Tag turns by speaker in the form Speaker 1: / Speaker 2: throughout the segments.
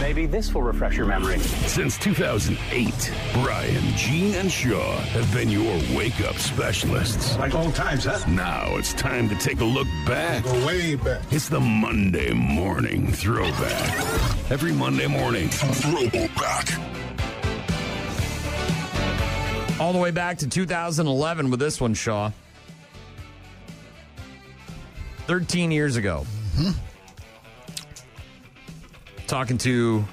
Speaker 1: maybe this will refresh your memory.
Speaker 2: Since 2008, Brian, Gene, and Shaw have been your wake up specialists.
Speaker 3: Like old times, huh?
Speaker 2: Now it's time to take a look back.
Speaker 3: Go way back.
Speaker 2: It's the Monday Morning Throwback. Every Monday morning, Throwback.
Speaker 4: All the way back to 2011 with this one, Shaw. 13 years ago. Talking to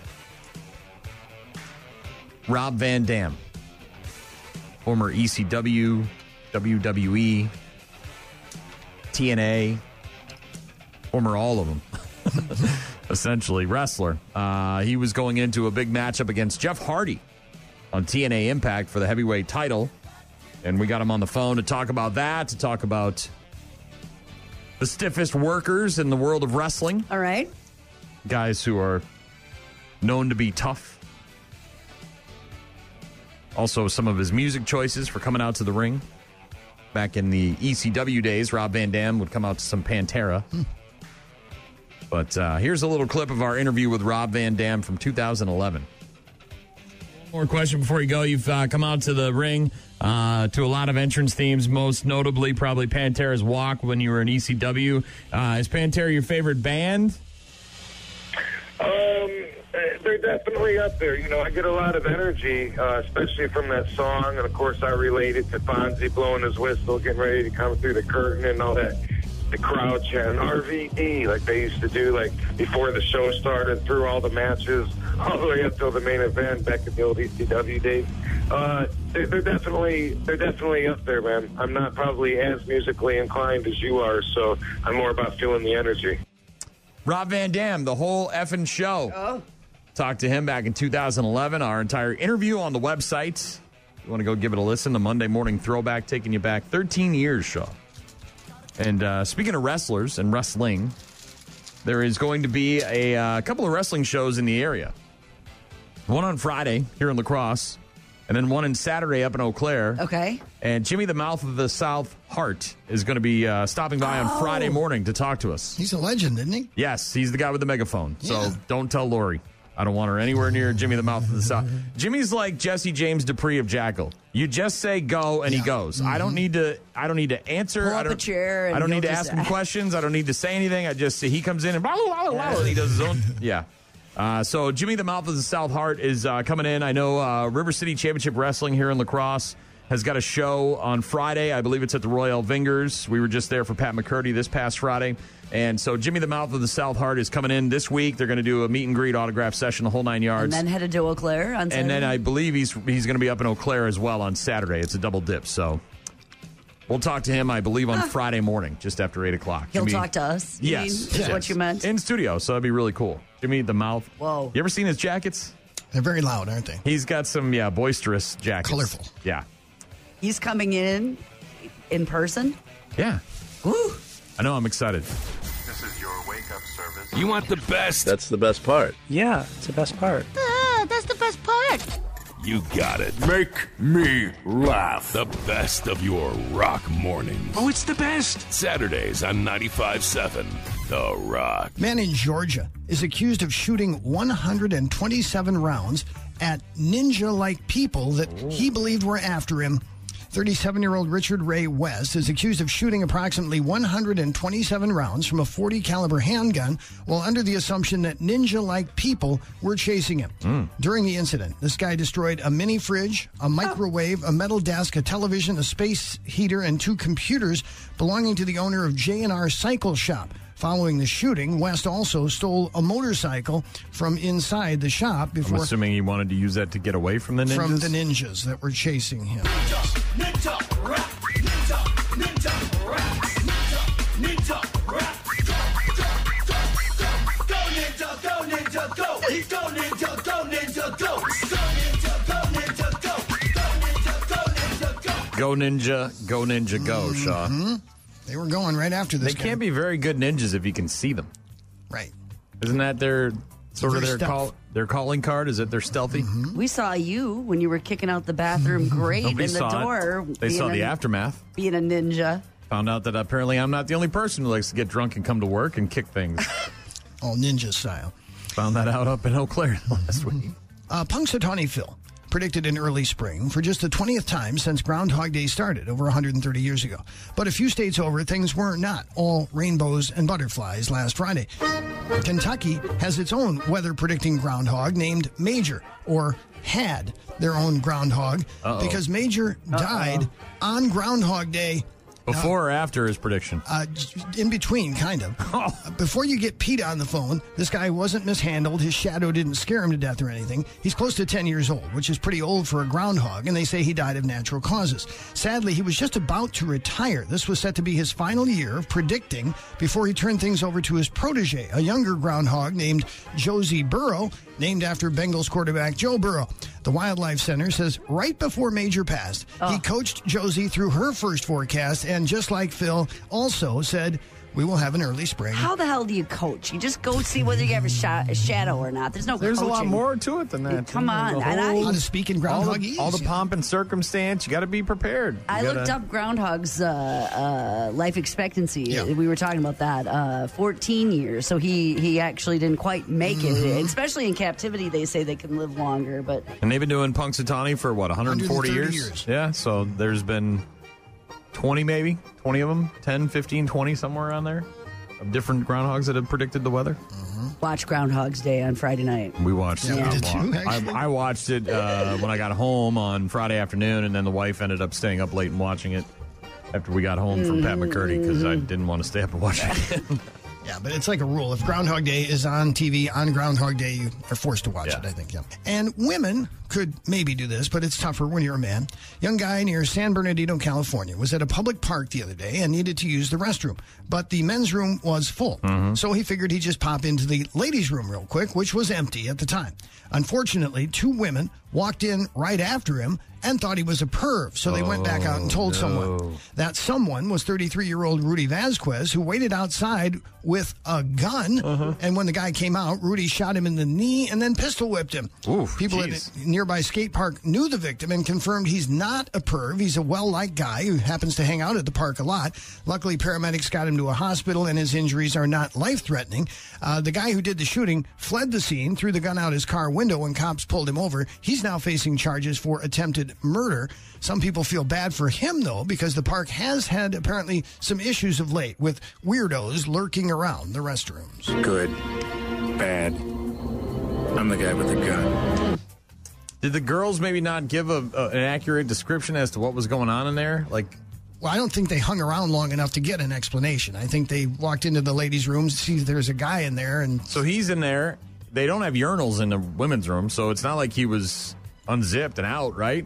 Speaker 4: Rob Van Dam, former E ECW, WWE, TNA, former all of them, essentially, wrestler. Uh, he was going into a big matchup against Jeff Hardy on TNA Impact for the heavyweight title. And we got him on the phone to talk about that, to talk about the stiffest workers in the world of wrestling,
Speaker 5: All right.
Speaker 4: guys who are known to be tough. Also, some of his music choices for coming out to the ring. Back in the ECW days, Rob Van Dam would come out to some Pantera. But uh, here's a little clip of our interview with Rob Van Dam from 2011. One more question before you go. You've uh, come out to the ring uh, to a lot of entrance themes, most notably probably Pantera's Walk when you were in ECW. Uh, is Pantera your favorite band?
Speaker 6: Um, eh, they're definitely up there. You know, I get a lot of energy, uh, especially from that song, and of course, I relate it to Fonzie blowing his whistle, getting ready to come through the curtain, and all that. The crowd chanting RVD like they used to do, like before the show started, through all the matches, all the way up till the main event back in the old ECW days. Uh, they're, they're definitely they're definitely up there, man. I'm not probably as musically inclined as you are, so I'm more about feeling the energy.
Speaker 4: Rob Van Dam, the whole effing show.
Speaker 5: Oh.
Speaker 4: Talked to him back in 2011. Our entire interview on the website. You want to go give it a listen? The Monday morning throwback, taking you back 13 years, Shaw. And uh, speaking of wrestlers and wrestling, there is going to be a uh, couple of wrestling shows in the area. One on Friday here in Lacrosse, and then one on Saturday up in Eau Claire.
Speaker 5: Okay.
Speaker 4: And Jimmy, the mouth of the South Heart, is going to be uh, stopping by on
Speaker 5: Oh.
Speaker 4: Friday morning to talk to us.
Speaker 7: He's a legend, isn't he?
Speaker 4: Yes, he's the guy with the megaphone.
Speaker 7: Yeah.
Speaker 4: So don't tell Lori. I don't want her anywhere near Jimmy the Mouth of the South. Jimmy's like Jesse James Dupree of Jackal. You just say go and he
Speaker 7: Yeah.
Speaker 4: goes. I don't need to. I don't need to answer.
Speaker 5: Mm-hmm. Pull
Speaker 4: I
Speaker 5: up a
Speaker 4: don't,
Speaker 5: chair and
Speaker 4: I don't need to
Speaker 5: he'll
Speaker 4: ask
Speaker 5: just-
Speaker 4: him questions. I don't need to say anything. I just he comes in and blah, blah, blah, blah, and he does his own. Yeah. Uh, so Jimmy the Mouth of the South Heart is uh, coming in. I know uh, River City Championship Wrestling here in Lacrosse has got a show on Friday. I believe it's at the Royal Vingers. We were just there for Pat McCurdy this past Friday. And so Jimmy the Mouth of the South Heart is coming in this week. They're going to do a meet and greet autograph session, the whole nine
Speaker 5: And
Speaker 4: yards.
Speaker 5: then headed to Eau Claire on Saturday.
Speaker 4: And then uh, I believe he's he's going to be up in Eau Claire as well on Saturday. It's a double dip, so we'll talk to him. I believe on Friday morning, just after eight o'clock.
Speaker 5: Ah. He'll
Speaker 4: Jimmy-
Speaker 5: talk to us. you
Speaker 4: Yes,
Speaker 5: mean, is
Speaker 4: yes.
Speaker 5: what you meant.
Speaker 4: in studio. So that'd be really cool. Jimmy the mouth.
Speaker 5: Whoa.
Speaker 4: You ever seen his jackets?
Speaker 7: They're very loud, aren't they?
Speaker 4: He's got some yeah boisterous jackets.
Speaker 7: Colorful.
Speaker 4: Yeah.
Speaker 5: He's coming in in person.
Speaker 4: Yeah.
Speaker 5: Woo.
Speaker 4: I know. I'm excited.
Speaker 8: This is your wake up service.
Speaker 2: You want the best?
Speaker 9: That's the best part.
Speaker 10: Yeah, it's the best part.
Speaker 9: Ah,
Speaker 5: that's the best part.
Speaker 2: You got it. Make me laugh. The best of your rock mornings.
Speaker 10: Oh, it's the best.
Speaker 2: Saturdays on 95.7 The Rock.
Speaker 7: Man in Georgia is accused of shooting 127 rounds at ninja like people that he believed were after him. 37 year old Richard Ray West is accused of shooting approximately 127 rounds from a 40 caliber handgun while under the assumption that ninja like people were chasing him. During the incident, this guy destroyed a mini fridge, a microwave, a metal desk, a television, a space heater, and two computers belonging to the owner of J&R Cycle Shop. Following the shooting, West also stole a motorcycle from inside the shop
Speaker 4: I'm
Speaker 7: before
Speaker 4: assuming he wanted to use that to get away from the ninjas.
Speaker 7: from the ninjas that were chasing him.
Speaker 4: go ninja, go ninja, go Shaw.
Speaker 7: They were going right after
Speaker 4: They
Speaker 7: Mm-hmm. this. guy.
Speaker 4: can't be very good ninjas if you can see them.
Speaker 7: right.
Speaker 4: Isn't that their sort of
Speaker 7: Their
Speaker 4: their
Speaker 7: stuff.
Speaker 4: call their calling card? Is it their stealthy?
Speaker 7: Mm-hmm.
Speaker 5: We saw you when you were kicking out the bathroom grate in
Speaker 4: Nobody
Speaker 5: the
Speaker 4: saw it.
Speaker 5: door.
Speaker 4: They
Speaker 5: being
Speaker 4: saw
Speaker 5: a-
Speaker 4: the aftermath.
Speaker 5: Being a ninja.
Speaker 4: Found out that apparently I'm not the only person who likes to get drunk and come to work and kick things.
Speaker 7: All ninja style.
Speaker 4: Found that out up in Eau Claire last week.
Speaker 7: Uh, Punxsutawney Phil predicted an early spring for just the 20th time since Groundhog Day started over 130 years ago. But a few states over, things were not all rainbows and butterflies last Friday. Kentucky has its own weather predicting groundhog named Major, or had their own groundhog, because Major died on Groundhog Day
Speaker 4: Before or after his prediction?
Speaker 7: uh, in between, kind of. Uh, Before you get Pete on the phone, this guy wasn't mishandled. His shadow didn't scare him to death or anything. He's close to 10 years old, which is pretty old for a groundhog, and they say he died of natural causes. Sadly, he was just about to retire. This was set to be his final year of predicting before he turned things over to his protege, a younger groundhog named Josie Burrow, named after Bengals quarterback Joe Burrow. The Wildlife Center says right before Major passed, he coached Josie through her first forecast, and just like Phil, also said, We will have an early spring.
Speaker 5: How the hell do you coach? You just go see whether you have a, shot, a shadow or not. There's no
Speaker 1: There's a lot
Speaker 5: coaching.
Speaker 1: more to it than that.
Speaker 5: Come
Speaker 1: too.
Speaker 5: on,
Speaker 1: There's a
Speaker 5: and I-
Speaker 1: whole-
Speaker 7: How to speak in
Speaker 1: all
Speaker 7: Groundhog
Speaker 1: the,
Speaker 7: Ease.
Speaker 1: all the pomp and circumstance. You got to be prepared. You
Speaker 5: I
Speaker 1: gotta-
Speaker 5: looked up Groundhog's uh, uh, life expectancy.
Speaker 7: Yeah.
Speaker 5: We were talking about that. Uh, 14 years. So he, he actually didn't quite make
Speaker 4: Mm-hmm.
Speaker 5: it. Especially in captivity, they say they can live longer. But
Speaker 4: And they've been doing Punxsutawney for what, 140
Speaker 7: 130
Speaker 4: years?
Speaker 7: years.
Speaker 4: Yeah, so there's been 20 maybe, 20 of them, 10, 15, 20, somewhere around there of different groundhogs that have predicted the weather.
Speaker 5: watch Groundhog's Day on Friday night.
Speaker 4: We watched
Speaker 7: Yeah,
Speaker 4: it.
Speaker 7: we
Speaker 4: on
Speaker 7: did too,
Speaker 4: walk.
Speaker 7: actually.
Speaker 4: I, I watched it uh, when I got home on Friday afternoon, and then the wife ended up staying up late and watching it after we got home from Pat McCurdy because I
Speaker 7: Mm.
Speaker 4: didn't want to stay up and watch it.
Speaker 7: Yeah, but it's like a rule. If Groundhog Day is on TV on Groundhog Day, you are forced to watch
Speaker 4: Yeah.
Speaker 7: it, I think. Yeah. And women could maybe do this, but it's tougher when you're a man. Young guy near San Bernardino, California, was at a public park the other day and needed to use the restroom, but the men's room was full. So he figured he'd just pop into the ladies' room real quick, which was empty at the time. Unfortunately, two women walked in right after him and thought he was a perv, so they went back out and
Speaker 4: Oh,
Speaker 7: told someone. That someone was 33 year old Rudy Vasquez, who waited outside with a gun.
Speaker 4: Uh-huh.
Speaker 7: And when the guy came out, Rudy shot him in the knee and then pistol whipped him.
Speaker 4: Oof,
Speaker 7: People
Speaker 4: jeez.
Speaker 7: at a nearby skate park knew the victim and confirmed he's not a perv. He's a well liked guy who happens to hang out at the park a lot. Luckily, paramedics got him to a hospital and his injuries are not life threatening. Uh, the guy who did the shooting fled the scene, threw the gun out his car window when cops pulled him over. He's now facing charges for attempted murder. Some people feel bad for him, though, because the park has had apparently some issues of late with weirdos lurking around the restrooms.
Speaker 3: Good. Bad. I'm the guy with the gun.
Speaker 4: Did the girls maybe not give a, a, an accurate description as to what was going on in there? Like,
Speaker 7: Well, I don't think they hung around long enough to get an explanation. I think they walked into the ladies' room, see there's a guy in there, and
Speaker 4: so he's in there. They don't have urinals in the women's room, so it's not like he was unzipped and out, right?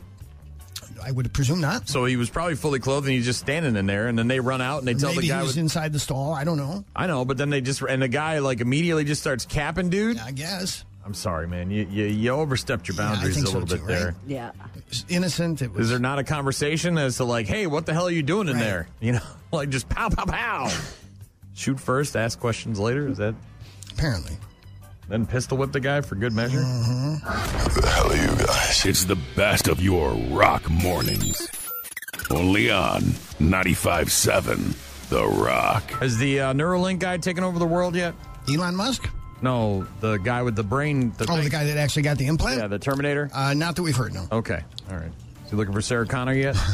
Speaker 7: I would presume not.
Speaker 4: So he was probably fully clothed and he's just standing in there. And then they run out and they tell the
Speaker 7: Maybe he
Speaker 4: guy,
Speaker 7: was
Speaker 4: with-
Speaker 7: inside the stall. I don't know.
Speaker 4: "I know," but then they just and the guy like immediately just starts capping, dude.
Speaker 7: I guess
Speaker 4: I'm sorry, man. You you, you overstepped your
Speaker 7: Yeah, I
Speaker 4: boundaries
Speaker 7: think
Speaker 4: a
Speaker 7: so,
Speaker 4: little bit
Speaker 7: too,
Speaker 4: there.
Speaker 7: right?
Speaker 5: Yeah.
Speaker 7: It's innocent. It
Speaker 4: Is
Speaker 7: was.
Speaker 4: there not a conversation as to like, hey, what the hell are you doing in
Speaker 7: Right.
Speaker 4: there? You know, like just pow pow pow. Shoot first, ask questions later. Is that
Speaker 7: apparently. Mm-hmm.
Speaker 4: then pistol whip the guy for good measure?
Speaker 2: Who the hell are you guys? It's the best of your rock mornings. Only on 95.7 The Rock.
Speaker 4: Has the uh, Neuralink guy taken over the world yet?
Speaker 7: Elon Musk?
Speaker 4: No, the guy with the brain. The
Speaker 7: Oh,
Speaker 4: thing.
Speaker 7: the guy that actually got the implant?
Speaker 4: Yeah, the Terminator.
Speaker 7: uh, not that we've heard, no.
Speaker 4: Okay, all right. You looking for Sarah Connor yet?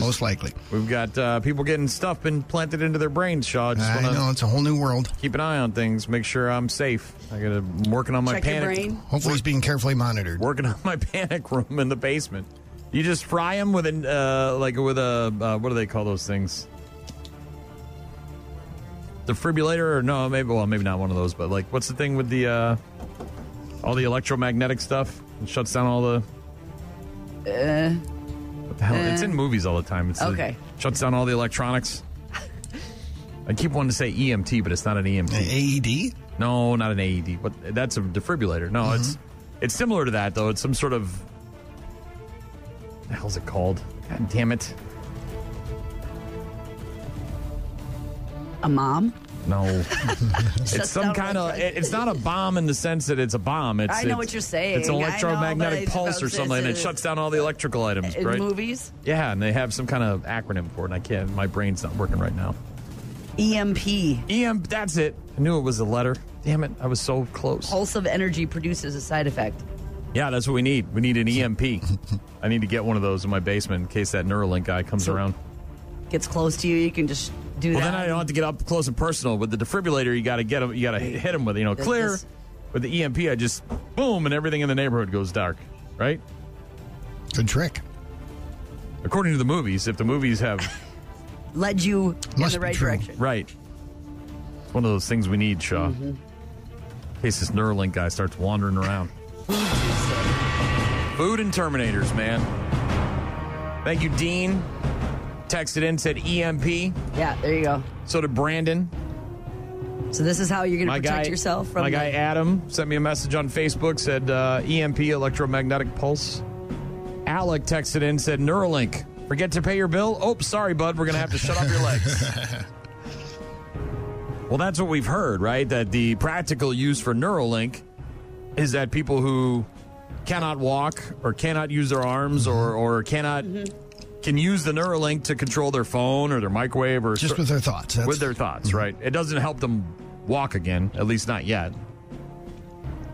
Speaker 7: Most likely.
Speaker 4: We've got uh, people getting stuff implanted into their brains, Shaw. Just
Speaker 7: I
Speaker 4: want
Speaker 7: know.
Speaker 4: to
Speaker 7: It's a whole new world.
Speaker 4: keep an eye on things, make sure I'm safe. I got to working on my
Speaker 5: Check your
Speaker 4: panic,
Speaker 5: brain.
Speaker 7: Hopefully, he's being carefully monitored.
Speaker 4: working on my panic room in the basement. You just fry them with an uh, like with a uh, what do they call those things? Defibrillator or no? Maybe well, maybe not one of those, but like what's the thing with the uh, all the electromagnetic stuff? It shuts down all the. what the hell? it's in movies all the time. It's the-
Speaker 5: Uh, Eh. Okay.
Speaker 4: shuts down all the electronics. I keep wanting to say EMT, but it's not an EMT.
Speaker 7: AED?
Speaker 4: No, not an AED. What? That's a defibrillator. No, it's it's similar to that though. It's some sort of the hell's it called? God damn it!
Speaker 5: A mom?
Speaker 4: No, it's some
Speaker 5: down
Speaker 4: kind of.
Speaker 5: electro-
Speaker 4: It, it's not a bomb in the sense that it's a bomb. It's,
Speaker 5: I know
Speaker 4: it's-
Speaker 5: what you're saying.
Speaker 4: It's an
Speaker 5: I know,
Speaker 4: electromagnetic
Speaker 5: but it's
Speaker 4: pulse or
Speaker 5: about-
Speaker 4: something, and it
Speaker 5: it's-
Speaker 4: shuts down all the electrical items,
Speaker 5: In
Speaker 4: right?
Speaker 5: movies?
Speaker 4: Yeah, and they have some kind of acronym for it. And I can't. My brain's not working right now.
Speaker 5: EMP.
Speaker 4: E EM. That's it. I knew it was a letter. Damn it, I was so close.
Speaker 5: Pulse of energy produces a side effect.
Speaker 4: Yeah, that's what we need. We need an EMP. I need to get one of those in my basement in case that Neuralink guy comes
Speaker 5: So-
Speaker 4: around.
Speaker 5: Gets close to you, you can just do
Speaker 4: Well,
Speaker 5: that.
Speaker 4: then I don't have to get up close and personal with the defibrillator. You got to get him. You got to hit him with it. You know,
Speaker 5: This-
Speaker 4: clear.
Speaker 5: this-
Speaker 4: With the EMP, I just boom, and everything in the neighborhood goes dark. Right?
Speaker 7: Good trick.
Speaker 4: According to the movies, if the movies have
Speaker 5: Led you in
Speaker 7: Must
Speaker 5: the
Speaker 7: be
Speaker 5: right
Speaker 7: true.
Speaker 5: direction.
Speaker 4: right, it's one of those things we need, Shaw.
Speaker 5: Mm-hmm.
Speaker 4: In case this Neuralink guy starts wandering around. Food and Terminators, man. Thank you, Dean. Texted in said EMP.
Speaker 5: Yeah, there you go.
Speaker 4: So did Brandon.
Speaker 5: So this is how you're going to protect yourself from
Speaker 4: my
Speaker 5: the-
Speaker 4: guy Adam sent me a message on Facebook said uh, EMP electromagnetic pulse. Alec texted in said Neuralink. Forget to pay your bill. Oh, sorry, bud. We're gonna have to shut off your legs. well, that's what we've heard, right? That the practical use for Neuralink is that people who cannot walk or cannot use their arms
Speaker 7: Mm-hmm.
Speaker 4: or or cannot can use the Neuralink to control their phone or their microwave or
Speaker 7: Just with their thoughts. That's, Mm-hmm.
Speaker 4: with their thoughts, right? It doesn't help them walk again, at least not yet.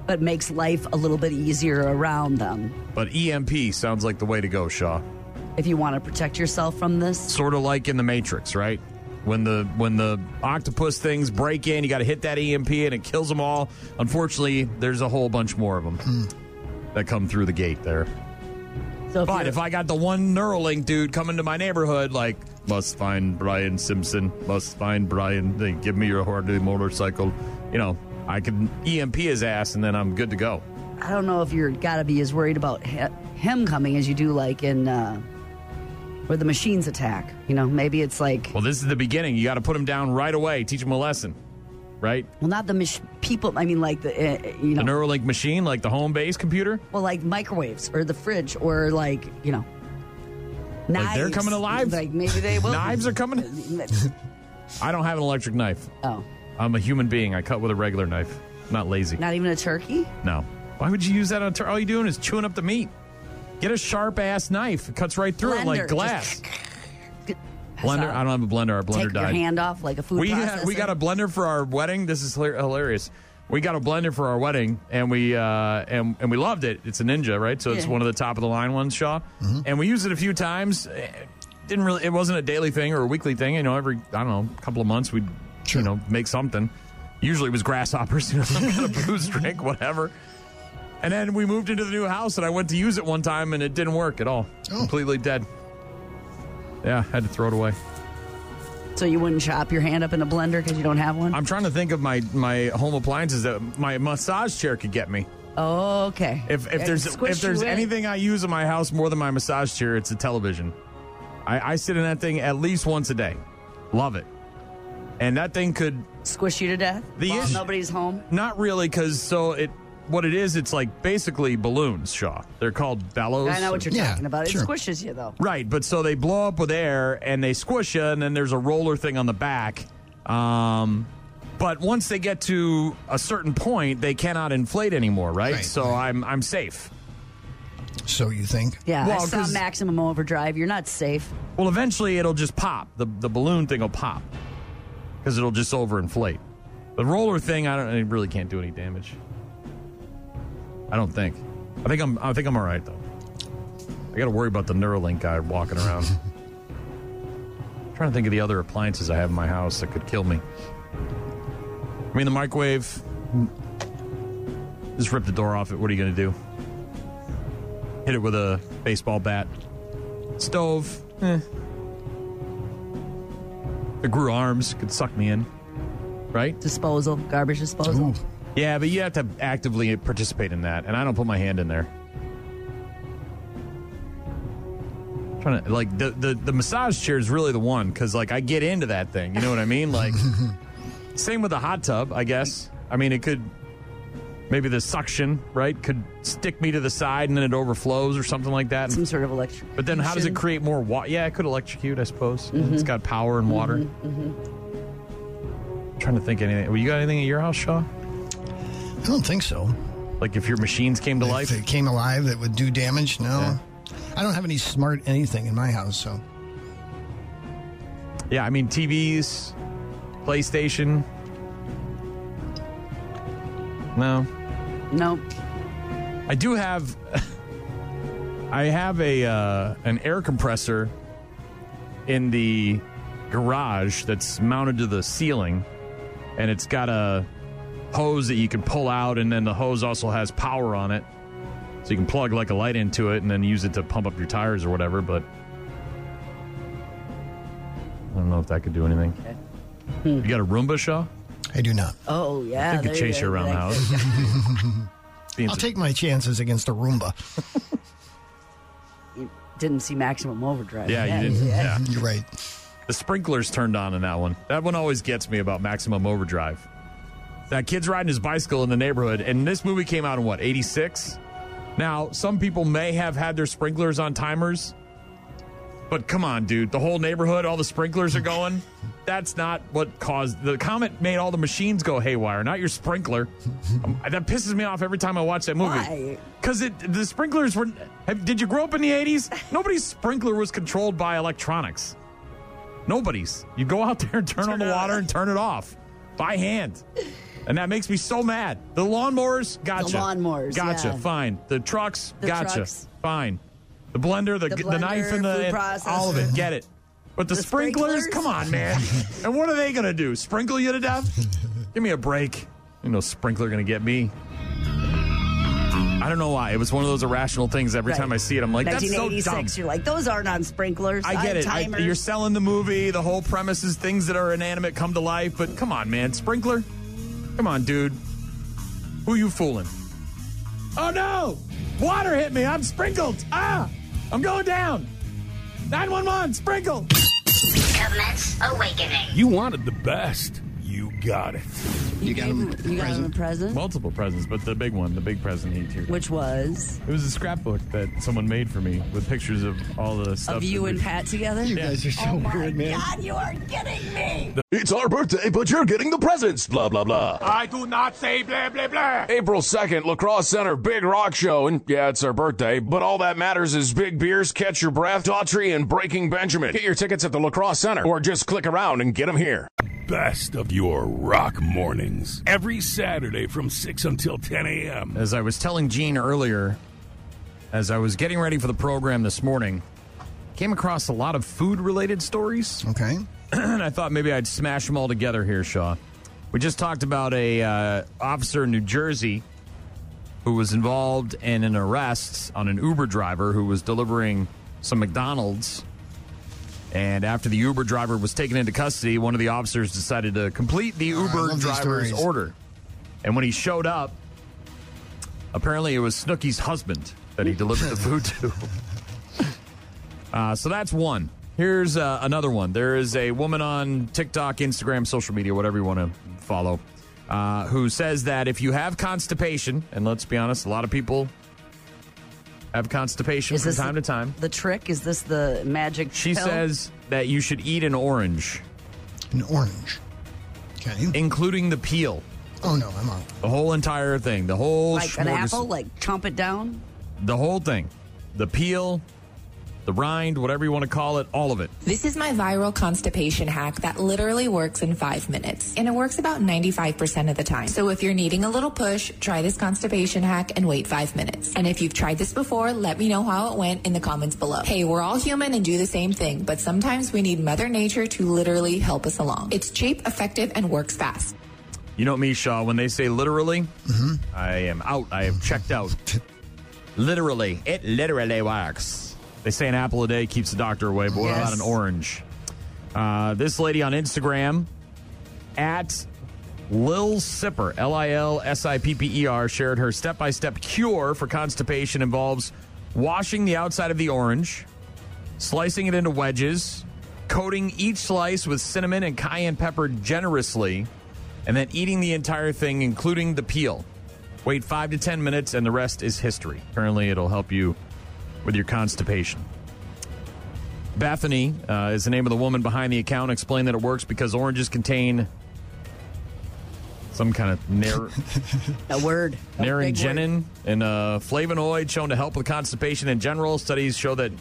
Speaker 5: but makes life a little bit easier around them.
Speaker 4: But EMP sounds like the way to go, Shaw.
Speaker 5: If you want to protect yourself from this,
Speaker 4: Sort of like in the Matrix, right? When the when the octopus things break in, you got to hit that EMP and it kills them all. Unfortunately, there's a whole bunch more of them that come through the gate there.
Speaker 5: so if
Speaker 4: But
Speaker 5: you're-
Speaker 4: if I got the one Neuralink dude coming to my neighborhood, like, must find Brian Simpson, must find Brian, they give me your Harley motorcycle, you know, I can EMP his ass and then I'm good to go.
Speaker 5: I don't know if you're got to be as worried about he- him coming as you do like in uh, where the machines attack. You know, maybe it's like
Speaker 4: Well, this is the beginning. You got to put them down right away. Teach them a lesson, right?
Speaker 5: well, not the mach- people. I mean, like the uh, you
Speaker 4: The
Speaker 5: know,
Speaker 4: Neuralink machine, like the home base computer,
Speaker 5: well, like microwaves or the fridge or like you know, knives.
Speaker 4: they're coming alive?
Speaker 5: Like maybe they will.
Speaker 4: knives are coming. I don't have an electric knife.
Speaker 5: oh,
Speaker 4: I'm a human being. I cut with a regular knife. I'm not lazy.
Speaker 5: not even a turkey.
Speaker 4: No. Why would you use that on? Tur- All you're doing is chewing up the meat. Get a sharp ass knife. It cuts right through it like
Speaker 5: Blender, just-
Speaker 4: glass.
Speaker 5: That's
Speaker 4: Blender.
Speaker 5: all.
Speaker 4: I don't have a blender. Our blender
Speaker 5: Take
Speaker 4: died.
Speaker 5: your hand off like a food.
Speaker 4: we had, we
Speaker 5: processor.
Speaker 4: got a blender for our wedding. This is hilar- hilarious. We got a blender for our wedding, and we uh, and and we loved it. It's a Ninja, right? So it's
Speaker 5: Yeah.
Speaker 4: one of the top of the line ones, Shaw. And we used it a few times. Eh, Didn't really. It wasn't a daily thing or a weekly thing. You know, every I don't know, couple of months we'd
Speaker 7: Sure.
Speaker 4: you know make something. Usually it was grasshoppers, you know, some kind of booze drink, whatever. And then we moved into the new house, and I went to use it one time, and it didn't work at all. Completely dead. Yeah, had to throw it away.
Speaker 5: So you wouldn't chop your hand up in a blender because you don't have one.
Speaker 4: I'm trying to think of my my home appliances that my massage chair could get me.
Speaker 5: oh, okay.
Speaker 4: If if
Speaker 5: Yeah,
Speaker 4: there's
Speaker 5: squish
Speaker 4: if there's
Speaker 5: you in.
Speaker 4: anything I use in my house more than my massage chair, it's a television. I, I sit in that thing at least once a day. Love it. And that thing could
Speaker 5: squish you to death.
Speaker 4: The
Speaker 5: while
Speaker 4: issue-
Speaker 5: nobody's home.
Speaker 4: not really because so it what it is it's like basically balloons, Shaw. They're called bellows.
Speaker 5: I know what you're
Speaker 7: Yeah,
Speaker 5: talking about. It
Speaker 7: sure.
Speaker 5: squishes you though.
Speaker 4: Right, but so they blow up with air and they squish you, and then there's a roller thing on the back. Um, but once they get to a certain point, they cannot inflate anymore, right?
Speaker 7: Right,
Speaker 4: so I'm I'm safe.
Speaker 7: so you think?
Speaker 5: Yeah,
Speaker 4: Well,
Speaker 5: I saw
Speaker 4: 'cause-
Speaker 5: maximum overdrive. You're not safe.
Speaker 4: Well, eventually it'll just pop. The the balloon thing will pop because it'll just overinflate. The roller thing, I don't. It really can't do any damage. I don't think. I think I'm. I think I'm all right though. I got to worry about the Neuralink guy walking around. trying to think of the other appliances I have in my house that could kill me. I mean, the microwave. Just rip the door off it. What are you going to do? Hit it with a baseball bat. Stove. It grew arms, could suck me in. Right?
Speaker 5: Disposal, garbage disposal.
Speaker 7: Ooh.
Speaker 4: Yeah, but you have to actively participate in that, and I don't put my hand in there. Trying to like the the, the massage chair is really the one because like I get into that thing, you know what I mean? Like, same with the hot tub, I guess. I mean, it could maybe the suction right could stick me to the side and then it overflows or something like that.
Speaker 5: Some sort of electric.
Speaker 4: But then, how does it create more water? Yeah, it could electrocute, I suppose.
Speaker 5: Mm-hmm.
Speaker 4: It's got power and water. Trying to think anything. Well, you got anything at your house, Shaw?
Speaker 7: I don't think so.
Speaker 4: Like if your machines came to
Speaker 7: If
Speaker 4: life?
Speaker 7: it came alive, it would do damage. No. I don't have any smart anything in my house, so
Speaker 4: Yeah, I mean TVs, PlayStation. No.
Speaker 5: Nope.
Speaker 4: I do have. I have a uh, an air compressor in the garage that's mounted to the ceiling, and it's got a hose that you can pull out, and then the hose also has power on it, so you can plug like a light into it, and then use it to pump up your tires or whatever. But I don't know if that could do anything. You got a Roomba, Shaw?
Speaker 7: I do not.
Speaker 5: Oh yeah.
Speaker 4: I could
Speaker 5: there
Speaker 4: chase you
Speaker 5: go.
Speaker 4: around the
Speaker 5: Like-
Speaker 4: house. Seems
Speaker 7: I'll take my chances against a Roomba.
Speaker 5: You didn't see Maximum Overdrive.
Speaker 4: Yeah, you didn't. Yeah.
Speaker 7: You're right.
Speaker 4: The sprinklers turned on in that one. That one always gets me about Maximum Overdrive. That kid's riding his bicycle in the neighborhood, and this movie came out in what, 86? Now, some people may have had their sprinklers on timers, but come on, dude. The whole neighborhood, all the sprinklers are going. That's not what caused the comet made all the machines go haywire, not your sprinkler. Um, that pisses me off every time I watch that movie.
Speaker 5: Why?
Speaker 4: Because the sprinklers were. Have, did you grow up in the 80s? Nobody's sprinkler was controlled by electronics. Nobody's. You go out there and turn, on the water and turn it off by hand. And that makes me so mad. The lawnmowers, gotcha.
Speaker 5: lawnmowers,
Speaker 4: gotcha.
Speaker 5: yeah.
Speaker 4: Fine. The trucks,
Speaker 5: The
Speaker 4: gotcha.
Speaker 5: trucks.
Speaker 4: Fine. The blender, the, the,
Speaker 5: The
Speaker 4: knife,
Speaker 5: blender,
Speaker 4: and the
Speaker 5: food
Speaker 4: and all of it.
Speaker 5: processor.
Speaker 4: Get it. But the,
Speaker 5: The
Speaker 4: sprinklers?
Speaker 5: sprinklers?
Speaker 4: come on, man. and what are they gonna do? Sprinkle you to death? Give me a break. Ain't no sprinkler gonna get me. I don't know why. It was one of those irrational things. Every
Speaker 5: Right.
Speaker 4: time I see it, I'm like, that's so dumb.
Speaker 5: 1986. You're like, those aren't on sprinklers.
Speaker 4: I get
Speaker 5: on
Speaker 4: it. I-
Speaker 5: Timers.
Speaker 4: you're selling the movie. The whole premise is things that are inanimate come to life. But come on, man, sprinkler. Come on, dude. Who you fooling? Oh no! Water hit me. I'm sprinkled. Ah! I'm going down. Nine one one. Sprinkle.
Speaker 9: Commence awakening.
Speaker 2: You wanted the best. You got it.
Speaker 5: you got him. You got him a present,
Speaker 4: Multiple presents, but the big one, the big present he teared.
Speaker 5: which was
Speaker 4: It was a scrapbook that someone made for me with pictures of all the stuff.
Speaker 5: of you and Pat together. Oh
Speaker 7: You guys are so weird, man.
Speaker 5: God, you are kidding me.
Speaker 2: It's our birthday, but you're getting the presents. Blah, blah, blah.
Speaker 3: I do not say blah, blah, blah.
Speaker 2: April 2nd, Lacrosse Center, Big Rock Show. And yeah, it's our birthday, but all that matters is Big Beers, Catch Your Breath, Daughtry, and Breaking Benjamin. Get your tickets at the Lacrosse Center or just click around and get them here. Best of your rock mornings. Every Saturday from 6 until 10 a.m.
Speaker 4: As I was telling Gene earlier, as I was getting ready for the program this morning, came across a lot of food related stories,
Speaker 7: Okay.
Speaker 4: and I thought maybe I'd smash them all together here, Shaw. We just talked about a uh, officer in New Jersey who was involved in an arrest on an Uber driver who was delivering some McDonald's. And after the Uber driver was taken into custody, one of the officers decided to complete the
Speaker 7: Oh, I love
Speaker 4: Uber
Speaker 7: these
Speaker 4: driver's
Speaker 7: stories.
Speaker 4: order. And when he showed up, apparently it was Snooky's husband that he delivered the food to. Uh, so that's one. Here's uh, another one. There is a woman on TikTok, Instagram, social media, whatever you want to follow, uh, who says that if you have constipation, and let's be honest, a lot of people have constipation
Speaker 5: Is
Speaker 4: from
Speaker 5: this
Speaker 4: time to time.
Speaker 5: The trick is this the magic?
Speaker 4: She
Speaker 5: pill?
Speaker 4: says that you should eat an orange,
Speaker 7: An orange. Okay.
Speaker 4: including the peel,
Speaker 7: Oh, no, I'm out.
Speaker 4: the whole entire thing, the whole
Speaker 5: like an
Speaker 4: smorgas-
Speaker 5: apple, like chomp it down.
Speaker 4: the whole thing, the peel, the rind, whatever you want to call it, all of it.
Speaker 11: This is my viral constipation hack that literally works in five minutes, and it works about 95% of the time. So if you're needing a little push, try this constipation hack and wait five minutes. And if you've tried this before, let me know how it went in the comments below. Hey, we're all human and do the same thing, but sometimes we need Mother Nature to literally help us along. It's cheap, effective, and works fast.
Speaker 4: You know me, Shaw. When they say literally, I am out. I have checked out. literally, it literally works. They say an apple a day keeps the doctor away, but what about
Speaker 5: Yes.
Speaker 4: an orange? Uh, this lady on Instagram at Lil Sipper, L I L S I P P E R, shared her step by step cure for constipation involves washing the outside of the orange, slicing it into wedges, coating each slice with cinnamon and cayenne pepper generously, and then eating the entire thing, including the peel. Wait five to 10 minutes, and the rest is history. Apparently, it'll help you with your constipation. Bethany uh, is the name of the woman behind the account. Explained that it works because oranges contain some kind of nar-
Speaker 5: A word. A big word.
Speaker 4: naringenin and uh, flavonoid shown to help with constipation in general. Studies show that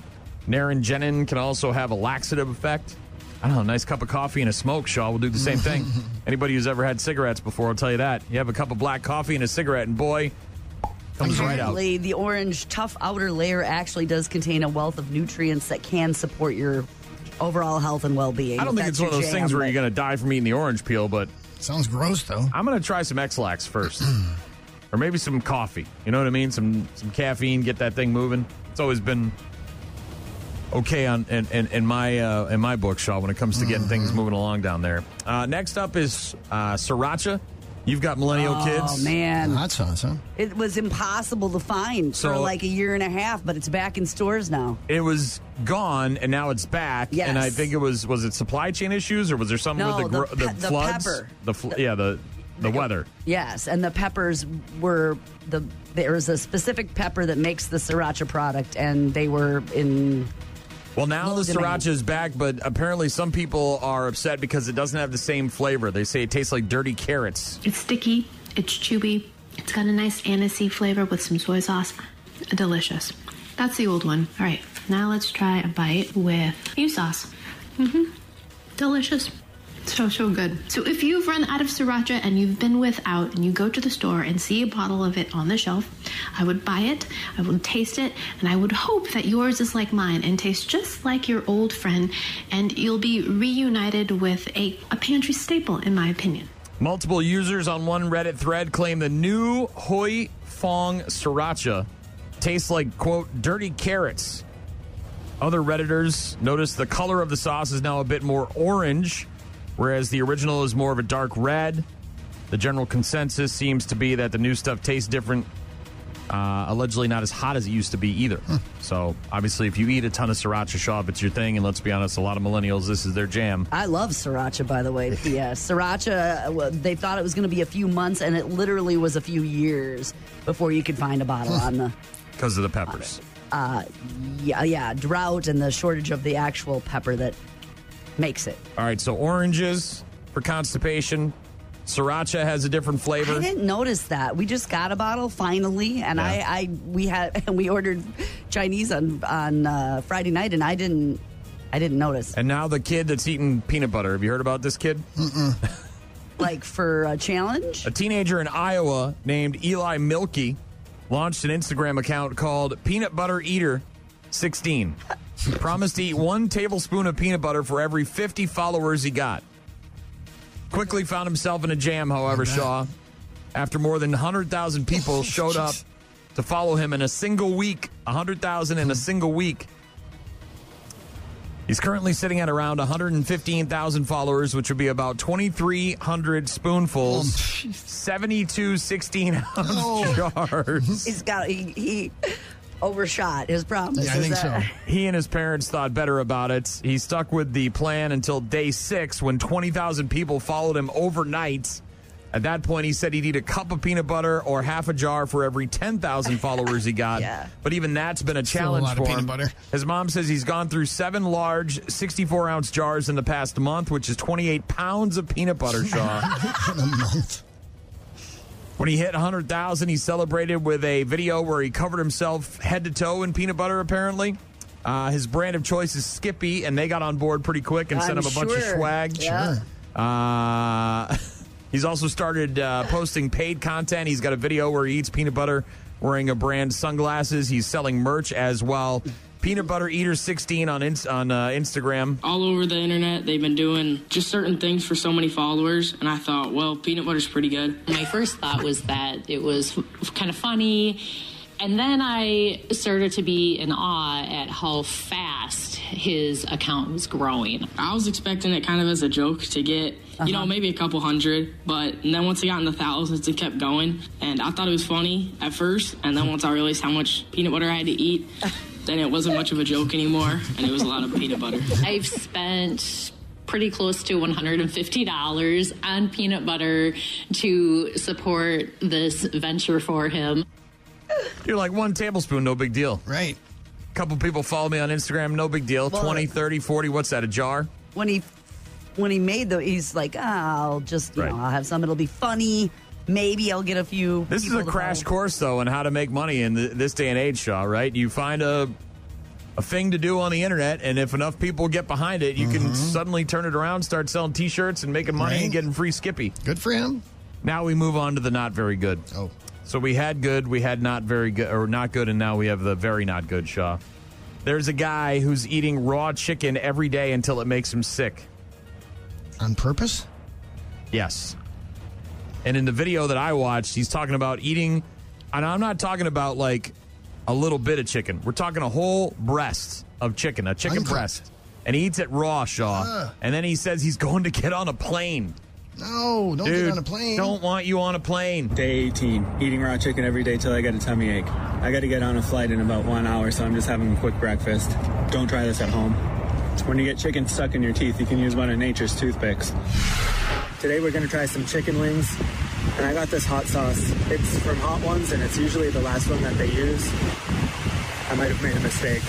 Speaker 4: naringenin can also have a laxative effect. I don't know, a nice cup of coffee and a smoke, Shaw, will do the same thing. Anybody who's ever had cigarettes before will tell you that. You have a cup of black coffee and a cigarette, and boy, comes right out.
Speaker 5: Apparently, the orange tough outer layer actually does contain a wealth of nutrients that can support your overall health and well-being.
Speaker 4: I don't
Speaker 5: if
Speaker 4: think it's
Speaker 5: that's
Speaker 4: one of
Speaker 5: your
Speaker 4: those
Speaker 5: jam,
Speaker 4: things where
Speaker 5: but-
Speaker 4: you're going to die from eating the orange peel, but.
Speaker 7: Sounds gross, though.
Speaker 4: I'm going to try some X-Lax first. or maybe some coffee. You know what I mean? Some some caffeine, get that thing moving. It's always been okay on in, in, in my uh, in my bookshop when it comes to getting
Speaker 7: Mm-hmm.
Speaker 4: things moving along down there. Uh, next up is uh, Sriracha. You've got millennial
Speaker 5: Oh,
Speaker 4: kids.
Speaker 5: man.
Speaker 7: Hot sauce, huh?
Speaker 5: It was impossible to find for
Speaker 4: So-
Speaker 5: like a year and a half, but it's back in stores now.
Speaker 4: It was gone and now it's back.
Speaker 5: Yes.
Speaker 4: And I think it was was it supply chain issues or was there something
Speaker 5: No,
Speaker 4: with the,
Speaker 5: the
Speaker 4: gro-
Speaker 5: pe- the
Speaker 4: floods?
Speaker 5: pepper.
Speaker 4: The fl- yeah, the the weather.
Speaker 5: Yes, and the peppers were the there is a specific pepper that makes the sriracha product, and they were in.
Speaker 4: Well, now the
Speaker 5: Low demand.
Speaker 4: sriracha is back, but apparently some people are upset because it doesn't have the same flavor. They say it tastes like dirty carrots.
Speaker 12: It's sticky, it's chewy, it's got a nice anisey flavor with some soy sauce. Delicious. That's the old one. All right, now let's try a bite with new sauce. hmm Delicious. So, so good. So, if you've run out of sriracha and you've been without, and you go to the store and see a bottle of it on the shelf, I would buy it, I would taste it, and I would hope that yours is like mine and tastes just like your old friend, and you'll be reunited with a, a pantry staple, in my opinion.
Speaker 4: Multiple users on one Reddit thread claim the new Hoi Fong sriracha tastes like, quote, dirty carrots. Other Redditors notice the color of the sauce is now a bit more orange, whereas the original is more of a dark red. The general consensus seems to be that the new stuff tastes different, uh, allegedly not as hot as it used to be either. So, obviously, if you eat a ton of sriracha, Shaw, if it's your thing, and let's be honest, a lot of millennials, this is their jam.
Speaker 5: I love sriracha, by the way. Yeah, sriracha. uh, well, They thought it was going to be a few months, and it literally was a few years before you could find a bottle on the.
Speaker 4: Because of the peppers.
Speaker 5: Uh, yeah, yeah, drought and the shortage of the actual pepper that makes it.
Speaker 4: All right, so oranges for constipation. Sriracha has a different
Speaker 5: I
Speaker 4: flavor.
Speaker 5: didn't notice that. We just got a bottle finally, and
Speaker 4: Yeah.
Speaker 5: I, I we had and we ordered Chinese on on uh, Friday night, and I didn't I didn't notice.
Speaker 4: And now the kid that's eating peanut butter. Have you heard about this kid?
Speaker 5: Like for a challenge,
Speaker 4: A teenager in Iowa named Eli Milky launched an Instagram account called Peanut Butter Eater 16. he promised to eat one tablespoon of peanut butter for every 50 followers he got. Quickly found himself in a jam, however, Shaw, after more than 100,000 people showed up to follow him in a single week. 100,000 in a single week. He's currently sitting at around 115,000 followers, which would be about 2,300 spoonfuls, 72 16 ounce
Speaker 5: Oh.
Speaker 4: Oh. jars.
Speaker 5: he's got he, he overshot his promise.
Speaker 4: Yeah, I
Speaker 5: Is
Speaker 4: think
Speaker 5: that-
Speaker 4: He and his parents thought better about it. He stuck with the plan until day six when 20,000 people followed him overnight. At that point, he said he'd eat a cup of peanut butter or half a jar for every 10,000 followers he got. But even that's been a
Speaker 7: Still a
Speaker 4: challenge
Speaker 7: lot of
Speaker 4: for
Speaker 7: peanut
Speaker 4: him.
Speaker 7: butter.
Speaker 4: His mom says he's gone through seven large 64 ounce jars in the past month, which is 28 pounds of peanut butter, Shaw.
Speaker 7: In a month.
Speaker 4: When he hit 100,000, he celebrated with a video where he covered himself head to toe in peanut butter, apparently. Uh, his brand of choice is Skippy, and they got on board pretty quick and sent
Speaker 5: I'm
Speaker 4: him a bunch of
Speaker 5: sure.
Speaker 4: swag.
Speaker 5: Yeah.
Speaker 4: Uh, he's also started uh, posting paid content. He's got a video where he eats peanut butter wearing a brand sunglasses. He's selling merch as well. Peanut Butter Eater 16 on, ins- on uh, Instagram.
Speaker 13: all over the internet they've been doing just certain things for so many followers and i thought well peanut butter's pretty good
Speaker 14: My first thought was that it was f- kind of funny. And then I started to be in awe at how fast his account was growing. Uh-huh.
Speaker 13: i was expecting it kind of as a joke to get you know maybe a couple hundred but and then once it got in the thousands it kept going and i thought it was funny at first and then once i realized how much peanut butter i had to eat then it wasn't much of a joke anymore and it was a lot of peanut butter
Speaker 14: I've spent pretty close to $150 on peanut butter to support this venture for him.
Speaker 4: You're like one tablespoon, no big deal.
Speaker 7: Right.
Speaker 4: Couple people follow me on Instagram, no big deal.
Speaker 5: Well,
Speaker 4: Twenty, thirty, forty. 20, 30, 40, what's that, a jar?
Speaker 5: when he when he made the he's like "Ah, I'll just you
Speaker 4: Right.
Speaker 5: know I'll have some. It'll be funny. Maybe I'll get a few.
Speaker 4: This is
Speaker 5: people
Speaker 4: a
Speaker 5: to
Speaker 4: crash
Speaker 5: follow."
Speaker 4: course, though, on how to make money in th- this day and age, Shaw, right? You find a, a thing to do on the internet, and if enough people get behind it, you
Speaker 7: Mm-hmm.
Speaker 4: can suddenly turn it around, start selling T-shirts, and making money and getting free Skippy.
Speaker 7: Good for him.
Speaker 4: Now we move on to the not very good.
Speaker 7: Oh,
Speaker 4: so we had good, we had not very good, or not good, and now we have the very not good. Shaw, there's a guy who's eating raw chicken every day until it makes him sick.
Speaker 7: On purpose?
Speaker 4: Yes. And in the video that I watched, he's talking about eating, and I'm not talking about like a little bit of chicken. We're talking a whole breast of chicken, a chicken
Speaker 7: Uncooked.
Speaker 4: breast. And he eats it raw, Shaw.
Speaker 7: Ugh.
Speaker 4: And then he says he's going to get on a plane.
Speaker 7: No, don't
Speaker 4: Dude,
Speaker 7: get on a plane.
Speaker 4: Don't want you on a plane.
Speaker 15: Day 18, eating raw chicken every day till I get a tummy ache. I got to get on a flight in about one hour, so I'm just having a quick breakfast. Don't try this at home. When you get chicken stuck in your teeth, you can use one of nature's toothpicks. Today we're gonna try some chicken wings, and I got this hot sauce. It's from Hot Ones, and it's usually the last one that they use. I might have made a mistake.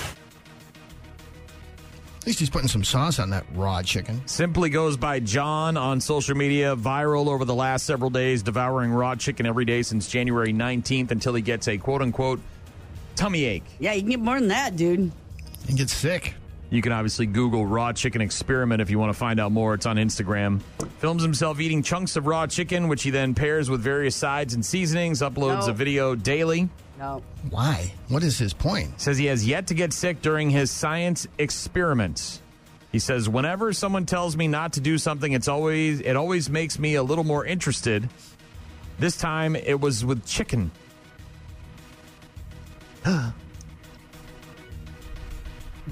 Speaker 7: At least he's putting some sauce on that raw chicken.
Speaker 4: Simply goes by John on social media, viral over the last several days, devouring raw chicken every day since January 19th until he gets a quote unquote tummy ache.
Speaker 5: Yeah, you can get more than that, dude.
Speaker 7: And get sick.
Speaker 4: You can obviously Google raw chicken experiment if you want to find out more. It's on Instagram. Films himself eating chunks of raw chicken, which he then pairs with various sides and seasonings, uploads
Speaker 7: No.
Speaker 4: a video daily.
Speaker 5: No.
Speaker 7: Why? What is his point?
Speaker 4: Says he has yet to get sick during his science experiments. He says, whenever someone tells me not to do something, it's always it always makes me a little more interested. This time it was with chicken.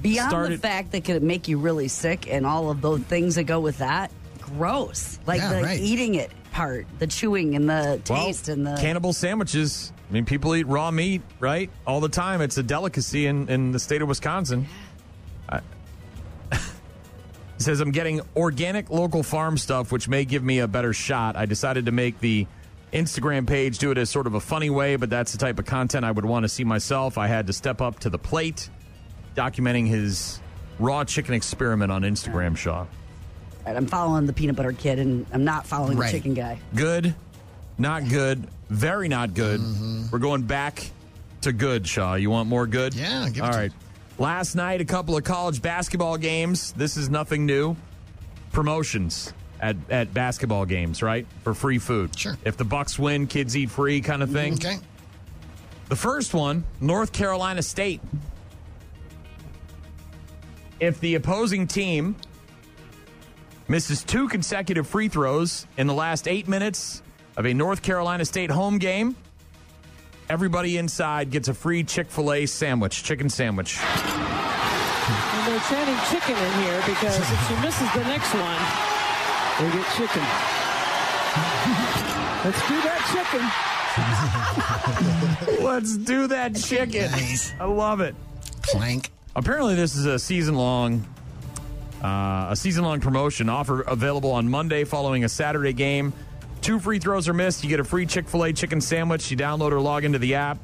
Speaker 5: Beyond
Speaker 4: Started-
Speaker 5: the fact that could make you really sick and all of those things that go with that, gross. Like
Speaker 4: Yeah,
Speaker 5: the
Speaker 4: right.
Speaker 5: eating it part, the chewing and the
Speaker 4: Well,
Speaker 5: taste and the
Speaker 4: cannibal sandwiches. I mean, people eat raw meat, right? All the time. It's a delicacy in, in the state of Wisconsin. I, It says, I'm getting organic local farm stuff, which may give me a better shot. I decided to make the Instagram page do it as sort of a funny way, but that's the type of content I would want to see myself. I had to step up to the plate, documenting his raw chicken experiment on Instagram, Shaw.
Speaker 5: Right, I'm following the peanut butter kid and I'm not following
Speaker 4: Right.
Speaker 5: the chicken guy.
Speaker 4: Good, not good, very not good. We're going back to good, Shaw. You want more good? Yeah, give All right. Last night, a couple of college basketball games. This is nothing new. Promotions at, at basketball games, right? For free food. Sure. If the Bucks win, kids eat free kind of thing. Okay. The first one, North Carolina State. If the opposing team misses two consecutive free throws in the last eight minutes of a North Carolina State home game. Everybody inside gets a free Chick fil A sandwich, chicken sandwich.
Speaker 16: And they're chanting chicken in here because if she misses the next one, they get chicken. Let's do that chicken.
Speaker 4: Let's do that chicken. I love it.
Speaker 7: Clank.
Speaker 4: Apparently, this is a season long, uh, a season long promotion offer available on Monday following a Saturday game. Two free throws are missed. You get a free Chick fil A chicken sandwich. You download or log into the app.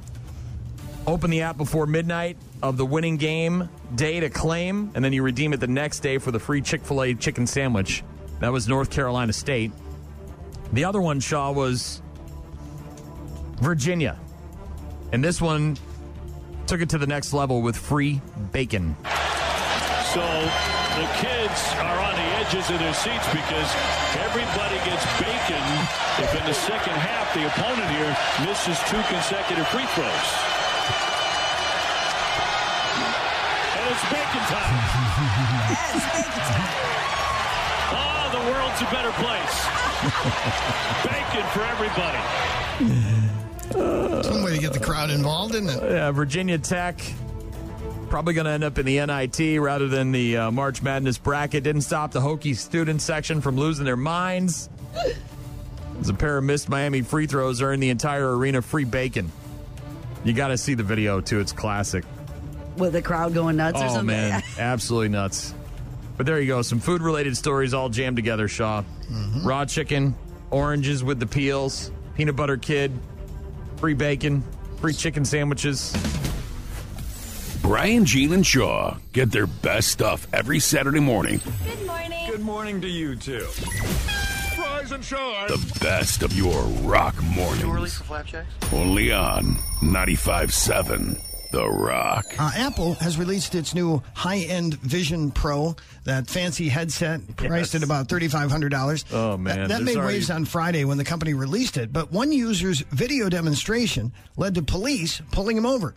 Speaker 4: Open the app before midnight of the winning game day to claim, and then you redeem it the next day for the free Chick fil A chicken sandwich. That was North Carolina State. The other one, Shaw, was Virginia. And this one took it to the next level with free bacon.
Speaker 17: So the kids are on the edges of their seats because everybody gets bacon if in the second half the opponent here misses two consecutive free throws. And it's bacon time. Oh, the world's a better place. Bacon for everybody.
Speaker 7: Some way to get the crowd involved, isn't it?
Speaker 4: Yeah, Virginia Tech probably going to end up in the NIT rather than the uh, March Madness bracket. Didn't stop the Hokie student section from losing their minds. As a pair of missed Miami free throws earned the entire arena free bacon. You got to see the video too; it's classic.
Speaker 5: With the crowd going nuts or
Speaker 4: oh
Speaker 5: something.
Speaker 4: man, absolutely nuts. But there you go, some food related stories all jammed together. Shaw,
Speaker 7: Mm-hmm.
Speaker 4: raw chicken, oranges with the peels, peanut butter kid, free bacon, free chicken sandwiches.
Speaker 2: Brian, Gene, and Shaw get their best stuff every Saturday morning.
Speaker 18: Good morning. Good morning to you too.
Speaker 8: Rise and shine.
Speaker 2: The best of your rock mornings.
Speaker 8: for flapjacks?
Speaker 2: Only on 95.7 The Rock.
Speaker 7: Uh, Apple has released its new high-end Vision Pro, that fancy headset priced
Speaker 4: Yes.
Speaker 7: at about thirty-five hundred dollars.
Speaker 4: Oh, man,
Speaker 7: that, that
Speaker 4: there's
Speaker 7: made
Speaker 4: already-
Speaker 7: waves on Friday when the company released it. But one user's video demonstration led to police pulling him over.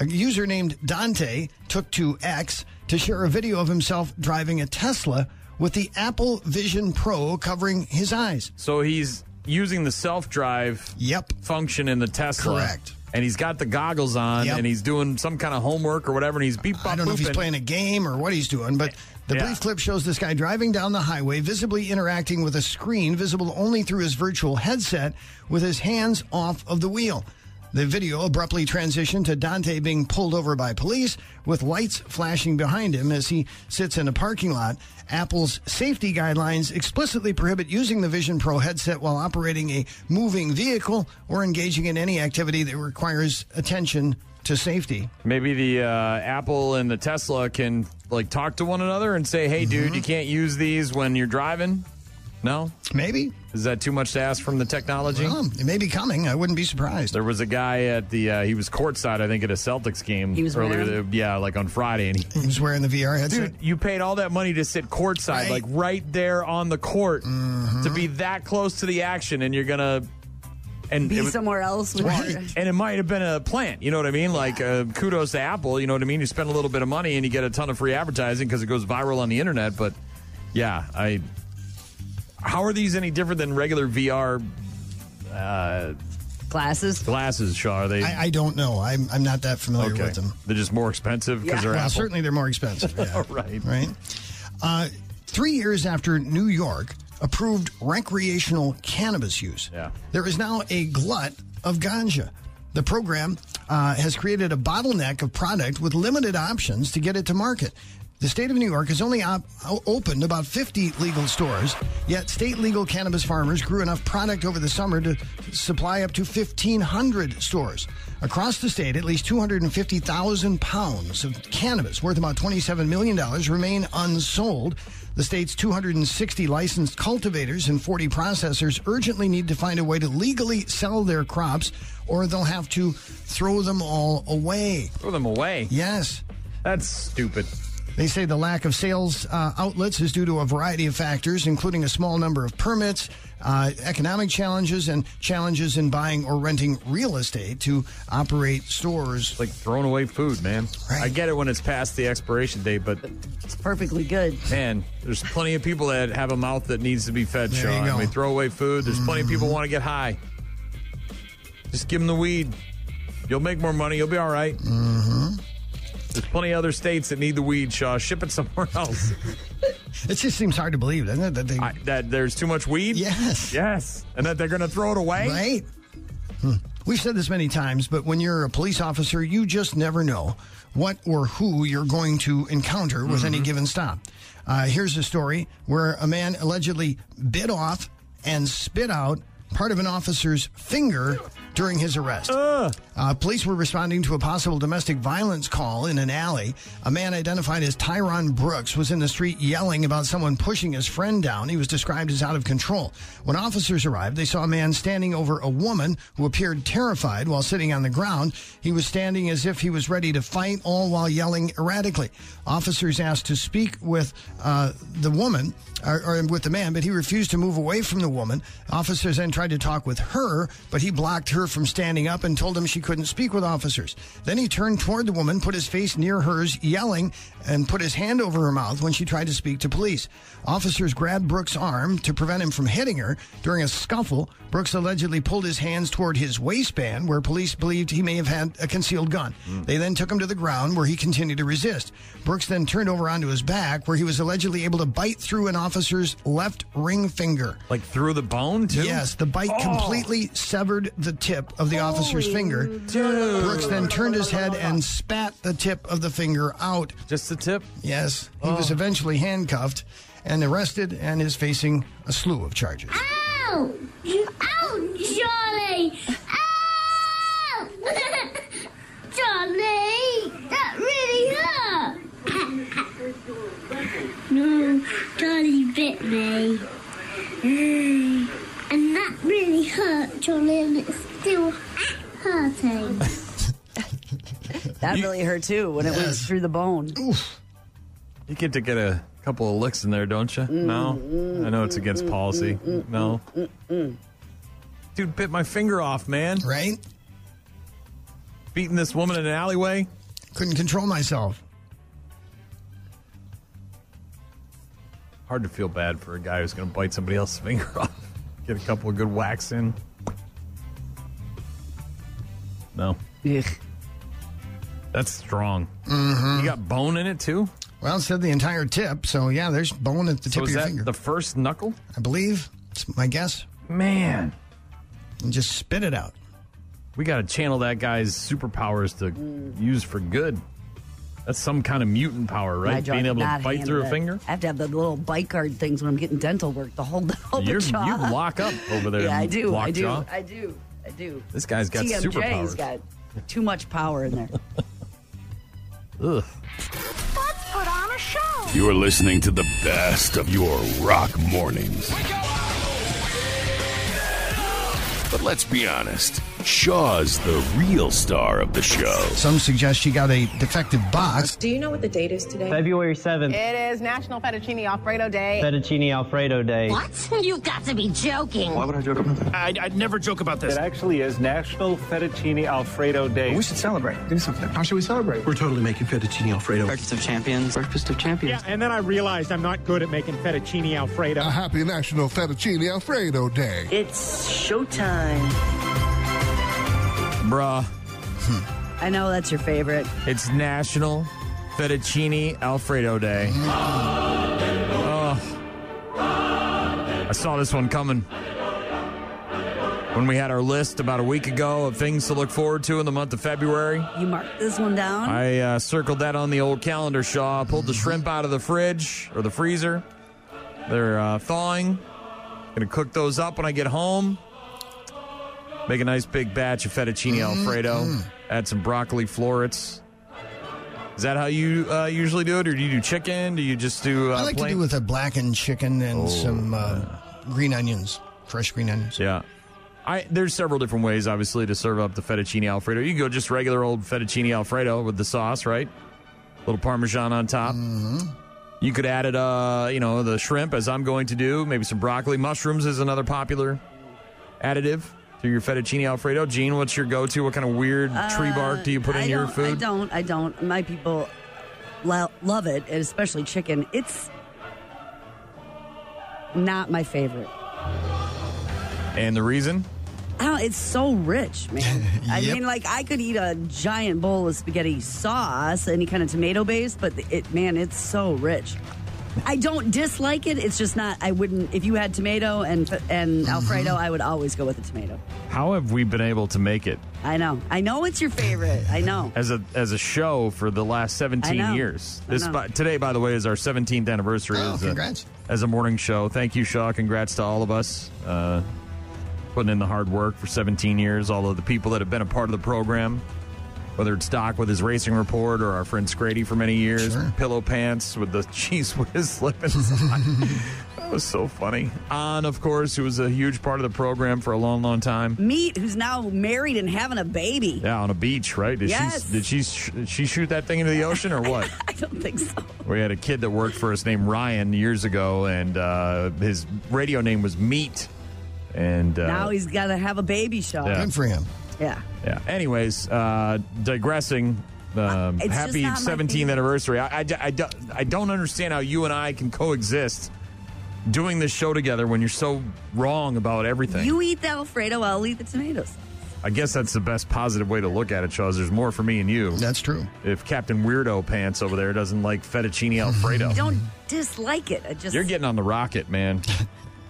Speaker 7: A user named Dante took to X to share a video of himself driving a Tesla with the Apple Vision Pro covering his eyes.
Speaker 4: So he's using the self drive
Speaker 7: yep.
Speaker 4: function in the Tesla.
Speaker 7: Correct.
Speaker 4: And he's got the goggles on
Speaker 7: Yep.
Speaker 4: and he's doing some kind of homework or whatever. And he's beep, bop,
Speaker 7: I don't know if he's
Speaker 4: booping.
Speaker 7: playing a game or what he's doing, but the
Speaker 4: Yeah.
Speaker 7: brief clip shows this guy driving down the highway, visibly interacting with a screen visible only through his virtual headset, with his hands off of the wheel. The video abruptly transitioned to Dante being pulled over by police with lights flashing behind him as he sits in a parking lot. Apple's safety guidelines explicitly prohibit using the Vision Pro headset while operating a moving vehicle or engaging in any activity that requires attention to safety.
Speaker 4: Maybe the uh, Apple and the Tesla can like talk to one another and say, "Hey,
Speaker 7: Mm-hmm.
Speaker 4: dude, you can't use these when you're driving." No,
Speaker 7: maybe
Speaker 4: is that too much to ask from the technology?
Speaker 7: Well, it may be coming. I wouldn't be surprised.
Speaker 4: There was a guy at the uh, he was courtside, I think, at a Celtics game
Speaker 7: He was
Speaker 4: earlier,
Speaker 7: wearing-
Speaker 4: th- yeah, like on Friday, and he,
Speaker 7: He was wearing the VR headset.
Speaker 4: dude, you paid all that money to sit courtside,
Speaker 7: Right. Mm-hmm.
Speaker 4: like right there on the court, to be that close to the action, and you're gonna and
Speaker 5: Be
Speaker 4: it was-
Speaker 5: somewhere else with
Speaker 4: Right.
Speaker 5: your-
Speaker 4: And it might have been a plant. You know what I mean? Like, uh, kudos to Apple. You know what I mean? You spend a little bit of money and you get a ton of free advertising because it goes viral on the internet. But yeah, I. How are these any different than regular VR uh,
Speaker 5: glasses?
Speaker 4: Glasses, Shaw. Are they?
Speaker 7: I, I don't know. I'm, I'm not that familiar
Speaker 4: okay.
Speaker 7: with them.
Speaker 4: They're just more expensive because they're
Speaker 7: well,
Speaker 4: Apple.
Speaker 7: certainly they're more expensive. Yeah.
Speaker 4: right.
Speaker 7: Right. Uh, three years after New York approved recreational cannabis use, there is now a glut of ganja. The program uh, has created a bottleneck of product with limited options to get it to market. The state of New York has only op- o- opened about 50 legal stores, yet state legal cannabis farmers grew enough product over the summer to supply up to 1,500 stores. Across the state, at least 250,000 pounds of cannabis worth about $27 million remain unsold. The state's 260 licensed cultivators and 40 processors urgently need to find a way to legally sell their crops, or they'll have to throw them all away.
Speaker 4: Throw them away.
Speaker 7: Yes.
Speaker 4: That's stupid.
Speaker 7: They say the lack of sales uh, outlets is due to a variety of factors, including a small number of permits, uh, economic challenges, and challenges in buying or renting real estate to operate stores.
Speaker 4: Like throwing away food, man. I get it when it's past the expiration date, but
Speaker 5: It's perfectly good.
Speaker 4: man, there's plenty of people that have a mouth that needs to be fed,
Speaker 5: There you
Speaker 4: Shaw.
Speaker 5: go.
Speaker 4: And we throw away food. There's plenty of people want to get high. Just give them the weed. You'll make more money. You'll be all right. There's plenty of other states that need the weed, Shaw. Ship it somewhere else.
Speaker 7: It just seems hard to believe, doesn't it? That they,
Speaker 4: that there's too much weed?
Speaker 7: Yes.
Speaker 4: Yes. And that they're going to throw it away?
Speaker 7: Right. Hmm. We've said this many times, but when you're a police officer, you just never know what or who you're going to encounter with any given stop. Uh, here's a story where a man allegedly bit off and spit out part of an officer's finger during his arrest. Uh, police were responding to a possible domestic violence call in an alley. A man identified as Tyron Brooks was in the street yelling about someone pushing his friend down. He was described as out of control. When officers arrived, they saw a man standing over a woman who appeared terrified while sitting on the ground. He was standing as if he was ready to fight, all while yelling erratically. Officers asked to speak with uh, the woman or, or with the man, but he refused to move away from the woman. Officers then tried to talk with her, but he blocked her from standing up and told him she couldn't speak with officers. Then he turned toward the woman, put his face near hers, yelling, and put his hand over her mouth when she tried to speak to police. Officers grabbed Brooks' arm to prevent him from hitting her. During a scuffle, Brooks allegedly pulled his hands toward his waistband, where police believed he may have had a concealed gun. They then took him to the ground, where he continued to resist. Brooks then turned over onto his back, where he was allegedly able to bite through an officer's left ring finger.
Speaker 4: Like through the bone, too? Oh.
Speaker 7: Yes, the bite
Speaker 19: Oh.
Speaker 7: completely severed the tip of the officer's finger. Brooks then turned his head and spat the tip of the finger out.
Speaker 4: Just the tip? Oh.
Speaker 7: Yes. He was eventually handcuffed and arrested and is facing a slew of charges.
Speaker 9: Ow! Ow, Johnny! Ow! Johnny! That really hurt! no, Johnny bit me. Eh, And that really hurt, Johnny, and it's still hurting.
Speaker 5: That really hurt too when it went
Speaker 4: Yes.
Speaker 5: through the bone.
Speaker 4: You get to get a couple of licks in there, don't you? No, I know it's against policy. No, dude, bit my finger off, man.
Speaker 7: Right?
Speaker 4: Beating this woman in an alleyway.
Speaker 7: Couldn't control myself.
Speaker 4: Hard to feel bad for a guy who's going to bite somebody else's finger off. Get a couple of good whacks in. No. That's strong. You got bone in it too?
Speaker 7: mm-hmm. Well, it said the entire tip, so yeah, there's bone at the tip
Speaker 4: so
Speaker 7: of
Speaker 4: is
Speaker 7: your
Speaker 4: that
Speaker 7: finger.
Speaker 4: the first knuckle?
Speaker 7: I believe. It's my guess.
Speaker 4: Man.
Speaker 7: And just spit it out.
Speaker 4: We got to channel that guy's superpowers to use for good. That's some kind of mutant power,
Speaker 5: My
Speaker 4: right?
Speaker 5: jaw
Speaker 4: Being
Speaker 5: did
Speaker 4: able to
Speaker 5: not
Speaker 4: bite
Speaker 5: handle
Speaker 4: through a
Speaker 5: it.
Speaker 4: finger.
Speaker 5: I have to have the little bite guard things when I'm getting dental work to hold, hold
Speaker 4: You're,
Speaker 5: the
Speaker 4: you
Speaker 5: jaw.
Speaker 4: lock up over there.
Speaker 5: yeah, I do. I
Speaker 4: lock
Speaker 5: do.
Speaker 4: jaw.
Speaker 5: I do. I do.
Speaker 4: This guy's got
Speaker 5: TMJ 's
Speaker 4: superpowers.
Speaker 5: got too much power in there.
Speaker 4: Ugh.
Speaker 9: Let's put on a show.
Speaker 2: You are listening to the best of your rock mornings. But let's be honest, Shaw's the real star of the show.
Speaker 7: Some suggest she got a defective box.
Speaker 19: Do you know what the date is today?
Speaker 20: February 7th,
Speaker 19: It is National Fettuccine Alfredo Day.
Speaker 20: Fettuccine Alfredo Day.
Speaker 19: You've got to be joking.
Speaker 20: would I joke about that?
Speaker 8: I'd, I'd never joke about this.
Speaker 20: It actually is National Fettuccine Alfredo Day.
Speaker 8: We should celebrate.
Speaker 20: Do something. How should we celebrate?
Speaker 21: We're totally making fettuccine alfredo.
Speaker 20: Breakfast of Champions. Breakfast of Champions.
Speaker 21: And then I realized I'm not good at making fettuccine alfredo. A happy National Fettuccine Alfredo Day.
Speaker 5: It's showtime.
Speaker 4: Bruh.
Speaker 5: I know that's your favorite.
Speaker 4: It's National Fettuccine Alfredo Day. Oh. I saw this one coming. When we had our list about a week ago of things to look forward to in the month of February,
Speaker 5: You marked this one down.
Speaker 4: I uh, circled that on the old calendar, Shaw. Pulled the shrimp out of the fridge or the freezer. They're uh, thawing. Gonna cook those up when I get home. Make a nice big batch of fettuccine
Speaker 7: Mm-hmm.
Speaker 4: alfredo. Add some broccoli florets. Is that how you uh, usually do it, or do you do chicken? Do you just do? Uh,
Speaker 7: I like
Speaker 4: plain?
Speaker 7: to do with a blackened chicken and
Speaker 4: Oh,
Speaker 7: some uh, green onions, fresh green onions.
Speaker 4: Yeah. I, there's several different ways, obviously, to serve up the fettuccine alfredo. You can go just regular old fettuccine alfredo with the sauce, right? Little parmesan on top.
Speaker 5: Mm-hmm.
Speaker 4: You could add it, uh, you know, the shrimp, as I'm going to do. Maybe some broccoli, mushrooms is another popular additive to your fettuccine alfredo. Gene, what's your go-to? What kind of weird tree bark do you put
Speaker 5: Uh, I
Speaker 4: in your
Speaker 5: don't- I
Speaker 4: food?
Speaker 5: don't. I don't. My people lo- love it, and especially chicken. It's not my favorite.
Speaker 4: And the reason?
Speaker 5: I don't, it's so rich, man. I
Speaker 4: Yep.
Speaker 5: mean, like I could eat a giant bowl of spaghetti sauce, any kind of tomato base, but it, man, it's so rich. I don't dislike it. It's just not. I wouldn't. If you had tomato and and
Speaker 4: Mm-hmm.
Speaker 5: Alfredo, I would always go with the tomato.
Speaker 4: How have we been able to make it
Speaker 5: I know. I know it's your favorite. I know.
Speaker 4: as a as a show for the last
Speaker 5: I
Speaker 4: 17
Speaker 5: know.
Speaker 4: years.
Speaker 5: I
Speaker 4: This
Speaker 5: know.
Speaker 4: by, today, by the way, is our 17th anniversary.
Speaker 5: Oh,
Speaker 4: as
Speaker 5: congrats.
Speaker 4: A, as a morning show, thank you, Shaw. Congrats to all of us uh, putting in the hard work for 17 years. All of the people that have been a part of the program, whether it's Doc with his racing report or our friend Scrady for many years, Pillow Pants with the cheese whiz slip inside. that was so funny. On, of course, who was a huge part of the program for a long, long time.
Speaker 5: Meat, who's now married and having a baby.
Speaker 4: Yeah, on a beach, right? Did
Speaker 5: Yes.
Speaker 4: she did she sh- did she shoot that thing into the ocean or what?
Speaker 5: I don't think so.
Speaker 4: we had a kid that worked for us named Ryan years ago, and uh, his radio name was Meat. And uh,
Speaker 5: now he's got to have a baby shot.
Speaker 4: Yeah. Good for him.
Speaker 5: Yeah.
Speaker 4: yeah. Anyways, uh, digressing. Um,
Speaker 5: Uh, It's just
Speaker 4: happy
Speaker 5: not my
Speaker 4: 17th anniversary. I, I, d- I, do- I don't understand how you and I can coexist doing this show together when you're so wrong about everything.
Speaker 5: You eat the Alfredo, I'll eat the tomatoes.
Speaker 4: I guess that's the best positive way to look at it, Charles. There's more for me and you.
Speaker 7: That's true.
Speaker 4: If Captain Weirdo Pants over there doesn't like fettuccine alfredo,
Speaker 5: I don't dislike it. I just
Speaker 4: you're getting on the rocket, man.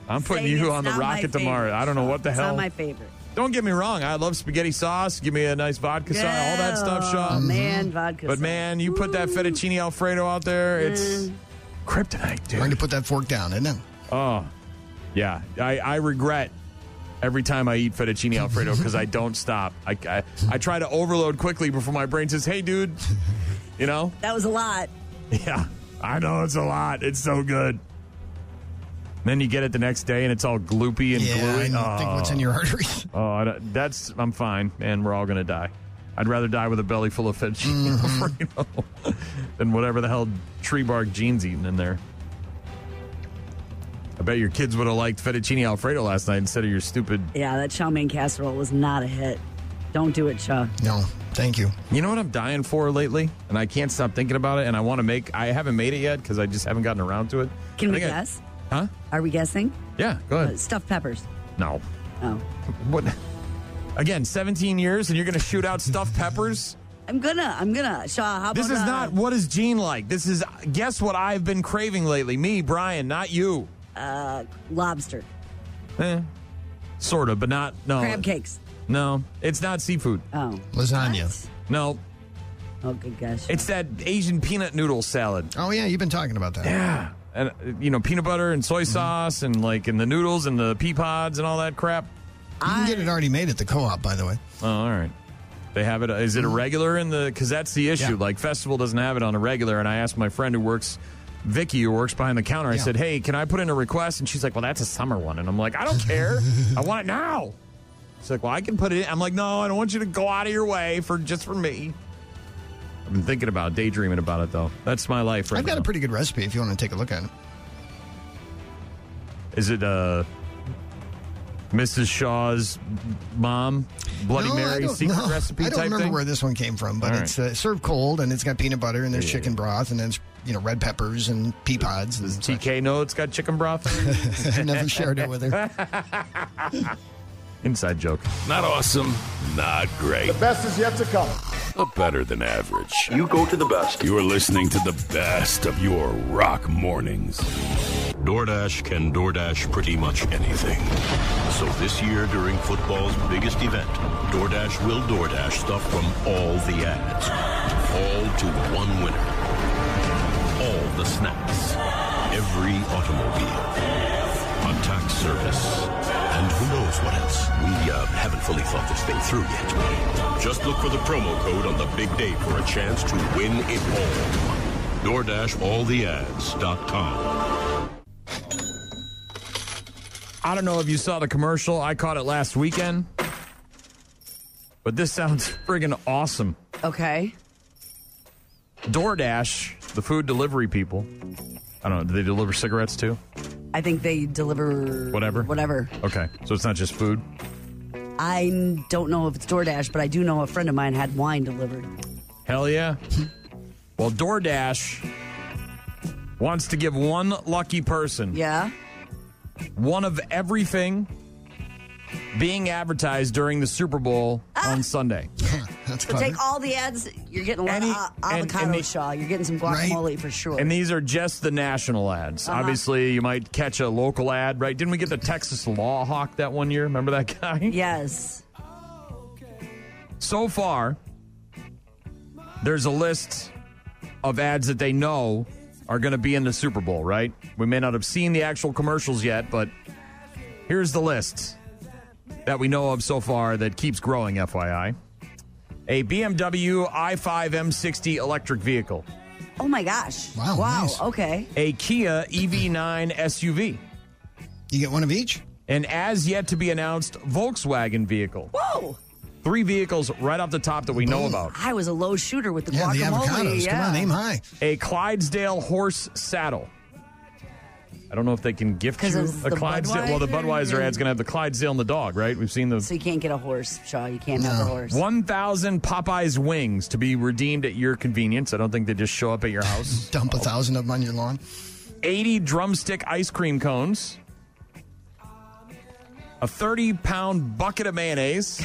Speaker 4: I'm putting
Speaker 5: saying
Speaker 4: you
Speaker 5: it's
Speaker 4: on the
Speaker 5: not my
Speaker 4: rocket tomorrow.
Speaker 5: favorite,
Speaker 4: I don't know
Speaker 5: so
Speaker 4: what the
Speaker 5: it's
Speaker 4: hell.
Speaker 5: Not my favorite.
Speaker 4: don't get me wrong. I love spaghetti sauce. Give me a nice vodka sauce, all that stuff, Shaw.
Speaker 5: Oh man, vodka.
Speaker 4: But man, you put that fettuccine alfredo out there,
Speaker 5: Mm.
Speaker 4: it's kryptonite, dude.
Speaker 7: Trying to put that fork down, isn't it?
Speaker 4: Oh, yeah. I, I regret every time I eat fettuccine alfredo because I don't stop. I, I I try to overload quickly before my brain says, "Hey, dude," you know.
Speaker 5: That was a lot.
Speaker 4: Yeah, I know it's a lot. It's so good. Then you get it the next day and it's all gloopy and
Speaker 7: Yeah,
Speaker 4: gluey.
Speaker 7: I think what's in your arteries.
Speaker 4: Oh, I don't- that's I'm fine, and we're all gonna die. I'd rather die with a belly full of fettuccine
Speaker 7: Mm-hmm.
Speaker 4: Alfredo than whatever the hell tree bark Gene's eating in there. I bet your kids would have liked fettuccine Alfredo last night instead of your stupid.
Speaker 5: Yeah, that chow mein casserole was not a hit. Don't do it, Chuck.
Speaker 7: No, thank you.
Speaker 4: You know what I'm dying for lately, and I can't stop thinking about it. And I want to make. I haven't made it yet because I just haven't gotten around to it.
Speaker 5: Can
Speaker 4: I
Speaker 5: we
Speaker 4: think I-
Speaker 5: guess?
Speaker 4: huh?
Speaker 5: Are we guessing?
Speaker 4: Yeah, go ahead.
Speaker 5: Uh, stuffed peppers.
Speaker 4: No.
Speaker 5: Oh.
Speaker 4: What? Again, 17 years, and you're going to shoot out stuffed peppers?
Speaker 5: I'm gonna, I'm gonna. Shaw, how
Speaker 4: This
Speaker 5: about
Speaker 4: is
Speaker 5: uh,
Speaker 4: not what is Gene like. This is guess what I've been craving lately. Me, Brian, not you.
Speaker 5: uh, lobster,
Speaker 4: Eh, sort of, but not no.
Speaker 5: crab cakes.
Speaker 4: No, it's not seafood.
Speaker 5: Oh,
Speaker 7: Lasagna.
Speaker 4: No,
Speaker 5: Oh, good gosh.
Speaker 4: it's that Asian peanut noodle salad.
Speaker 7: Oh yeah, you've been talking about that. Mm-hmm.
Speaker 4: Yeah, and uh, you know peanut butter and soy sauce and like and the noodles and the pea pods and all that crap.
Speaker 7: You can get it already made at the co-op, by the way.
Speaker 4: Oh, all right. They have it. uh, Is it a
Speaker 7: Mm-hmm.
Speaker 4: regular in the? Because that's the issue. Like festival doesn't have it on a regular. And I asked my friend who works, Vicky, who works behind the counter. I
Speaker 7: Yeah.
Speaker 4: said, "Hey, can I put in a request?" And she's like, "Well, that's a summer one." And I'm like, "I don't care. I want it now." She's like, "Well, I can put it." in. I'm like, "No, I don't want you to go out of your way for just for me." I've been thinking about, it, daydreaming about it though. That's my life right
Speaker 7: I've got
Speaker 4: now.
Speaker 7: a pretty good recipe if you want to take a look at it.
Speaker 4: Is it uh, Mrs. Shaw's mom Bloody
Speaker 7: No, I
Speaker 4: Mary
Speaker 7: don't-
Speaker 4: secret
Speaker 7: no,
Speaker 4: recipe
Speaker 7: I don't
Speaker 4: type
Speaker 7: remember
Speaker 4: thing?
Speaker 7: where this one came from, but
Speaker 4: All right.
Speaker 7: it's uh, served cold and it's got peanut butter and there's chicken broth and then you know red peppers and pea pods. And
Speaker 4: TK know it's got chicken broth.
Speaker 7: I never shared it with her.
Speaker 4: Inside joke.
Speaker 2: Not awesome, not great,
Speaker 6: best is yet to come.
Speaker 2: but better than average. You go to the best. You're listening to the best of your rock mornings. DoorDash can DoorDash pretty much anything.
Speaker 22: So this year, during football's biggest event, DoorDash will DoorDash stuff from all the ads, all to one winner. All the snacks, every automobile, a tax service, and who knows what else. We uh, haven't fully thought this thing through yet. Just look for the promo code on the big day for a chance to win it all. DoorDashAllTheAds.com.
Speaker 4: I don't know if you saw the commercial. I caught it last weekend. But this sounds friggin' awesome.
Speaker 5: Okay.
Speaker 4: DoorDash, the food delivery people. I don't know. Do they deliver cigarettes too?
Speaker 5: I think they deliver
Speaker 4: Whatever.
Speaker 5: Whatever.
Speaker 4: Okay. So it's not just food.
Speaker 5: I n- don't know if it's DoorDash, but I do know a friend of mine had wine delivered.
Speaker 4: Hell yeah. Well, DoorDash wants to give one lucky person
Speaker 5: Yeah.
Speaker 4: one of everything being advertised during the Super Bowl on Sunday.
Speaker 7: That's
Speaker 5: So take all the ads. You're getting a lot
Speaker 4: Any-
Speaker 5: of a-
Speaker 4: and-
Speaker 5: avocado
Speaker 4: and they-
Speaker 5: Shaw. You're getting some guacamole for sure.
Speaker 4: And these are just the national ads.
Speaker 5: Uh-huh.
Speaker 4: Obviously, you might catch a local ad, right? Didn't we get the Texas Law Hawk that one year? Remember that guy?
Speaker 5: Yes.
Speaker 4: So far, there's a list of ads that they know are going to be in the Super Bowl, right? We may not have seen the actual commercials yet, but here's the list that we know of so far that keeps growing, FYI. A BMW i5 M60 electric vehicle.
Speaker 5: oh my gosh. Wow. Wow. Okay.
Speaker 4: a Kia E EV9 SUV.
Speaker 7: You get one of each?
Speaker 4: An as yet to be announced Volkswagen vehicle.
Speaker 5: Whoa.
Speaker 4: Three vehicles right off the top that we know about.
Speaker 5: I was a low shooter with the
Speaker 7: Yeah,
Speaker 5: guacamole.
Speaker 7: the avocados.
Speaker 5: yeah.
Speaker 7: Come on, aim high.
Speaker 4: A Clydesdale horse saddle. I don't know if they can gift
Speaker 5: 'Cause
Speaker 4: you
Speaker 5: it's
Speaker 4: a
Speaker 5: the
Speaker 4: Clydesdale. Well, the
Speaker 5: Budweiser
Speaker 4: Budweiser ad's going to have the Clydesdale and the dog, right? We've seen the
Speaker 5: So you can't get a horse, Shaw. You can't have a horse.
Speaker 4: 1,000 Popeyes wings to be redeemed at your convenience. I don't think they just show up at your house.
Speaker 7: Dump a thousand of them on your lawn.
Speaker 4: 80 drumstick ice cream cones, a 30 pound bucket of mayonnaise.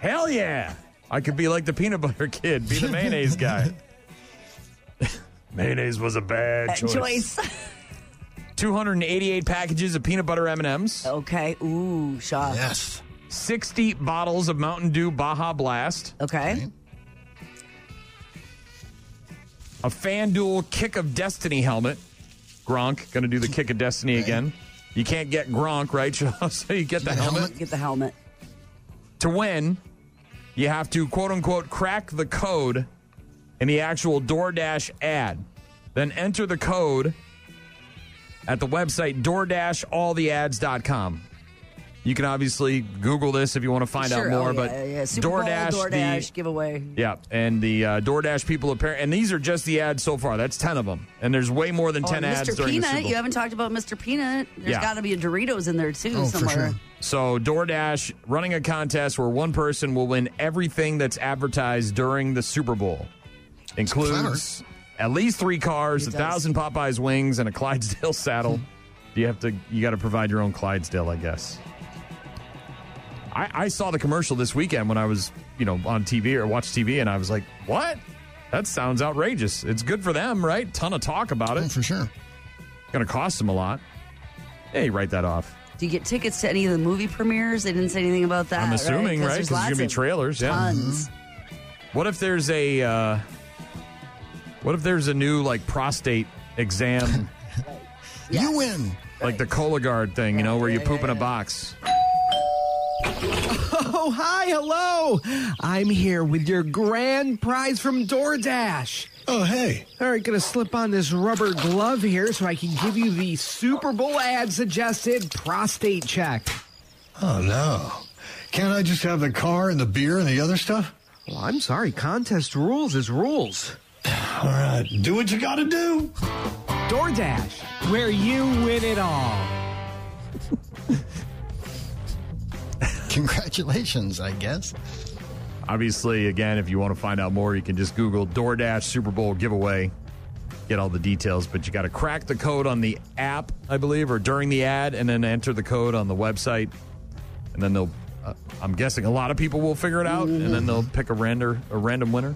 Speaker 4: Hell yeah! I could be like the peanut butter kid, be the mayonnaise guy. mayonnaise was a bad
Speaker 5: That
Speaker 4: choice.
Speaker 5: choice.
Speaker 4: 288 packages of peanut butter M&Ms.
Speaker 5: okay. Ooh, Shaw. Yes.
Speaker 4: 60 bottles of Mountain Dew Baja Blast.
Speaker 5: Okay.
Speaker 4: A FanDuel Kick of Destiny helmet. Gronk, gonna do the Kick of Destiny again. You can't get Gronk, right? so you get the helmet.
Speaker 5: Get the helmet.
Speaker 4: to win, you have to quote unquote crack the code in the actual DoorDash ad. Then enter the code at the website DoorDashAllTheAds.com. You can obviously Google this if you want to find out
Speaker 5: Sure,
Speaker 4: more.
Speaker 5: oh,
Speaker 4: but
Speaker 5: yeah, yeah. Super Bowl,
Speaker 4: DoorDash,
Speaker 5: DoorDash
Speaker 4: the
Speaker 5: giveaway.
Speaker 4: yeah, and the uh, DoorDash people appear, and these are just the ads so far. That's ten of them, and there's way more than
Speaker 5: Oh,
Speaker 4: ten
Speaker 5: and
Speaker 4: ads
Speaker 5: Mr.
Speaker 4: during the Super
Speaker 5: Peanut,
Speaker 4: Bowl.
Speaker 5: you haven't talked about Mr. Peanut. There's
Speaker 4: Yeah.
Speaker 5: got to be a Doritos in there too
Speaker 7: Oh,
Speaker 2: Oh,
Speaker 5: somewhere.
Speaker 4: So DoorDash running a contest where one person will win everything that's advertised during the Super Bowl. Includes at least three cars, a thousand Popeyes wings, and a Clydesdale saddle. you have to you gotta provide your own Clydesdale, I guess. I, I saw the commercial this weekend when I was, you know, on TV or watched TV and I was like, What? That sounds outrageous. It's good for them, right? Ton of talk about it.
Speaker 2: Oh, for sure.
Speaker 4: Gonna cost them a lot. Hey, write that off.
Speaker 5: Do you get tickets to any of the movie premieres? They didn't say anything about that.
Speaker 4: I'm assuming, right? Because
Speaker 5: there's
Speaker 4: there's
Speaker 5: lots
Speaker 4: gonna be
Speaker 5: of
Speaker 4: trailers. Yeah. Mm-hmm.
Speaker 5: Tons.
Speaker 4: What if there's a uh, what if there's a new like prostate exam?
Speaker 2: You win.
Speaker 4: Like the Cologuard thing, you know, where you
Speaker 15: yeah,
Speaker 4: poop
Speaker 15: yeah,
Speaker 4: in a
Speaker 15: yeah.
Speaker 4: box.
Speaker 15: Oh, hi, hello. I'm here with your grand prize from DoorDash. Oh, hey. All right, gonna slip on this rubber glove here so I can give you the Super Bowl ad suggested prostate check.
Speaker 8: Oh, no. Can't I just have the car and the beer and the other stuff?
Speaker 15: Well, I'm sorry. Contest rules is rules.
Speaker 8: All right. Do what you gotta do.
Speaker 15: DoorDash, where you win it all.
Speaker 2: Congratulations, I guess.
Speaker 4: Obviously, again, if you want to find out more, you can just Google DoorDash Super Bowl giveaway, get all the details. But you got to crack the code on the app, I believe, or during the ad, and then enter the code on the website, and then they'll. Uh, I'm guessing a lot of people will figure it out, and then they'll pick a render a random winner.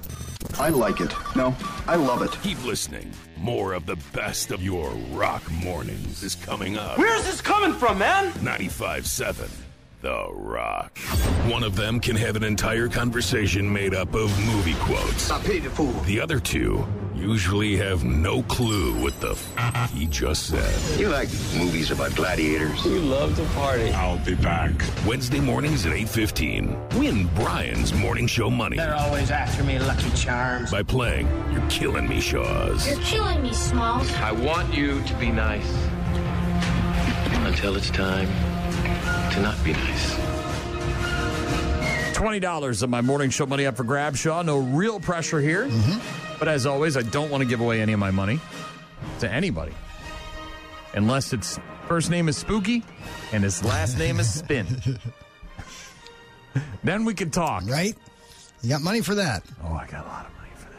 Speaker 22: I like it. No, I love it.
Speaker 3: Keep listening. More of the best of your rock mornings is coming up.
Speaker 23: Where's this coming from, man?
Speaker 3: 95.7 The Rock. One of them can have an entire conversation made up of movie quotes. I paid the fool. The other two usually have no clue what the f- he just said. You like movies about gladiators. You love to party. I'll be back. Wednesday mornings at 8.15. Win Brian's Morning Show Money
Speaker 23: They're always after me, Lucky Charms.
Speaker 3: by playing You're Killing Me Shaws.
Speaker 11: You're killing me, Smalls.
Speaker 22: I want you to be nice until it's time to not be nice.
Speaker 4: $20 of my morning show money up for grab, Shaw. No real pressure here. But as always, I don't want to give away any of my money to anybody. Unless its first name is Spooky and his last name is Spin. then we can talk.
Speaker 2: Right? You got money for that.
Speaker 4: Oh, I got a lot of money for that.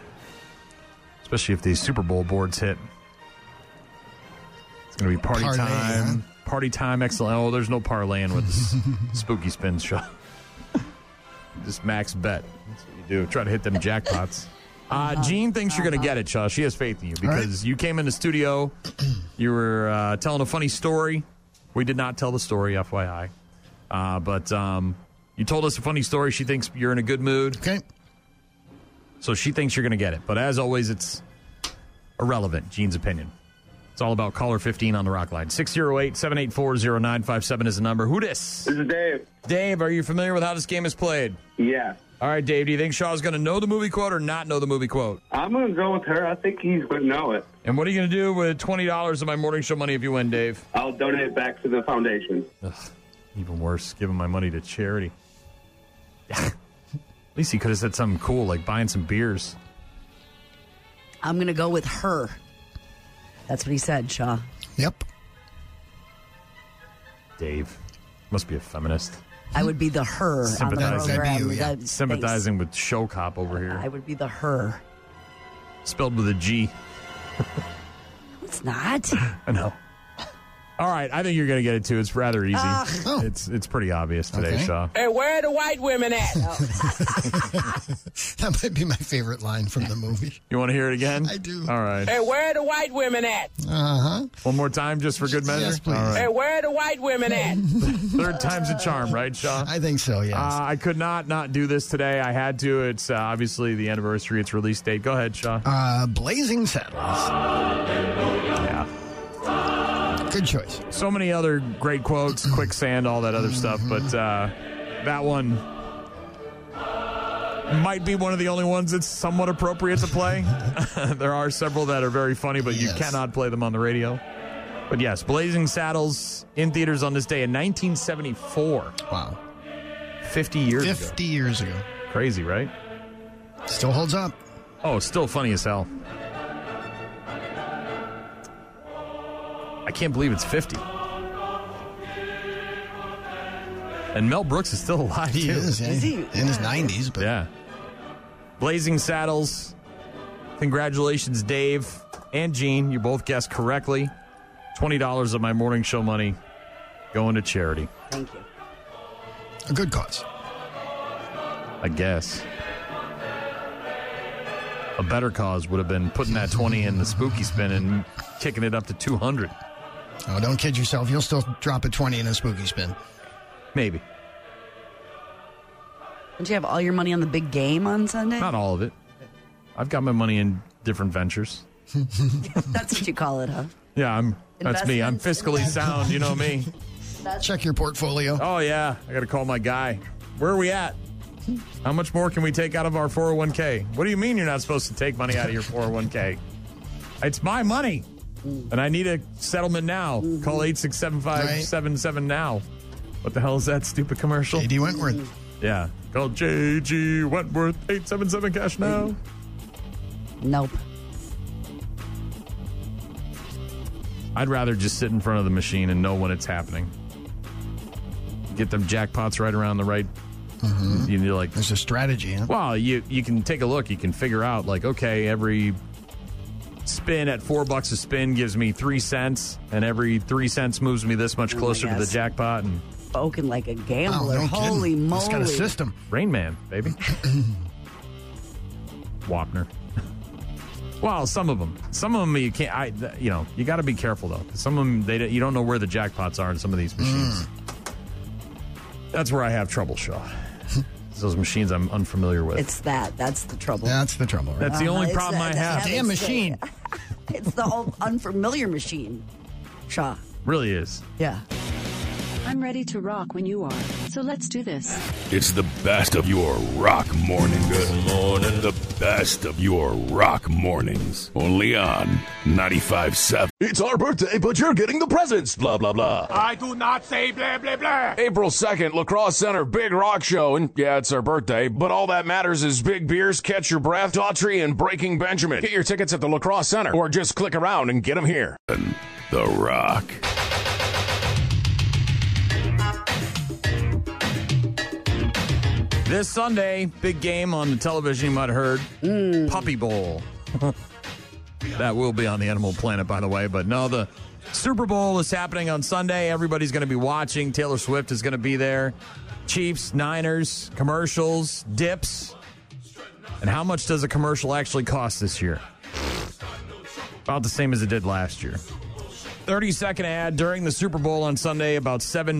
Speaker 4: Especially if these Super Bowl boards hit. It's going to be party
Speaker 2: Parlay,
Speaker 4: time. Party time, excellent. Oh, there's no parlaying with this Spooky Spin Shaw. Just max bet. That's what you do. Try to hit them jackpots. Uh, Jean thinks you're going to get it, Shaw. She has faith in you because you came in the studio. You were uh, telling a funny story. We did not tell the story, FYI. Uh, but um, you told us a funny story. She thinks you're in a good mood.
Speaker 2: Okay.
Speaker 4: So she thinks you're going to get it. But as always, it's irrelevant, Gene's opinion. It's all about caller 15 on the rock line. 608 784 0957 is the number. Who dis? This is Dave. Dave, are you familiar with how this game is played?
Speaker 6: Yeah.
Speaker 4: All right, Dave, do you think Shaw's going to know the movie quote or not know the movie quote?
Speaker 6: I'm going to go with her. I think he's going to know it.
Speaker 4: And what are you going to do with $20 of my morning show money if you win, Dave?
Speaker 6: I'll donate it back to the foundation.
Speaker 4: Even worse, giving my money to charity. At least he could have said something cool like buying some beers.
Speaker 7: Mm-hmm.
Speaker 5: I'm gonna go with her. That's what he said, Shaw.
Speaker 2: Yep.
Speaker 4: Dave must be a feminist.
Speaker 5: I would be the her on the
Speaker 4: Sympathizing,
Speaker 5: program. That- thanks.
Speaker 4: sympathizing with show cop over here.
Speaker 5: I would be the her.
Speaker 4: Spelled with a G.
Speaker 5: It's not.
Speaker 4: I know. All right, I think you're going to get it too. It's rather easy.
Speaker 5: Ah.
Speaker 2: Oh.
Speaker 4: It's it's pretty obvious today, Shaw.
Speaker 23: Hey, where are the white women at? Oh.
Speaker 2: That might be my favorite line from the movie.
Speaker 4: You want to hear it again?
Speaker 2: I do.
Speaker 4: All right.
Speaker 23: hey, where are the white women at?
Speaker 2: Uh huh.
Speaker 4: One more time, just for good measure. All right.
Speaker 23: Hey, where are the white women at?
Speaker 4: Third time's a charm, right, Shaw?
Speaker 2: I think so. Yes.
Speaker 4: Uh, I could not not do this today. I had to. It's uh, obviously the anniversary. It's release date. Go ahead, Shaw.
Speaker 2: Uh, Blazing Saddles.
Speaker 4: Yeah.
Speaker 2: Good choice.
Speaker 4: So many other great quotes, quicksand, all that other stuff, but uh,
Speaker 2: Mm-hmm.
Speaker 4: that one might be one of the only ones that's somewhat appropriate to play. there are several that are very funny, but you cannot play them on the radio. But yes, Blazing Saddles in theaters on this day in 1974.
Speaker 7: Wow.
Speaker 4: 50 years ago.
Speaker 7: 50 years ago.
Speaker 4: Crazy, right?
Speaker 7: Still holds up.
Speaker 4: Oh, it's still funny as hell. I can't believe it's 50. And Mel Brooks is still alive.
Speaker 7: He
Speaker 4: too.
Speaker 7: is, yeah. Is he? In his 90s, but
Speaker 4: yeah. Blazing Saddles. Congratulations, Dave and Gene. You both guessed correctly. $20 of my morning show money going to charity.
Speaker 5: Thank you.
Speaker 7: A good cause.
Speaker 4: I guess. A better cause would have been putting that 20 in the spooky spin and kicking it up to 200.
Speaker 7: Oh, don't kid yourself. You'll still drop a 20 in a spooky spin.
Speaker 4: Maybe.
Speaker 5: Don't you have all your money on the big game on Sunday?
Speaker 4: Not all of it. I've got my money in different ventures.
Speaker 5: That's what you call it, huh?
Speaker 4: Yeah, I'm that's me. I'm fiscally sound, you know me.
Speaker 7: Check your portfolio.
Speaker 4: Oh yeah, I got to call my guy. Where are we at? How much more can we take out of our 401k? What do you mean you're not supposed to take money out of your 401k? It's my money. And I need a settlement now. Call 867 now. What the hell is that stupid commercial?
Speaker 7: JD Wentworth.
Speaker 4: Yeah. Call JG Wentworth 877 cash now.
Speaker 5: Nope.
Speaker 4: I'd rather just sit in front of the machine and know when it's happening. Get them jackpots right around the right. You know, like
Speaker 7: Mm-hmm. there's a strategy. Huh?
Speaker 4: Well, you you can take a look. You can figure out like okay, every spin at four bucks a spin gives me three cents, and every three cents moves me this much
Speaker 5: Oh,
Speaker 4: closer to the
Speaker 5: yes.
Speaker 4: jackpot. And
Speaker 5: Spoken like a
Speaker 7: Oh,
Speaker 5: gambler.
Speaker 7: no
Speaker 5: Holy
Speaker 7: kidding.
Speaker 5: moly.
Speaker 7: It's got a system.
Speaker 4: Rain Man, baby. Wapner. Well, some of them, some of them you can't. I, th- you know, you got to be careful though. 'cause Some of them, they don't- you don't know where the jackpots are in some of these machines. That's where I have trouble, Shaw. It's Those machines I'm unfamiliar with.
Speaker 5: It's that. That's the trouble.
Speaker 7: That's the trouble.
Speaker 4: That's the only
Speaker 5: Uh-huh. it's
Speaker 4: problem
Speaker 5: the-
Speaker 4: I
Speaker 5: the
Speaker 4: have.
Speaker 5: habits
Speaker 4: Damn
Speaker 5: that-
Speaker 4: machine.
Speaker 5: it's the whole unfamiliar machine. Shaw.
Speaker 4: really is.
Speaker 5: Yeah.
Speaker 1: I'm ready to rock when you are. So let's do this.
Speaker 2: It's the best of your rock morning. Good morning. The best of your rock mornings. Only on 95.7. It's our birthday, but you're getting the presents. Blah, blah, blah.
Speaker 8: I do not say blah, blah, blah.
Speaker 2: April 2nd, Lacrosse Center, Big Rock Show. And yeah, it's our birthday, but all that matters is Big Beers, Catch Your Breath, Daughtry, and Breaking Benjamin. Get your tickets at the Lacrosse Center or just click around and get them here. And The Rock.
Speaker 4: This Sunday, big game on the television you might have heard Puppy Bowl. that will be on the Animal Planet, by the way. But no, the Super Bowl is happening on Sunday. Everybody's going to be watching. Taylor Swift is going to be there. Chiefs, Niners, commercials, dips. And how much does a commercial actually cost this year? About the same as it did last year. 30 second ad during the Super Bowl on Sunday, about $7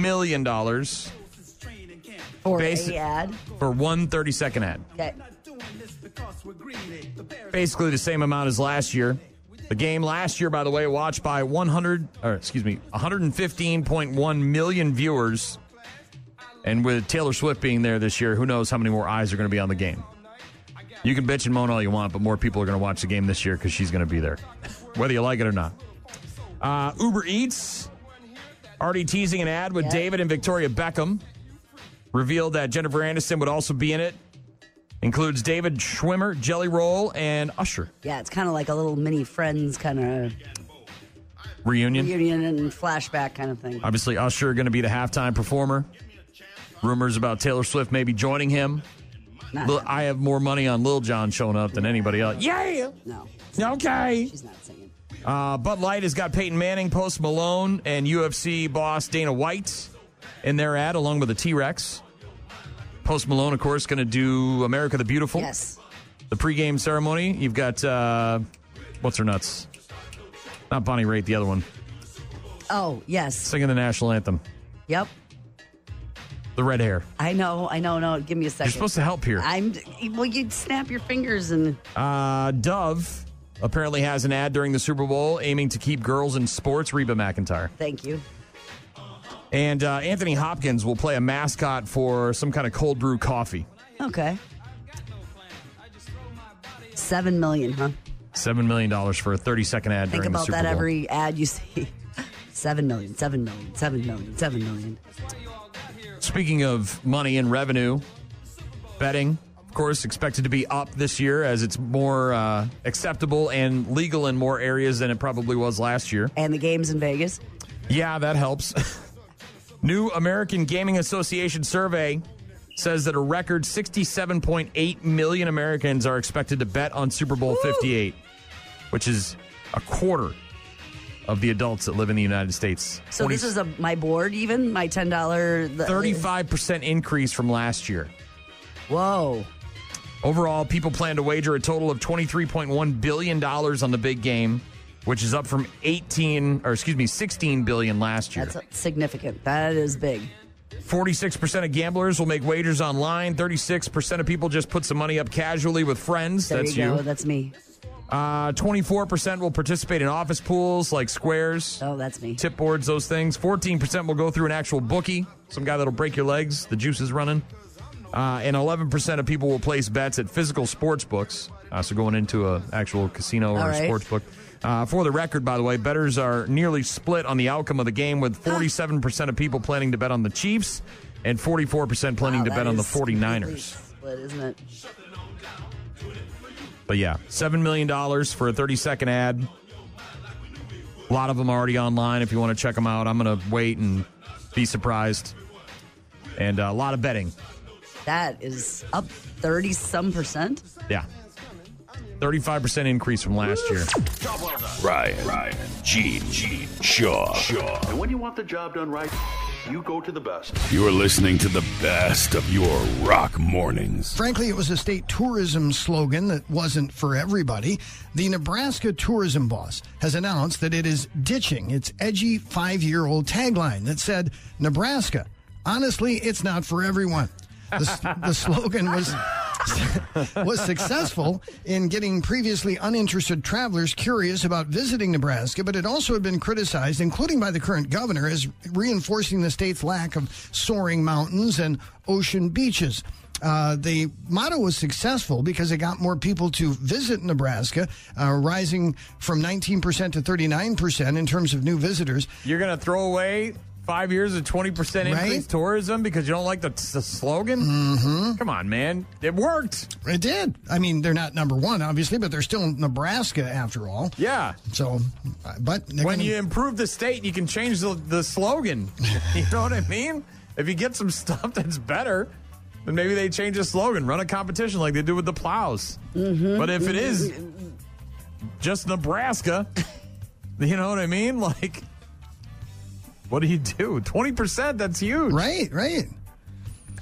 Speaker 4: million
Speaker 5: Or
Speaker 4: Basi-
Speaker 5: a ad.
Speaker 4: for one 30 second ad.
Speaker 5: Okay.
Speaker 4: Basically the same amount as last year. The game last year, by the way, watched by 100, or excuse me, 115.1 million viewers. And with Taylor Swift being there this year, who knows how many more eyes are going to be on the game. You can bitch and moan all you want, but more people are going to watch the game this year because she's going to be there, whether you like it or not. Uh, Uber Eats already teasing an ad with David and Victoria Beckham. Revealed that Jennifer Aniston would also be in it. Includes David Schwimmer, Jelly Roll, and Usher.
Speaker 5: Yeah, it's kind of like a little mini Friends kind of
Speaker 4: Reunion.
Speaker 5: reunion and flashback kind of thing.
Speaker 4: Obviously, Usher going to be the halftime performer. Rumors about Taylor Swift maybe joining him.
Speaker 5: Not
Speaker 4: Lil- I have more money on Lil Jon showing up than anybody else. Yeah.
Speaker 5: No.
Speaker 4: Okay.
Speaker 5: She's not singing.
Speaker 4: Uh, Bud Light has got Peyton Manning, Post Malone, and UFC boss Dana White in their ad, along with a T Rex. Post Malone, of course, going to do America the Beautiful.
Speaker 5: Yes.
Speaker 4: The pregame ceremony. You've got uh, what's her nuts? Not Bonnie Raitt, the other one
Speaker 5: Oh, yes.
Speaker 4: singing the national anthem.
Speaker 5: Yep.
Speaker 4: The red hair.
Speaker 5: I know. I know. No, give me a second.
Speaker 4: supposed to help here.
Speaker 5: I'm. Well, you'd snap your fingers and.
Speaker 4: Uh, Dove apparently has an ad during the Super Bowl aiming to keep girls in sports. Reba McIntyre.
Speaker 5: Thank you.
Speaker 4: And uh, Anthony Hopkins will play a mascot for some kind of cold brew coffee.
Speaker 5: Okay. Seven million, huh?
Speaker 4: Seven million dollars for a thirty-second ad
Speaker 5: Think
Speaker 4: during
Speaker 5: about
Speaker 4: the Super
Speaker 5: that
Speaker 4: Bowl.
Speaker 5: every ad you see. Seven million, seven million, seven million, seven million.
Speaker 4: Speaking of money and revenue, betting, of course, expected to be up this year as it's more uh, acceptable and legal in more areas than it probably was last year.
Speaker 5: And the games in Vegas.
Speaker 4: Yeah, that helps. New American Gaming Association survey says that a record 67.8 million Americans are expected to bet on Super Bowl 58, which is a quarter of the adults that live in the United States.
Speaker 5: So this is a my board even my ten dollar
Speaker 4: Thirty-five percent increase from last year.
Speaker 5: Whoa.
Speaker 4: Overall, people plan to wager a total of twenty-three point one billion dollars on the big game, which is up from eighteen or excuse me, sixteen billion last year.
Speaker 5: That's significant. That is big.
Speaker 4: Forty-six percent of gamblers will make wagers online. Thirty-six percent of people just put some money up casually with friends.
Speaker 5: There
Speaker 4: That's
Speaker 5: you
Speaker 4: you.
Speaker 5: go. That's me.
Speaker 4: Uh, 24% will participate in office pools like squares.
Speaker 5: Oh, that's me.
Speaker 4: Tip boards, those things. 14% will go through an actual bookie, some guy that'll break your legs, the juice is running. Uh, and 11% of people will place bets at physical sports books. Uh, so going into a actual casino or
Speaker 5: All
Speaker 4: a
Speaker 5: right.
Speaker 4: sports book. Uh, for the record, by the way, bettors are nearly split on the outcome of the game, with 47% of people planning to bet on the Chiefs and 44% planning
Speaker 5: Wow,
Speaker 4: to
Speaker 5: that
Speaker 4: bet on the
Speaker 5: is completely
Speaker 4: 49ers.
Speaker 5: Split, isn't it?
Speaker 4: But yeah, seven million dollars for a thirty-second ad. A lot of them already online. If you want to check them out, I'm going to wait and be surprised. And uh, a lot of betting.
Speaker 5: That is up thirty some percent.
Speaker 4: Yeah, thirty-five percent increase from last year.
Speaker 2: Ryan, Ryan, Gene, Gene, Shaw, Shaw.
Speaker 24: And when you want the job done right, you go to the best.
Speaker 2: You're listening to the best of your rock mornings.
Speaker 7: Frankly, it was a state tourism slogan that wasn't for everybody. The Nebraska tourism boss has announced that it is ditching its edgy five year old tagline that said, Nebraska, honestly, it's not for everyone. The, s- the slogan was. was successful in getting previously uninterested travelers curious about visiting Nebraska, but it also had been criticized, including by the current governor, as reinforcing the state's lack of soaring mountains and ocean beaches. Uh, the motto was successful because it got more people to visit Nebraska, uh, rising from 19% to 39% in terms of new visitors.
Speaker 4: You're going to throw away five years of twenty percent increase
Speaker 7: Right?
Speaker 4: tourism because you don't like the, the slogan? Mm-hmm. Come on, man, it worked.
Speaker 7: It did. I mean, they're not number one, obviously, but they're still Nebraska after all.
Speaker 4: Yeah.
Speaker 7: So, uh, but they're
Speaker 4: when
Speaker 7: gonna-
Speaker 4: you improve the state, you can change the, the slogan. you know what I mean? If you get some stuff that's better, then maybe they change the slogan, run a competition like they do with the plows. But if it is just Nebraska, you know what I mean? Like, what do you do? 20%, that's huge.
Speaker 7: Right, right.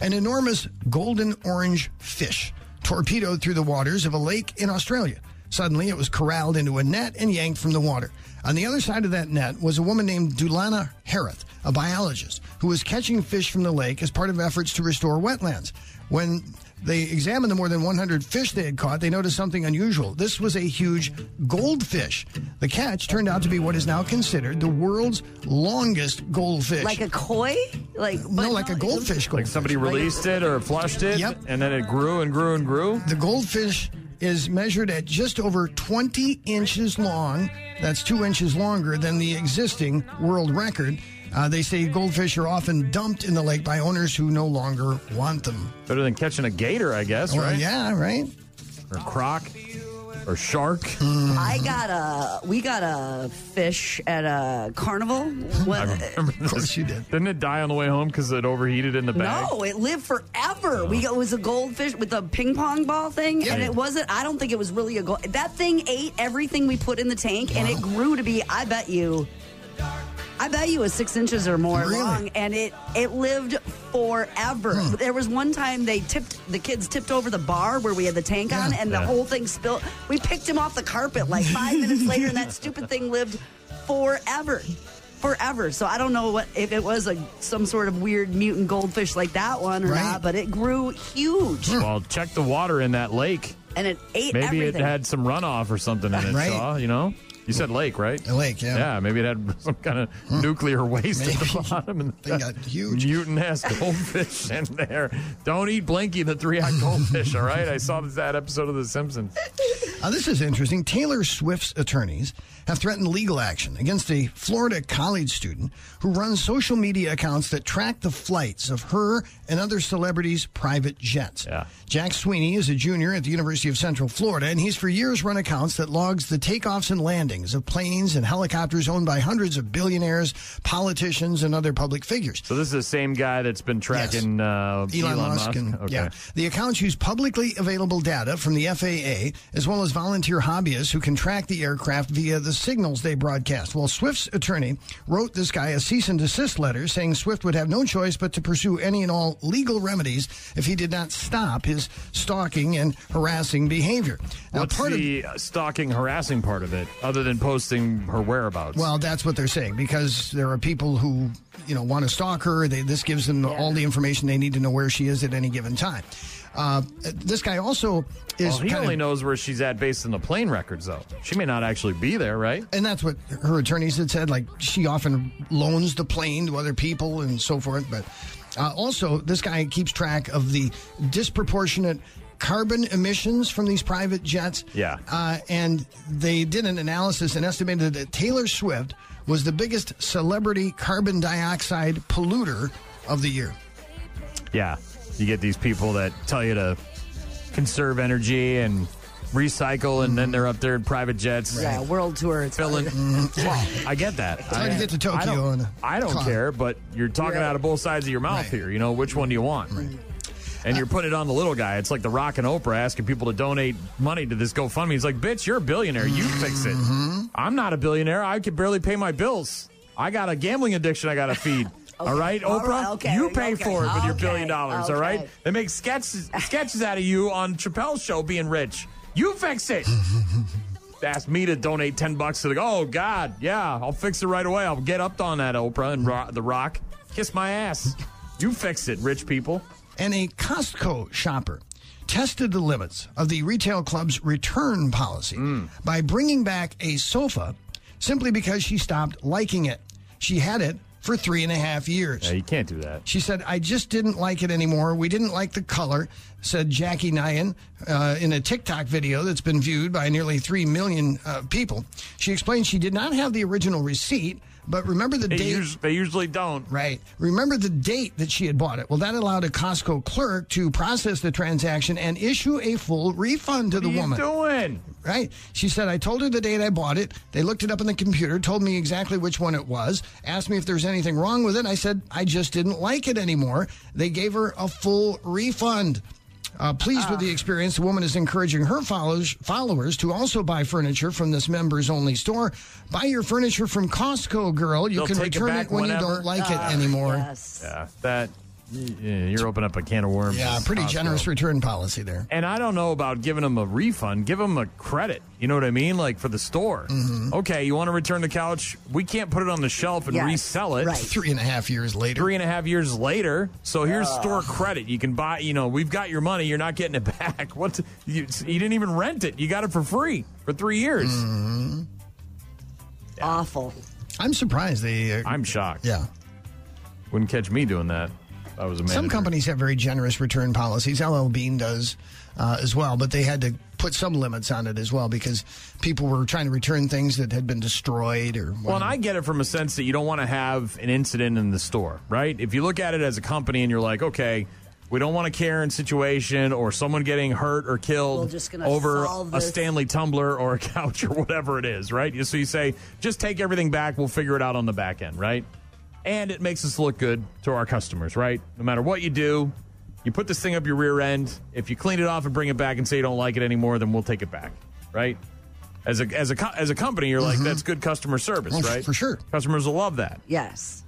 Speaker 7: An enormous golden orange fish torpedoed through the waters of a lake in Australia. Suddenly, it was corralled into a net and yanked from the water. On the other side of that net was a woman named Dulana Harith, a biologist, who was catching fish from the lake as part of efforts to restore wetlands. When they examined the more than 100 fish they had caught, they noticed something unusual. This was a huge goldfish. The catch turned out to be what is now considered the world's longest goldfish.
Speaker 5: Like a koi? Like
Speaker 7: no, like a goldfish.
Speaker 4: Like somebody released it or flushed it,
Speaker 7: Yep.
Speaker 4: and then it grew and grew and grew.
Speaker 7: The goldfish is measured at just over 20 inches long. That's two inches longer than the existing world record. Uh, they say goldfish are often dumped in the lake by owners who no longer want them.
Speaker 4: Better than catching a gator, I guess,
Speaker 7: Well,
Speaker 4: right?
Speaker 7: Yeah, right. Hmm.
Speaker 4: Or croc or shark.
Speaker 5: I got a we got a fish at a carnival. What?
Speaker 4: of course
Speaker 7: you did.
Speaker 4: Didn't it die on the way home because it overheated in the bag?
Speaker 5: No, it lived forever. We got, it was a goldfish with a ping pong ball thing, and it wasn't. I don't think it was really a gold. That thing ate everything we put in the tank, and it grew to be. I bet you, I bet you, was six inches or more
Speaker 7: Really?
Speaker 5: long, and it it lived forever. There was one time they tipped the kids tipped over the bar where we had the tank on, and the
Speaker 3: Yeah.
Speaker 5: whole thing spilled. We picked him off the carpet like five minutes later, and that stupid thing lived forever forever. So I don't know what if it was a some sort of weird mutant goldfish like that one or not, but it grew huge
Speaker 7: Hmm.
Speaker 4: Well, check the water in that lake.
Speaker 5: and it ate
Speaker 4: Maybe
Speaker 5: everything.
Speaker 4: it had some runoff or something in it,
Speaker 7: Right.
Speaker 4: Shaw, you know? You said lake, right?
Speaker 7: lake, yeah.
Speaker 4: Yeah, maybe it had some kind of nuclear waste at the bottom. And they got
Speaker 7: huge.
Speaker 4: Mutant ass goldfish in there. Don't eat Blinky the three eyed goldfish, all right? I saw that episode of The Simpsons.
Speaker 7: Now, Uh, this is interesting. Taylor Swift's attorneys have threatened legal action against a Florida college student who runs social media accounts that track the flights of her and other celebrities' private jets. Jack Sweeney is a junior at the University of Central Florida, and he's for years run accounts that logs the takeoffs and landings of planes and helicopters owned by hundreds of billionaires, politicians, and other public figures.
Speaker 4: So this is the same guy that's been tracking uh,
Speaker 7: Elon, Musk. and-
Speaker 4: Okay.
Speaker 7: Yeah. The accounts use publicly available data from the FAA as well as volunteer hobbyists who can track the aircraft via the signals they broadcast. Well, Swift's attorney wrote this guy a cease and desist letter saying Swift would have no choice but to pursue any and all legal remedies if he did not stop his stalking and harassing behavior. Now,
Speaker 4: What's
Speaker 7: part of-
Speaker 4: the uh, stalking, harassing part of it, other than posting her whereabouts?
Speaker 7: Well, that's what they're saying because there are people who you know want to stalk her. They, this gives them all the information they need to know where she is at any given time. Uh, this guy also is
Speaker 4: Well, he
Speaker 7: kinda-
Speaker 4: only knows where she's at based on the plane records, though. She may not actually be there, right?
Speaker 7: and that's what her attorneys had said. Like she often loans the plane to other people and so forth. But uh, also, this guy keeps track of the disproportionate carbon emissions from these private jets.
Speaker 4: Yeah.
Speaker 7: Uh, and they did an analysis and estimated that Taylor Swift was the biggest celebrity carbon dioxide polluter of the year.
Speaker 4: Yeah. You get these people that tell you to conserve energy and recycle, and then they're up there in private jets.
Speaker 5: Yeah, world tour. It's
Speaker 4: Filling.
Speaker 7: Mm-hmm.
Speaker 4: Well, I get that.
Speaker 7: It's hard
Speaker 4: I,
Speaker 7: to get to
Speaker 4: I
Speaker 7: Tokyo
Speaker 4: don't,
Speaker 7: on a
Speaker 4: I don't
Speaker 7: car.
Speaker 4: care, but you're talking out of both sides of your mouth here. You know, which one do you want? And you're putting it on the little guy. It's like The Rock and Oprah asking people to donate money to this GoFundMe. It's like, bitch, you're a billionaire. You fix it.
Speaker 5: Mm-hmm.
Speaker 4: I'm not a billionaire. I can barely pay my bills. I got a gambling addiction I got to feed. All right,
Speaker 5: All
Speaker 4: Oprah,
Speaker 5: right, okay,
Speaker 4: you pay
Speaker 5: okay,
Speaker 4: for it with your billion
Speaker 5: okay,
Speaker 4: dollars. All right,
Speaker 5: okay.
Speaker 4: they make sketches sketches out of you on Chappelle's show being rich. You fix it. Asked me to donate ten bucks to the. Oh God, yeah, I'll fix it right away. I'll get up on that Oprah and ro- The Rock. Kiss my ass. You fix it, rich people.
Speaker 7: and a Costco shopper tested the limits of the retail club's return policy
Speaker 4: Mm.
Speaker 7: by bringing back a sofa simply because she stopped liking it. She had it for three and a half years.
Speaker 4: Yeah, you can't do that.
Speaker 7: She said, I just didn't like it anymore. We didn't like the color, said Jackie Nyan uh, in a TikTok video that's been viewed by nearly 3 million uh, people. She explained she did not have the original receipt, but remember the
Speaker 4: They,
Speaker 7: date.
Speaker 4: us- they usually don't.
Speaker 7: Right. Remember the date that she had bought it. Well, that allowed a Costco clerk to process the transaction and issue a full refund to the
Speaker 4: What are you
Speaker 7: woman.
Speaker 4: doing?
Speaker 7: Right. She said, I told her the date I bought it. They looked it up on the computer, told me exactly which one it was, asked me if there was anything wrong with it. I said, I just didn't like it anymore. They gave her a full refund. Uh, pleased with
Speaker 4: Ah.
Speaker 7: the experience, the woman is encouraging her followers, followers to also buy furniture from this members only store. Buy your furniture from Costco, girl. You
Speaker 4: They'll
Speaker 7: can
Speaker 4: take it
Speaker 7: return it,
Speaker 4: back
Speaker 7: when
Speaker 4: whenever.
Speaker 7: you don't like
Speaker 4: Ah,
Speaker 7: it anymore.
Speaker 4: Yeah, that yeah, you're opening up a can of worms.
Speaker 7: Yeah, pretty
Speaker 4: Costco.
Speaker 7: generous return policy there.
Speaker 4: And I don't know about giving them a refund. Give them a credit. You know what I mean? Like for the store.
Speaker 7: Mm-hmm.
Speaker 4: Okay, you want to return the couch? We can't put it on the shelf and
Speaker 7: Yes,
Speaker 4: resell it.
Speaker 7: Three and a half years later.
Speaker 4: Three and a half years later. So here's store credit. You can buy. You know, we've got your money. You're not getting it back. What? the- You, you didn't even rent it. You got it for free for three years.
Speaker 5: Awful.
Speaker 7: Mm-hmm. I'm surprised they. Uh,
Speaker 4: I'm shocked.
Speaker 7: Yeah.
Speaker 4: Wouldn't catch me doing that. I was a man.
Speaker 7: Some companies have very generous return policies. LL Bean does uh, as well, but they had to put some limits on it as well because people were trying to return things that had been destroyed or.
Speaker 4: Well, and I get it from a sense that you don't want to have an incident in the store, right? If you look at it as a company and you're like, okay, we don't want a Karen situation or someone getting hurt or killed
Speaker 5: We're just gonna
Speaker 4: over
Speaker 5: solve
Speaker 4: a
Speaker 5: this.
Speaker 4: Stanley tumbler or a couch or whatever it is, right? You- So you say, just take everything back. We'll figure it out on the back end, right? And it makes us look good to our customers, right? No matter what you do, you put this thing up your rear end. If you clean it off and bring it back and say you don't like it anymore, then we'll take it back, right? As a as a co- as a company, you're like that's good customer service,
Speaker 7: Oh, f-
Speaker 4: right?
Speaker 7: Mm-hmm. for sure.
Speaker 4: customers will love that.
Speaker 5: Yes.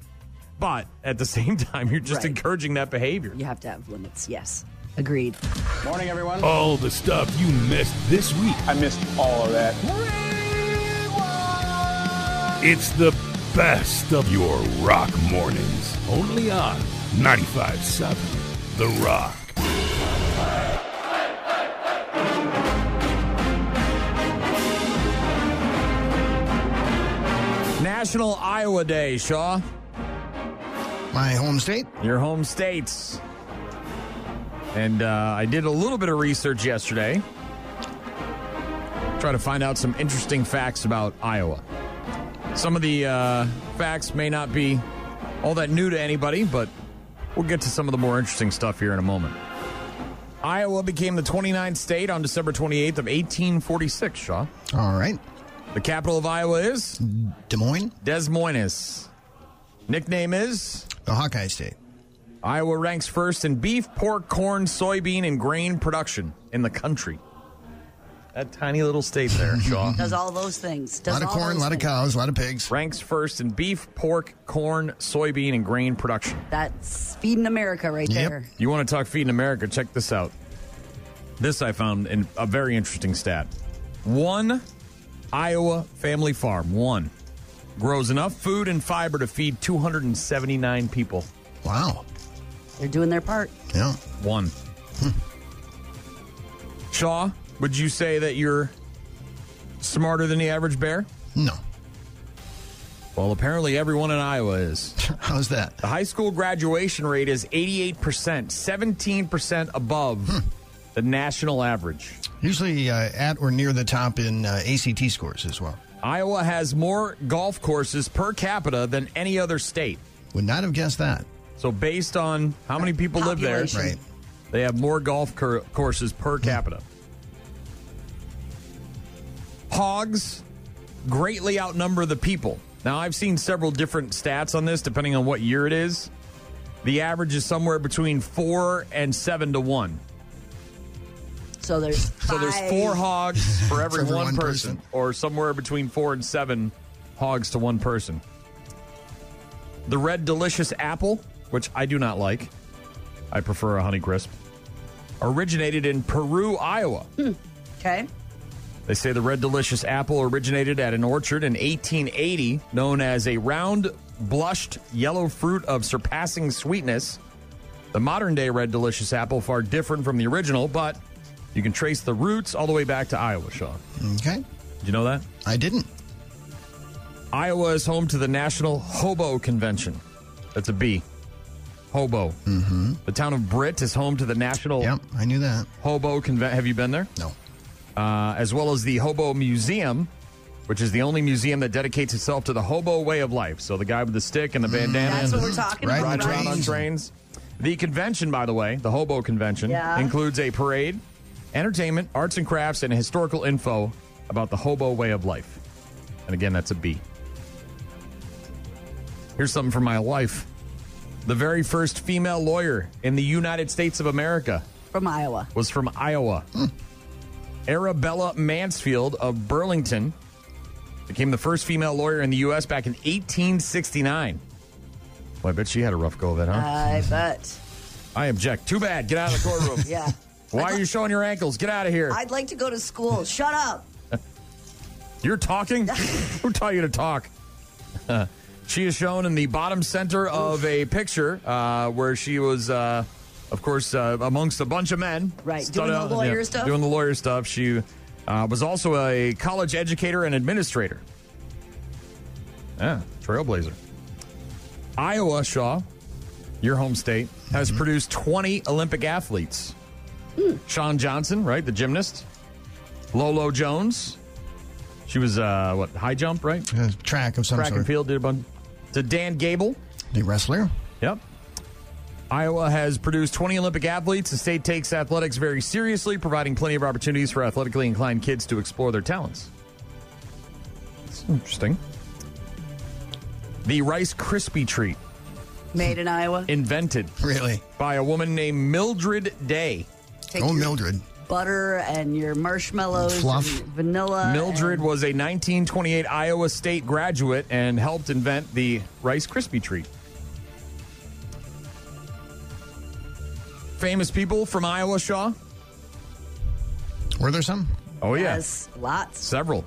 Speaker 4: But at the same time, you're just
Speaker 5: Right.
Speaker 4: encouraging that behavior.
Speaker 5: You have to have limits. Yes. Agreed.
Speaker 16: Morning, everyone.
Speaker 7: Oh.
Speaker 3: All the stuff you missed this week. I missed all of that. It's the best of your rock mornings. Only on 95.7 The Rock.
Speaker 4: National Iowa Day, Shaw.
Speaker 7: My home state?
Speaker 4: Your home states. And uh, I did a little bit of research yesterday. Try to find out some interesting facts about Iowa. Some of the uh, facts may not be all that new to anybody, but we'll get to some of the more interesting stuff here in a moment. Iowa became the 29th state on December 28th of 1846, Shaw.
Speaker 7: All right.
Speaker 4: The capital of Iowa is?
Speaker 7: Des Moines.
Speaker 4: Des Moines. Nickname is?
Speaker 7: The Hawkeye State.
Speaker 4: Iowa ranks first in beef, pork, corn, soybean, and grain production in the country. That tiny little state there, Shaw.
Speaker 5: Does all those things.
Speaker 7: A
Speaker 5: Does
Speaker 7: lot of
Speaker 5: all
Speaker 7: corn, a
Speaker 5: those
Speaker 7: lot of
Speaker 5: things.
Speaker 7: cows, a lot of pigs.
Speaker 4: Ranks first in beef, pork, corn, soybean, and grain production.
Speaker 5: That's feeding America right there.
Speaker 4: You want to talk feeding America? Check this out. This I found in a very interesting stat. One Iowa family farm, one, grows enough food and fiber to feed 279 people.
Speaker 7: Wow.
Speaker 5: They're doing their part.
Speaker 7: Yeah. Hmm.
Speaker 4: One. Shaw, would you say that you're smarter than the average bear?
Speaker 7: No.
Speaker 4: Well, apparently everyone in Iowa is.
Speaker 7: How's that?
Speaker 4: The high school graduation rate is 88%, 17% above
Speaker 7: Hmm.
Speaker 4: the national average.
Speaker 7: Usually uh, at or near the top in uh, ACT scores as well.
Speaker 4: Iowa has more golf courses per capita than any other state.
Speaker 7: Would not have guessed that.
Speaker 4: So, based on how many people live there,
Speaker 7: Population. Right. Hmm.
Speaker 4: they have more golf cur- courses per capita. Hogs greatly outnumber the people. Now, I've seen several different stats on this, depending on what year it is. The average is somewhere between four and seven to one.
Speaker 5: So there's
Speaker 4: So there's
Speaker 5: five-
Speaker 4: four hogs for every
Speaker 5: For every
Speaker 4: one,
Speaker 5: one
Speaker 4: person, or somewhere between four and seven hogs to one person. The red delicious apple, which I do not like, I prefer a Honeycrisp, originated in Peru, Iowa.
Speaker 5: Okay.
Speaker 4: They say the red delicious apple originated at an orchard in 1880, known as a round, blushed yellow fruit of surpassing sweetness. The modern day red delicious apple far different from the original, but you can trace the roots all the way back to Iowa, Sean.
Speaker 7: Okay.
Speaker 4: Did you know that?
Speaker 7: I didn't.
Speaker 4: Iowa is home to the National Hobo Convention. That's a B. Hobo. Mm-hmm. The town of Britt is home to the National
Speaker 7: Yep, I knew that.
Speaker 4: Hobo Convention. Have you been there?
Speaker 7: No.
Speaker 4: Uh, as well as the Hobo Museum, which is the only museum that dedicates itself to the hobo way of life. So the guy with the stick and the
Speaker 7: Mm-hmm.
Speaker 4: bandana.
Speaker 5: That's
Speaker 4: and
Speaker 5: what we're talking
Speaker 4: riding
Speaker 5: about,
Speaker 4: around on
Speaker 5: right?
Speaker 4: trains. The convention, by the way, the Hobo Convention,
Speaker 5: Yeah.
Speaker 4: includes a parade, entertainment, arts and crafts, and historical info about the hobo way of life. And again, that's a B. Here's something from my wife. The very first female lawyer in the United States of America
Speaker 5: From Iowa. Hmm.
Speaker 4: was from Iowa. Arabella Mansfield of Burlington became the first female lawyer in the U.S. back in 1869. Well, I bet she had a rough go of it, huh?
Speaker 5: I bet.
Speaker 4: I object. Too bad. Get out of the courtroom.
Speaker 5: Yeah.
Speaker 4: Why are you showing your ankles? Get out of here.
Speaker 5: I'd like to go to school. Shut up.
Speaker 4: You're talking? Who taught you to talk? she is shown in the bottom center of a picture uh, where she was, uh, of course, uh, amongst a bunch of men.
Speaker 5: Right,
Speaker 4: Stood
Speaker 5: doing the
Speaker 4: out-
Speaker 5: lawyer stuff?
Speaker 4: Doing the lawyer stuff. She uh, was also a college educator and administrator. Yeah, trailblazer. Iowa, Shaw, your home state, has
Speaker 7: Mm-hmm.
Speaker 4: produced 20 Olympic athletes. Sean Johnson, right, the gymnast. Lolo Jones. She was, uh, what, high jump, right?
Speaker 7: Uh, track of some
Speaker 4: Track and
Speaker 7: sort.
Speaker 4: field did a bunch. To Dan Gable.
Speaker 7: The wrestler.
Speaker 4: Yep. Iowa has produced 20 Olympic athletes. The state takes athletics very seriously, providing plenty of opportunities for athletically inclined kids to explore their talents. It's interesting. The Rice Krispie treat,
Speaker 5: Made in Iowa.
Speaker 4: invented
Speaker 7: really
Speaker 4: by a woman named Mildred Day. oh,
Speaker 5: Take your
Speaker 7: Oh, Mildred.
Speaker 5: Butter and your marshmallows.
Speaker 4: Fluff.
Speaker 5: and vanilla.
Speaker 4: Mildred
Speaker 5: and-
Speaker 4: was a 1928 Iowa State graduate and helped invent the Rice Krispie treat. Famous people from Iowa, Shaw?
Speaker 7: Were there some?
Speaker 4: Oh, yeah.
Speaker 5: Yes, lots.
Speaker 4: Several.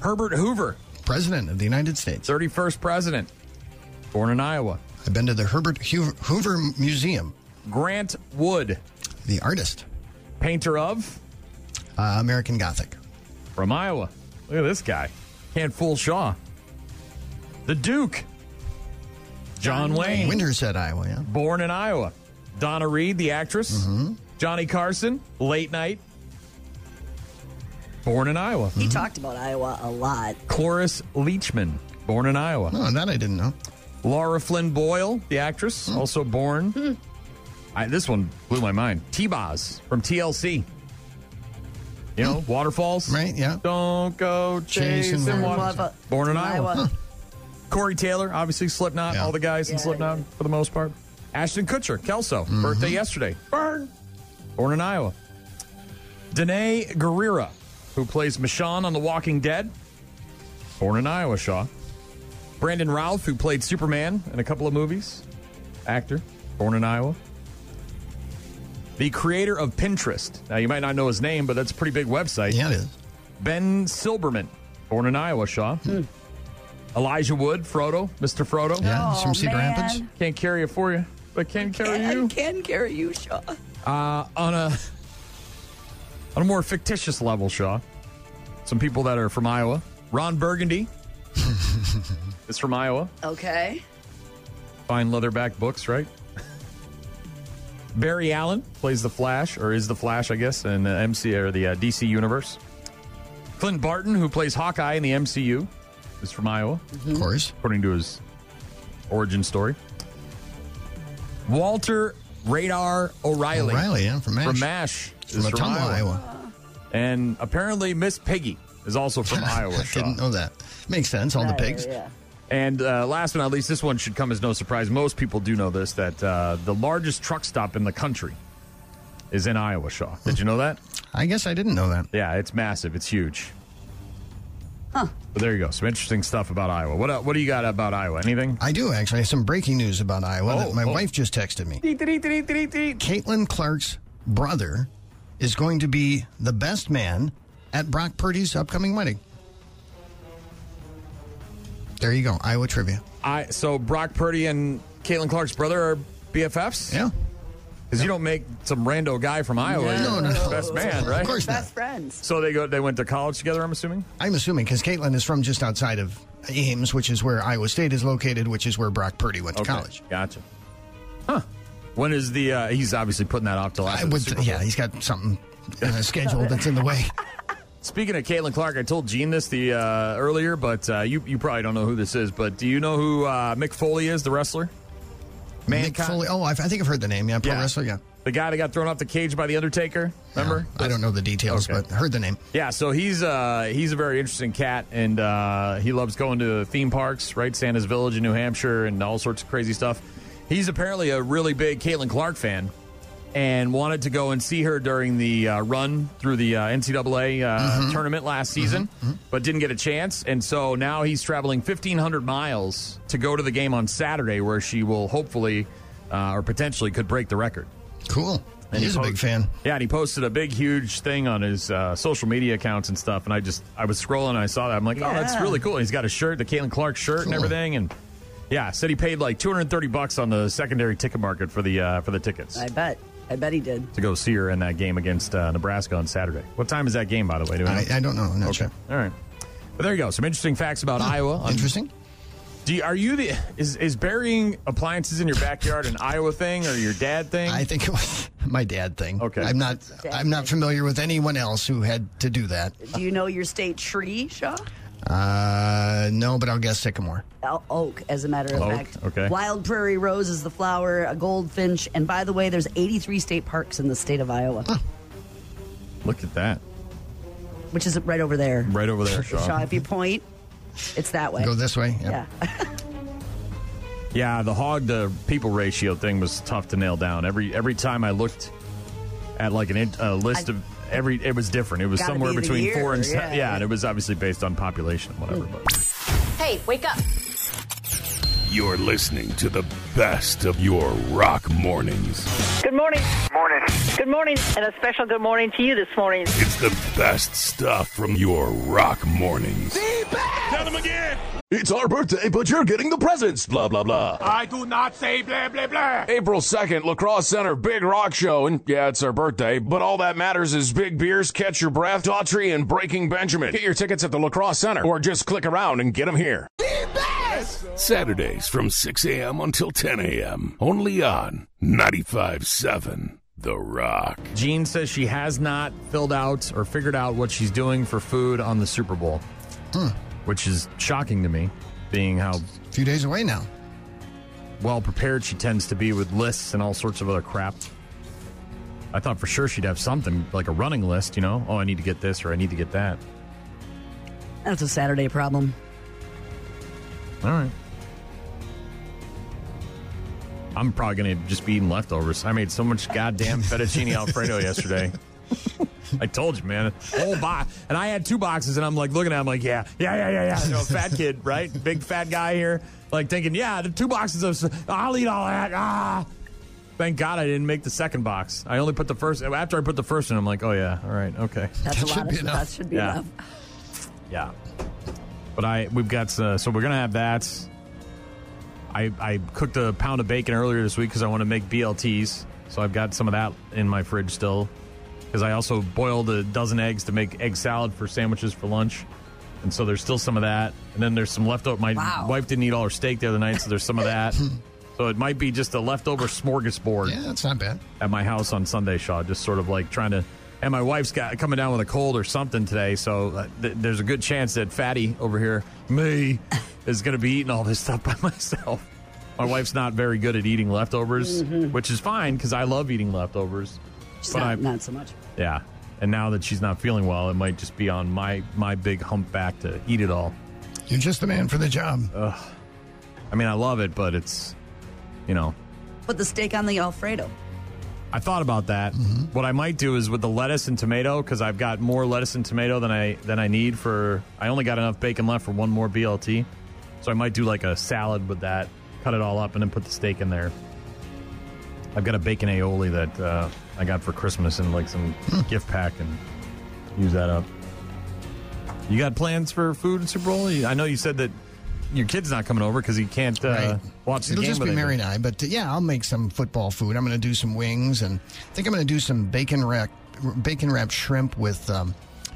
Speaker 4: Herbert Hoover,
Speaker 7: President of the United States.
Speaker 4: 31st president, born in Iowa.
Speaker 7: I've been to the Herbert Hoover, Hoover Museum,
Speaker 4: Grant Wood,
Speaker 7: the artist,
Speaker 4: painter of
Speaker 7: uh, American Gothic.
Speaker 4: from Iowa. Look at this guy. Can't fool Shaw. The Duke. John Wayne.
Speaker 7: Winters at Iowa, yeah. Mm-hmm.
Speaker 4: Born in Iowa. Donna Reed, the actress. Johnny Carson, late night. Born in Iowa.
Speaker 5: He talked about Iowa a lot.
Speaker 4: Cloris Leachman, born in Iowa.
Speaker 7: Oh, that I didn't know. Hmm.
Speaker 4: Laura Flynn Boyle, the actress, also born. I, this one blew my mind. T Boz from TLC. You
Speaker 7: Hmm.
Speaker 4: know, Waterfalls. Right, yeah. Don't go chasing,
Speaker 5: Chasing
Speaker 4: waterfalls.
Speaker 5: lava.
Speaker 4: Born in Iowa.
Speaker 5: Iowa.
Speaker 4: Corey Taylor, obviously Slipknot, all the guys in Slipknot for the most part. Ashton Kutcher, Kelso,
Speaker 7: Mm-hmm.
Speaker 4: birthday yesterday. Burn. Born in Iowa. Danae Guerrera, who plays Michonne on The Walking Dead. Born in Iowa, Shaw. Brandon Ralph, who played Superman in a couple of movies. Actor. Born in Iowa. The creator of Pinterest. Now, you might not know his name, but that's a pretty big website. Yeah, it is. Ben Silberman, born in Iowa, Shaw. Elijah Wood, Frodo, Mr. Frodo.
Speaker 7: Yeah, he's from Oh, Cedar man. Rapids.
Speaker 4: Can't carry it for you, but can carry you.
Speaker 5: can carry you, Shaw.
Speaker 4: Uh, on a on a more fictitious level, Shaw. Some people that are from Iowa. Ron Burgundy is from Iowa.
Speaker 5: Okay.
Speaker 4: Fine leatherback books, right? Barry Allen plays the Flash, or is the Flash, I guess, in the MC or the uh, DC universe. Clint Barton, who plays Hawkeye in the MCU, is from Iowa,
Speaker 7: Mm-hmm.
Speaker 4: of course, according to his origin story. Walter Radar O'Reilly,
Speaker 7: O'Reilly, yeah, from MASH.
Speaker 4: from MASH,
Speaker 7: From
Speaker 4: is from
Speaker 7: Ottumwa,
Speaker 4: Iowa.
Speaker 7: Iowa.
Speaker 4: and apparently Miss Piggy is also from Iowa. Didn't
Speaker 7: know that. Makes sense. All the pigs.
Speaker 4: And uh, last but not least, this one should come as no surprise. Most people do know this that uh, the largest truck stop in the country is in Iowa, Shaw. Did you know that?
Speaker 7: I guess I didn't know that.
Speaker 4: Yeah, it's massive. It's huge.
Speaker 5: Huh.
Speaker 4: But there you go. Some interesting stuff about Iowa. What uh, What do you got about Iowa? Anything?
Speaker 7: I do actually. I have some breaking news about Iowa
Speaker 4: Oh,
Speaker 7: that my
Speaker 4: oh.
Speaker 7: wife just texted me. Caitlin Clark's brother is going to be the best man at Brock Purdy's upcoming wedding. There you go. Iowa trivia.
Speaker 4: I so Brock Purdy and Caitlin Clark's brother are BFFs.
Speaker 7: Yeah.
Speaker 4: Because you don't make some rando guy from Iowa
Speaker 7: No,
Speaker 4: your
Speaker 7: no, no.
Speaker 4: best man, right?
Speaker 7: Of course not.
Speaker 5: friends.
Speaker 4: So they go. They went to college together. I'm assuming.
Speaker 7: I'm assuming because Caitlin is from just outside of Ames, which is where Iowa State is located, which is where Brock Purdy went to
Speaker 4: Okay,
Speaker 7: college.
Speaker 4: Gotcha. Huh. When is the? Uh, he's obviously putting that off till
Speaker 7: I
Speaker 4: after. the
Speaker 7: would,
Speaker 4: Super Bowl.
Speaker 7: yeah, he's got something uh, scheduled that's in the way.
Speaker 4: Speaking of Caitlin Clark, I told Gene this the uh, earlier, but uh, you you probably don't know who this is. But do you know who uh, Mick Foley is, the wrestler?
Speaker 7: Mick Foley. Oh, I've, I think I've heard the name. Yeah, pro
Speaker 4: Yeah.
Speaker 7: wrestler. Yeah.
Speaker 4: The guy that got thrown off the cage by the Undertaker. Remember?
Speaker 7: I don't know the details, but I heard the name.
Speaker 4: Yeah, so he's uh, he's a very interesting cat, and uh, he loves going to theme parks, right? Santa's Village in New Hampshire, and all sorts of crazy stuff. He's apparently a really big Caitlin Clark fan, and wanted to go and see her during the uh, run through the uh, NCAA uh,
Speaker 7: Mm-hmm.
Speaker 4: tournament last season, but didn't get a chance. And so now he's traveling 1,500 miles to go to the game on Saturday, where she will hopefully uh, or potentially could break the record.
Speaker 7: Cool. He's a big fan.
Speaker 4: Yeah, and he posted a big, huge thing on his uh, social media accounts and stuff. And I just, I was scrolling and I saw that. I'm like, oh, that's
Speaker 11: Yeah.
Speaker 4: really cool. And he's got a shirt, the Caitlin Clark shirt and everything. And yeah, said he paid like 230 bucks on the secondary ticket market for the uh, for the tickets
Speaker 5: I bet. I bet he did.
Speaker 4: to go see her in that game against uh, Nebraska on Saturday. What time is that game, by the way? Do we know?
Speaker 7: I, I don't know. I'm not sure.
Speaker 4: All right. But there you go. Some interesting facts about Iowa. Um,
Speaker 7: interesting.
Speaker 4: Do you, are you the is is burying appliances in your backyard an Iowa thing or your dad thing?
Speaker 7: I think it was my dad thing.
Speaker 4: Okay.
Speaker 7: I'm not. I'm not familiar with anyone else who had to do that.
Speaker 5: Do you know your state tree, Shaw?
Speaker 7: Uh, no, but I'll guess sycamore.
Speaker 5: Al- Oak, as a matter of
Speaker 7: Oak,
Speaker 5: fact.
Speaker 7: okay.
Speaker 5: Wild prairie rose is the flower, a goldfinch, and by the way, there's 83 state parks in the state of Iowa,
Speaker 4: Look at that.
Speaker 5: which is right over there.
Speaker 4: Right over there, Shaw.
Speaker 5: if you point, it's that way.
Speaker 4: Go this way, yep.
Speaker 5: Yeah.
Speaker 4: Yeah, the hog to people ratio thing was tough to nail down. Every every time I looked at like an in, a list of every, it was different. It was
Speaker 12: Gotta
Speaker 4: somewhere
Speaker 12: be the
Speaker 4: between
Speaker 12: year,
Speaker 4: four and seven.
Speaker 12: yeah.
Speaker 4: Yeah, and it was obviously based on population and whatever. But
Speaker 12: Hey, wake up.
Speaker 3: You're listening to the best of your rock mornings.
Speaker 13: Good morning. Morning. Good morning, and a special good morning to you this morning.
Speaker 3: It's the best stuff from your rock mornings.
Speaker 8: Tell them again.
Speaker 2: It's our birthday, but you're getting the presents. Blah blah blah.
Speaker 8: I do not say blah blah blah.
Speaker 2: April 2nd, Lacrosse Center, Big Rock Show. And yeah, it's our birthday, but all that matters is Big Beers, Catch Your Breath, Daughtry, and Breaking Benjamin. Get your tickets at the Lacrosse Center or just click around and get them here.
Speaker 3: Saturdays from 6 a.m. until 10 a.m. Only on 95.7 The Rock.
Speaker 4: Jean says she has not filled out or figured out what she's doing for food on the Super Bowl, which is shocking to me, being how a
Speaker 7: few days away now.
Speaker 4: Well prepared she tends to be with lists and all sorts of other crap. I thought for sure she'd have something like a running list, you know? Oh, I need to get this or I need to get that.
Speaker 5: That's a Saturday problem.
Speaker 4: All right. I'm probably going to just be eating leftovers. I made so much goddamn fettuccine alfredo yesterday. I told you, man. Whole box. And I had two boxes, and I'm like looking at them like, yeah, yeah, yeah, yeah, yeah. You know, fat kid, right? Big fat guy here. Like thinking, yeah, the two boxes of, s- I'll eat all that. Ah. Thank God I didn't make the second box. I only put the first, after I put the first one, I'm like, oh, yeah, all right, okay.
Speaker 5: That's a lot. Of, that should be
Speaker 4: Yeah.
Speaker 5: enough.
Speaker 4: Yeah. But I we've got uh, so we're gonna have that. I I cooked a pound of bacon earlier this week because I want to make BLTs. So I've got some of that in my fridge still. Because I also boiled a dozen eggs to make egg salad for sandwiches for lunch. And so there's still some of that. And then there's some leftover. My
Speaker 11: Wow.
Speaker 4: wife didn't eat all her steak the other night, so there's some of that. So it might be just a leftover smorgasbord
Speaker 7: Yeah, that's not bad.
Speaker 4: at my house on Sunday, Shaw. Just sort of like trying to. And my wife's got coming down with a cold or something today, so uh, th- there's a good chance that Fatty over here, me, is going to be eating all this stuff by myself. My wife's not very good at eating leftovers,
Speaker 5: Mhm.
Speaker 4: which is fine because I love eating leftovers.
Speaker 5: She's
Speaker 4: But
Speaker 5: not,
Speaker 4: I-
Speaker 5: not so much.
Speaker 4: Yeah, and now that she's not feeling well, it might just be on my my big humpback to eat it all.
Speaker 7: You're just the man for the job.
Speaker 4: Ugh. I mean, I love it, but it's you know
Speaker 5: Put the steak on the Alfredo.
Speaker 4: I thought about that.
Speaker 7: Mm-hmm.
Speaker 4: What I might do is with the lettuce and tomato because I've got more lettuce and tomato than I than I need for. I only got enough bacon left for one more BLT, so I might do like a salad with that. Cut it all up and then put the steak in there. I've got a bacon aioli that uh, I got for Christmas and like some
Speaker 7: Hmm.
Speaker 4: gift pack and use that up. You got plans for food and Super Bowl? You- I know you said that your kid's not coming over because he can't uh, watch the
Speaker 7: It'll
Speaker 4: game.
Speaker 7: just
Speaker 4: with
Speaker 7: be
Speaker 4: anything.
Speaker 7: Mary and I, but uh, yeah, I'll make some football food. I'm going to do some wings, and I think I'm going to do some bacon wrap, bacon wrapped shrimp with um,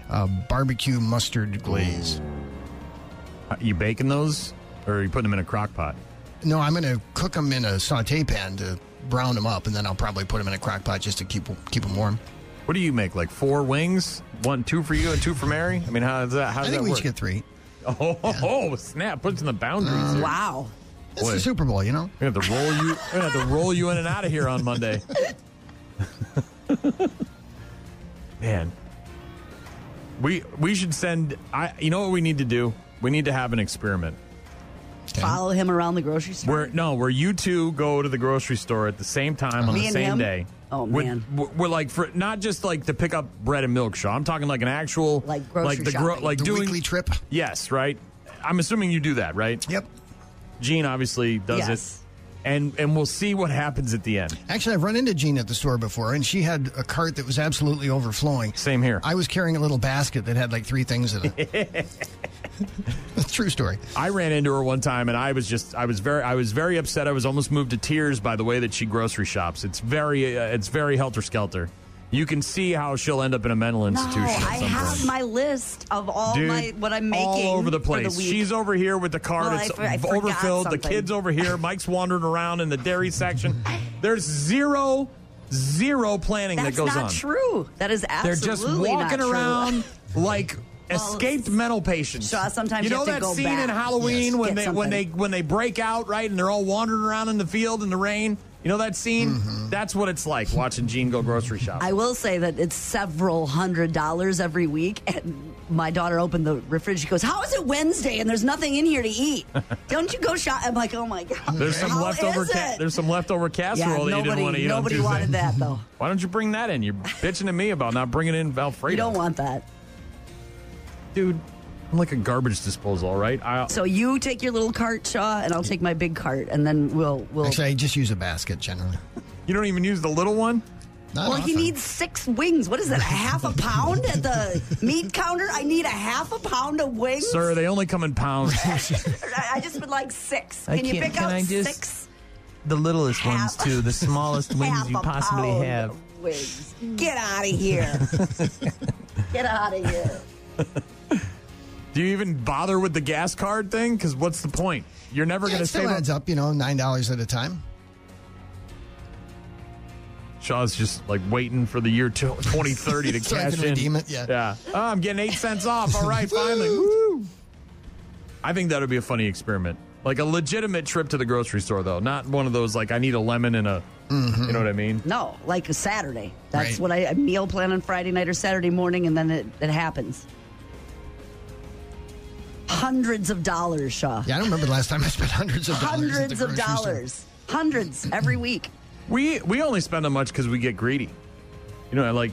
Speaker 7: uh, barbecue mustard glaze.
Speaker 4: Uh, You baking those, or are you putting them in a crock pot?
Speaker 7: No, I'm going to cook them in a saute pan to brown them up, and then I'll probably put them in a crock pot just to keep keep them warm.
Speaker 4: What do you make? Like four wings, one, two for you, and two for Mary. I mean, how does that? How does
Speaker 7: I think
Speaker 4: that
Speaker 7: we
Speaker 4: work?
Speaker 7: should get three.
Speaker 4: Oh, oh, snap! Puts in the boundaries. there.
Speaker 5: wow,
Speaker 7: It's
Speaker 4: Boy.
Speaker 7: the Super Bowl, you know.
Speaker 4: We're gonna have to roll you. We're gonna have to roll you in and out of here on Monday. Man, we we should send. I you know what we need to do? We need to have an experiment
Speaker 5: Follow him around the grocery store.
Speaker 4: where no, where you two go to the grocery store at the same time on
Speaker 5: Me
Speaker 4: the
Speaker 5: and
Speaker 4: same
Speaker 5: him?
Speaker 4: day.
Speaker 5: Oh,
Speaker 4: With-
Speaker 5: man.
Speaker 4: we're- we're like for not just like to pick up bread and milk shop. I'm talking like an actual like
Speaker 7: grocery
Speaker 4: like the
Speaker 7: shopping.
Speaker 4: like
Speaker 7: The
Speaker 4: doing
Speaker 7: weekly trip.
Speaker 4: Yes, right. I'm assuming you do that, right?
Speaker 7: Yep.
Speaker 4: Gene obviously does
Speaker 7: Yes.
Speaker 4: it, and and we'll see what happens at the end.
Speaker 7: Actually, I've run into Jean at the store before, and she had a cart that was absolutely overflowing.
Speaker 4: Same here.
Speaker 7: I was carrying a little basket that had like three things in it. True story.
Speaker 4: I ran into her one time, and I was just I was very I was very upset. I was almost moved to tears by the way that she grocery shops. It's very uh, it's very helter skelter. You can see how she'll end up in a mental institution.
Speaker 5: No,
Speaker 4: at
Speaker 5: I
Speaker 4: some point.
Speaker 5: have my list of all
Speaker 4: Dude,
Speaker 5: my what I'm making
Speaker 4: all over the
Speaker 5: for
Speaker 4: place.
Speaker 5: week.
Speaker 4: She's over here with the cart.
Speaker 5: Well, I
Speaker 4: it's
Speaker 5: for- I forgot
Speaker 4: overfilled. The
Speaker 5: something.
Speaker 4: kids over here. Mike's wandering around in the dairy section. There's zero, zero planning
Speaker 5: That's
Speaker 4: that goes
Speaker 5: not
Speaker 4: on.
Speaker 5: true. That is
Speaker 4: They're
Speaker 5: absolutely
Speaker 4: just
Speaker 5: not
Speaker 4: walking
Speaker 5: true.
Speaker 4: around like escaped mental patients.
Speaker 5: Shaw, sometimes
Speaker 4: you
Speaker 5: you
Speaker 4: know
Speaker 5: have
Speaker 4: that
Speaker 5: to go
Speaker 4: scene
Speaker 5: back.
Speaker 4: in Halloween
Speaker 5: Yes.
Speaker 4: when
Speaker 5: Get
Speaker 4: they when
Speaker 5: something.
Speaker 4: they when they break out right and they're all wandering around in the field in the rain. You know that scene? That's what it's like watching Gene go grocery shopping.
Speaker 5: Mm-hmm. I will say that it's several hundred dollars every week, and my daughter opened the refrigerator. She goes, "How is it Wednesday and there's nothing in here to eat? Don't you go shop?" I'm like, "Oh my god,
Speaker 4: There's some
Speaker 5: how
Speaker 4: leftover.
Speaker 5: is
Speaker 4: Ca-
Speaker 5: it?"
Speaker 4: there's some leftover casserole that you didn't
Speaker 5: nobody-
Speaker 4: want to eat on
Speaker 5: nobody
Speaker 4: Tuesday.
Speaker 5: wanted that, though.
Speaker 4: Why don't you bring that in? You're bitching at me about not bringing in Alfredo.
Speaker 5: You don't want that.
Speaker 4: dude. I'm like a garbage disposal, all right? I,
Speaker 5: So you take your little cart, Shaw, and I'll take my big cart, and then we'll we'll.
Speaker 7: Actually, I just use a basket generally.
Speaker 4: you don't even use the little one.
Speaker 5: well, he needs six wings. What is that? A half a pound at the meat counter? I need a half a pound of wings.
Speaker 4: Sir, they only come in pounds.
Speaker 5: I I just would like six.
Speaker 12: I
Speaker 5: Can you
Speaker 12: can't-
Speaker 5: pick
Speaker 12: can
Speaker 5: out
Speaker 12: I just-
Speaker 5: six
Speaker 12: The littlest ones, too. The smallest wings
Speaker 5: half
Speaker 12: you
Speaker 5: a
Speaker 12: possibly
Speaker 5: pound
Speaker 12: have.
Speaker 5: of wings? Get out of here! Get out of here!
Speaker 4: Do Do you even bother with the gas card thing? Because what's the point? You're never
Speaker 7: Yeah,
Speaker 4: going
Speaker 7: it
Speaker 4: to
Speaker 7: still
Speaker 4: save up.
Speaker 7: adds up, you know, nine dollars at a time.
Speaker 4: Shaw's just like waiting for the year to- 2030 to
Speaker 7: So I
Speaker 4: cash
Speaker 7: can
Speaker 4: in.
Speaker 7: redeem it, yeah.
Speaker 4: Oh, I'm getting eight cents off. All right, finally. Woo! I think that would be a funny experiment. Like a legitimate trip to the grocery store, though. Not one of those, like, I need a lemon and a.
Speaker 7: Mm-hmm.
Speaker 4: You know what I mean?
Speaker 5: No, like a Saturday. That's
Speaker 4: Right.
Speaker 5: what I a meal plan on Friday night or Saturday morning, and then it, it happens. Hundreds of dollars, Shaw.
Speaker 7: Yeah, I don't remember the last time I spent hundreds of dollars. at the
Speaker 5: Hundreds of
Speaker 7: grocery store.
Speaker 5: dollars. Hundreds every week.
Speaker 4: We we only spend that much because we get greedy. You know, like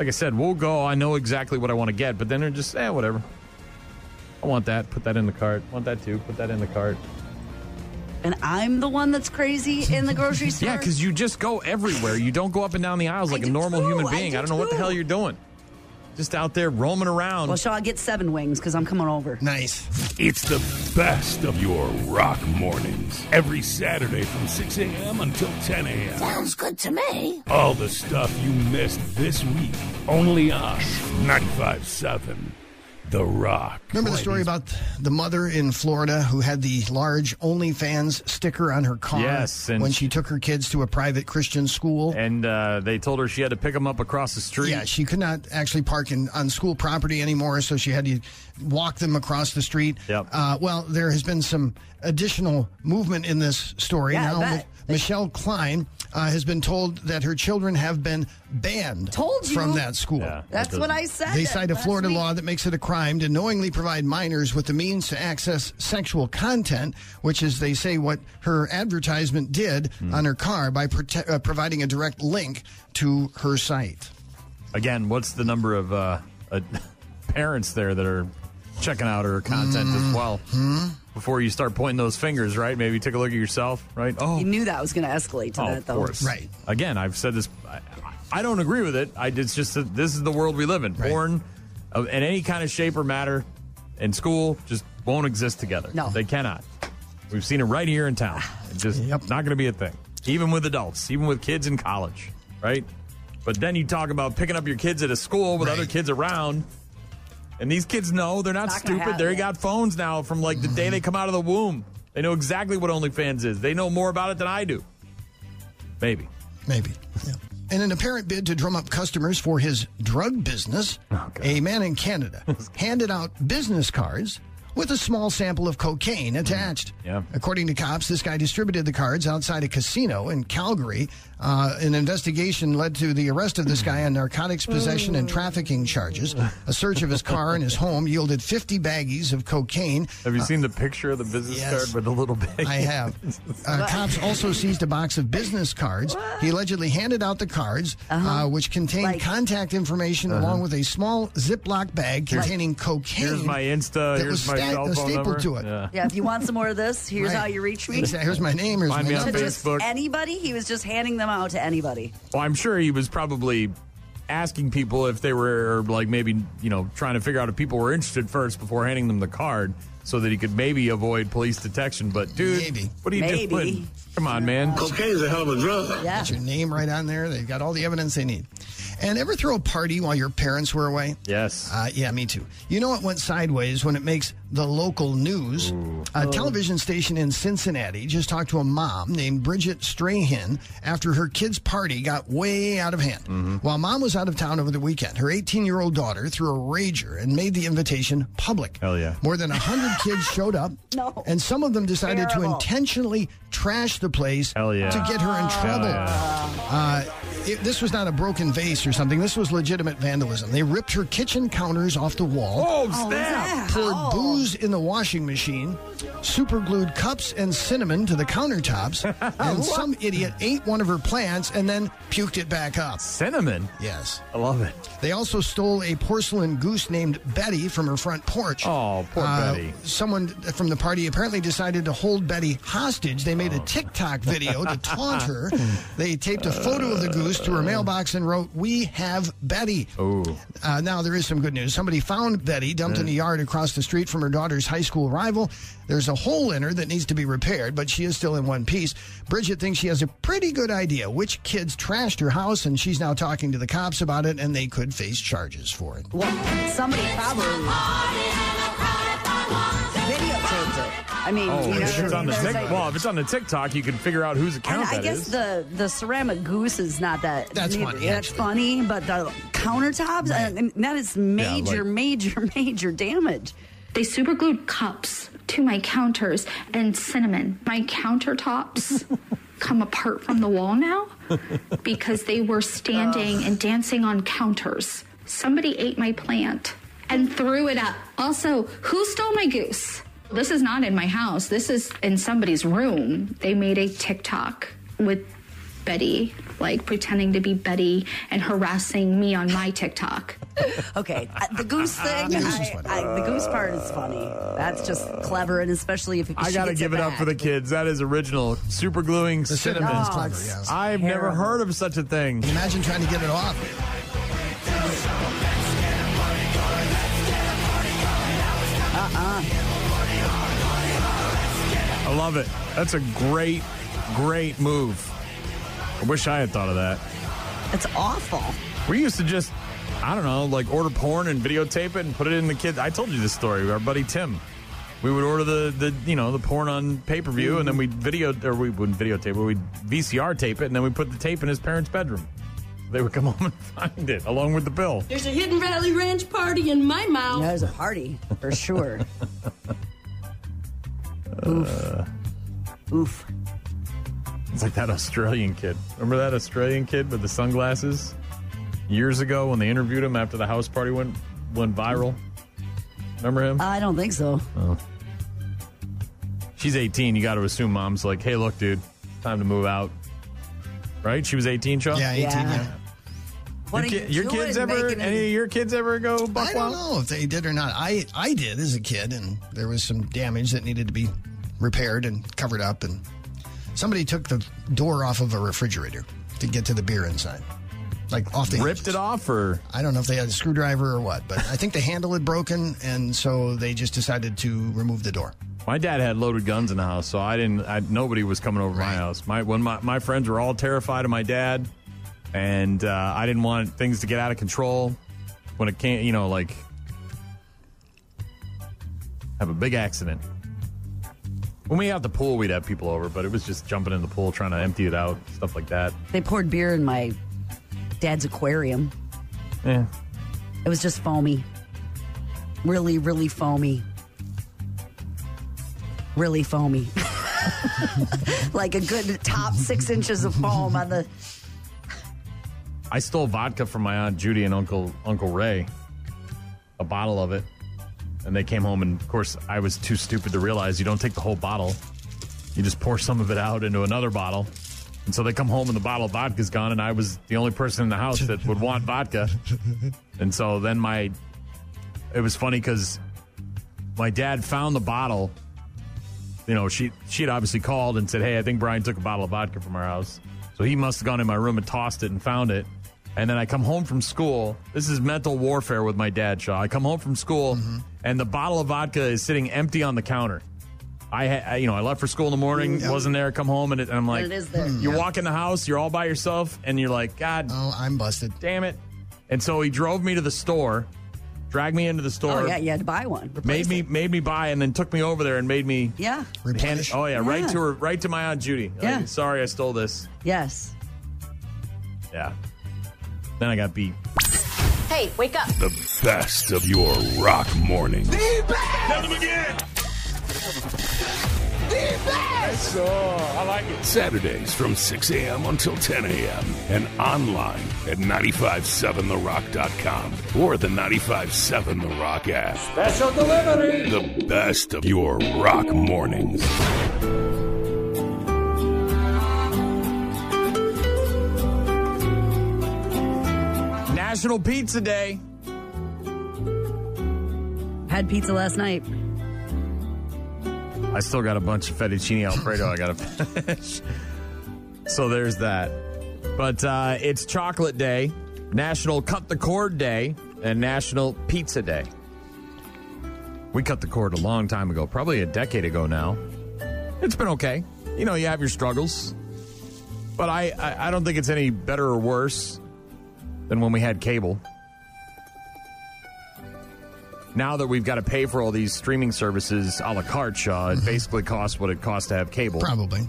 Speaker 4: like I said, we'll go. I know exactly what I want to get, but then they're just eh, whatever. I want that. Put that in the cart. Want that too. Put that in the cart.
Speaker 5: And I'm the one that's crazy in the grocery store.
Speaker 4: Yeah, because you just go everywhere. You don't go up and down the aisles like a normal human being. I, don't know what the hell you're doing. Just out there roaming around.
Speaker 5: Well, Shaw, get seven wings because I'm coming over.
Speaker 7: Nice.
Speaker 3: It's the best of your rock mornings. Every Saturday from 6 a.m. until 10 a.m.
Speaker 6: Sounds good to me.
Speaker 3: All the stuff you missed this week, only on 95.7 The Rock.
Speaker 7: Remember the story about the mother in Florida who had the large OnlyFans sticker on her car
Speaker 4: Yes, and
Speaker 7: when she took her kids to a private Christian school?
Speaker 4: and uh, they told her she had to pick them up across the street.
Speaker 7: Yeah, she could not actually park in, on school property anymore, so she had to walk them across the street.
Speaker 4: Yep.
Speaker 7: Uh, well, there has been some additional movement in this story.
Speaker 5: Yeah, I
Speaker 7: now,
Speaker 5: bet.
Speaker 7: Mi- Michelle Klein uh, has been told that her children have been banned
Speaker 5: Told you.
Speaker 7: from that school.
Speaker 5: That's what I said.
Speaker 7: They cite a
Speaker 5: last
Speaker 7: Florida
Speaker 5: week.
Speaker 7: law that makes it a crime to knowingly provide minors with the means to access sexual content, which is, they say, what her advertisement did
Speaker 4: Hmm.
Speaker 7: on her car by prote- uh, providing a direct link to her site.
Speaker 4: Again, what's the number of uh, uh, parents there that are checking out her content as well? Before you start pointing those fingers, right? Maybe take a look at yourself, right? Oh,
Speaker 5: You knew that was going to escalate to
Speaker 4: oh,
Speaker 5: that,
Speaker 4: of
Speaker 5: though.
Speaker 4: course. Again, I've said this. I, I don't agree with it. I, it's just that this is the world we live in. Porn, uh, in any kind of shape or matter, in school, just won't exist together. No, they cannot. We've seen it right here in town. It's just not going to be a thing. Even with adults, even with kids in college, right? But then you talk about picking up your kids at a school with other kids around. And these kids know they're not,
Speaker 22: Not gonna
Speaker 4: stupid. They
Speaker 22: happen.
Speaker 4: got phones now from like the
Speaker 7: Mm-hmm.
Speaker 4: day they come out of the womb. They know exactly what OnlyFans is. They know more about it than I do. Maybe.
Speaker 7: Maybe. Yeah. In an apparent bid to drum up customers for his drug business,
Speaker 4: Oh,
Speaker 7: a man in Canada handed out business cards with a small sample of cocaine attached.
Speaker 4: Mm. Yeah.
Speaker 7: According to cops, this guy distributed the cards outside a casino in Calgary. Uh, an investigation led to the arrest of this guy on narcotics possession
Speaker 4: Mm.
Speaker 7: and trafficking charges. A search of his car and his home yielded 50 baggies of cocaine. Uh,
Speaker 4: Have you seen the picture of the business
Speaker 7: yes.
Speaker 4: card with the little bag?
Speaker 7: I have. Uh, cops also seized a box of business cards. He allegedly handed out the cards, uh which contained contact information along with a small Ziploc bag
Speaker 4: Uh-huh. Here's-
Speaker 7: containing cocaine.
Speaker 4: Here's my Insta.
Speaker 7: that
Speaker 4: here's
Speaker 7: was
Speaker 4: my
Speaker 7: sta-
Speaker 4: cell
Speaker 7: uh,
Speaker 4: phone
Speaker 7: stapled
Speaker 4: number.
Speaker 7: to it.
Speaker 4: Yeah.
Speaker 5: Yeah, if you want some more of this, here's
Speaker 7: Right.
Speaker 5: how you reach me.
Speaker 7: Exactly. Here's my name. Here's
Speaker 4: Find
Speaker 7: my
Speaker 4: me
Speaker 7: name.
Speaker 4: on
Speaker 5: to just
Speaker 4: Facebook.
Speaker 5: anybody. He was just handing them out to anybody.
Speaker 4: Well, I'm sure he was probably asking people if they were like maybe you know trying to figure out if people were interested first before handing them the card so that he could maybe avoid police detection. But dude,
Speaker 7: Maybe.
Speaker 4: what are you
Speaker 7: Maybe.
Speaker 4: doing? Come on, man.
Speaker 7: Cocaine's a hell of a drug.
Speaker 5: Yeah.
Speaker 7: Got your name right on there. They've got all the evidence they need. And ever throw a party while your parents were away?
Speaker 4: Yes.
Speaker 7: Uh, yeah, me too. You know what went sideways when it makes the local news? A
Speaker 4: Oh.
Speaker 7: television station in Cincinnati just talked to a mom named Bridget Strahan after her kid's party got way out of hand.
Speaker 4: Mm-hmm.
Speaker 7: While mom was out of town over the weekend, her 18 year old daughter threw a rager and made the invitation public. Hell yeah. More than 100 kids showed up, and some of them decided to
Speaker 5: Terrible.
Speaker 7: intentionally trash the place
Speaker 4: yeah.
Speaker 7: to get her in trouble. Uh, it, this was not a broken vase or something. This was legitimate vandalism. They ripped her kitchen counters off the wall.
Speaker 4: Oh, Oh, snap.
Speaker 7: Poured booze in the washing machine, super glued cups and cinnamon to the countertops, and some idiot ate one of her plants and then puked it back up.
Speaker 4: Cinnamon.
Speaker 7: Yes.
Speaker 4: I love it.
Speaker 7: They also stole a porcelain goose named Betty from her front porch. Uh,
Speaker 4: Oh, poor Betty.
Speaker 7: Someone from the party apparently decided to hold Betty hostage. They
Speaker 4: Oh.
Speaker 7: made a TikTok video to taunt her. They taped a photo of the goose to her mailbox and wrote, We have Betty.
Speaker 4: Oh.
Speaker 7: Uh, now, there is some good news. Somebody found Betty dumped in a yard across the street from her daughter's high school rival. There's a hole in her that needs to be repaired, but she is still in one piece. Bridget thinks she has a pretty good idea which kids trashed her house, and she's now talking to the cops about it, and they could face charges for it.
Speaker 5: Well, somebody probably. videotaped it. I mean,
Speaker 4: Oh,
Speaker 5: you know,
Speaker 4: if it's on the
Speaker 5: there's
Speaker 4: Tik-
Speaker 5: like-
Speaker 4: well, if it's on the TikTok, you can figure out whose
Speaker 5: And
Speaker 4: account
Speaker 5: I
Speaker 4: that
Speaker 5: guess
Speaker 4: is.
Speaker 5: the the ceramic goose is not that.
Speaker 4: That's
Speaker 5: neat-
Speaker 4: funny,
Speaker 5: That's funny, but the countertops and that is major,
Speaker 14: like-
Speaker 5: major, major damage.
Speaker 14: They superglued cups to my counters and cinnamon. My countertops come apart from the wall now because they were standing and dancing on counters. Somebody ate my plant and threw it up. Also, who stole my goose? This is not in my house. This is in somebody's room. They made a TikTok with Betty, like pretending to be Betty and harassing me on my TikTok.
Speaker 5: okay, uh, the goose thing, I, I, the goose part is funny. That's just clever, and especially if
Speaker 4: I
Speaker 5: she
Speaker 4: gotta
Speaker 5: gets
Speaker 4: give it up
Speaker 5: back.
Speaker 4: for the kids. That is original. Super gluing
Speaker 5: The
Speaker 4: cinnamon.
Speaker 5: cinnamon's clever, Oh, yes.
Speaker 4: I've never
Speaker 5: terrible.
Speaker 4: heard of such a thing.
Speaker 7: Imagine trying to get it off.
Speaker 5: Uh-uh.
Speaker 4: I love it. That's a great, great move. I wish I had thought of that.
Speaker 5: It's awful.
Speaker 4: We used to just, I don't know, like order porn and videotape it and put it in the kids. I told you this story. Our buddy Tim, we would order the the you know the porn on pay per view and then we'd video or we wouldn't videotape, but we'd VCR tape it and then we put the tape in his parents' bedroom. They would come home and find it along with the bill.
Speaker 25: There's a Hidden Valley Ranch party in my mouth.
Speaker 5: There's a party for sure.
Speaker 4: Oof.
Speaker 5: Oof.
Speaker 4: It's like that Australian kid. Remember that Australian kid with the sunglasses? Years ago when they interviewed him after the house party went went viral. Remember him?
Speaker 5: Uh, I don't think so.
Speaker 4: Oh. She's 18. You got to assume mom's like, hey, look, dude, time to move out. Right? She was 18, Shaw?
Speaker 7: Yeah, 18, Yeah. yeah.
Speaker 4: Your,
Speaker 7: What are
Speaker 4: ki-
Speaker 7: you
Speaker 4: your kids
Speaker 7: doing
Speaker 4: ever,
Speaker 7: making
Speaker 4: any
Speaker 7: it-
Speaker 4: of your kids ever go buck
Speaker 7: I
Speaker 4: wild?
Speaker 7: don't know if they did or not. I I did as a kid, and there was some damage that needed to be repaired and covered up. And somebody took the door off of a refrigerator to get to the beer inside, like off the
Speaker 4: Ripped it off, or
Speaker 7: I don't know if they had a screwdriver or what, but I think the handle had broken, and so they just decided to remove the door.
Speaker 4: My dad had loaded guns in the house, so I didn't. I, nobody was coming over my house. My when my, my friends were all terrified of my dad, and uh, I didn't want things to get out of control. When it can't, you know, like have a big accident. When we had the pool, we'd have people over, but it was just jumping in the pool, trying to empty it out, stuff like that.
Speaker 5: They poured beer in my dad's aquarium.
Speaker 4: Yeah.
Speaker 5: It was just foamy. Really, really foamy. Really foamy. like a good top six inches of foam on the. oh,
Speaker 4: I stole vodka from my aunt Judy and uncle Uncle Ray, a bottle of it, and they came home and of course I was too stupid to realize you don't take the whole bottle, you just pour some of it out into another bottle, and so they come home and the bottle of vodka's gone and I was the only person in the house that would want vodka, and so then my, it was funny because my dad found the bottle. You know, she she had obviously called and said, "Hey, I think Brian took a bottle of vodka from our house." So he must have gone in my room and tossed it and found it. And then I come home from school. This is mental warfare with my dad, Shaw. I come home from school,
Speaker 7: Mm-hmm.
Speaker 4: and the bottle of vodka is sitting empty on the counter. I, ha- I- you know, I left for school in the morning, wasn't there. Come home, and, it, and I'm like,
Speaker 5: it is there.
Speaker 4: you walk in the house, you're all by yourself, and you're like, God,
Speaker 7: oh, I'm busted.
Speaker 4: Damn it! And so he drove me to the store, dragged me into the store
Speaker 5: Oh, yeah, you had to buy one.
Speaker 4: made me made me buy and then took me over there and made me
Speaker 5: Yeah.
Speaker 4: hand, oh yeah, right
Speaker 5: Yeah.
Speaker 4: to her right to my aunt Judy Like,
Speaker 5: Yeah.
Speaker 4: sorry I stole this
Speaker 5: Yes.
Speaker 4: yeah then I got beat
Speaker 26: Hey, wake up.
Speaker 3: The best of your rock mornings.
Speaker 8: Tell them again. The best. I like it.
Speaker 3: Saturdays from 6 a.m. until 10 a.m. and online at 957therock.com or the 957 The Rock app.
Speaker 8: Special delivery.
Speaker 3: The best of your rock mornings.
Speaker 4: National Pizza Day
Speaker 5: Had pizza last night.
Speaker 4: I still got a bunch of fettuccine alfredo I gotta finish so there's that but uh, it's Chocolate Day National Cut the Cord Day and National Pizza Day we cut the cord a long time ago probably a decade ago now it's been okay you know you have your struggles But I, I, I don't think it's any better or worse than when we had cable. now that we've got to pay for all these streaming services a la carte, Shaw, it basically costs what it costs to have cable.
Speaker 7: Probably.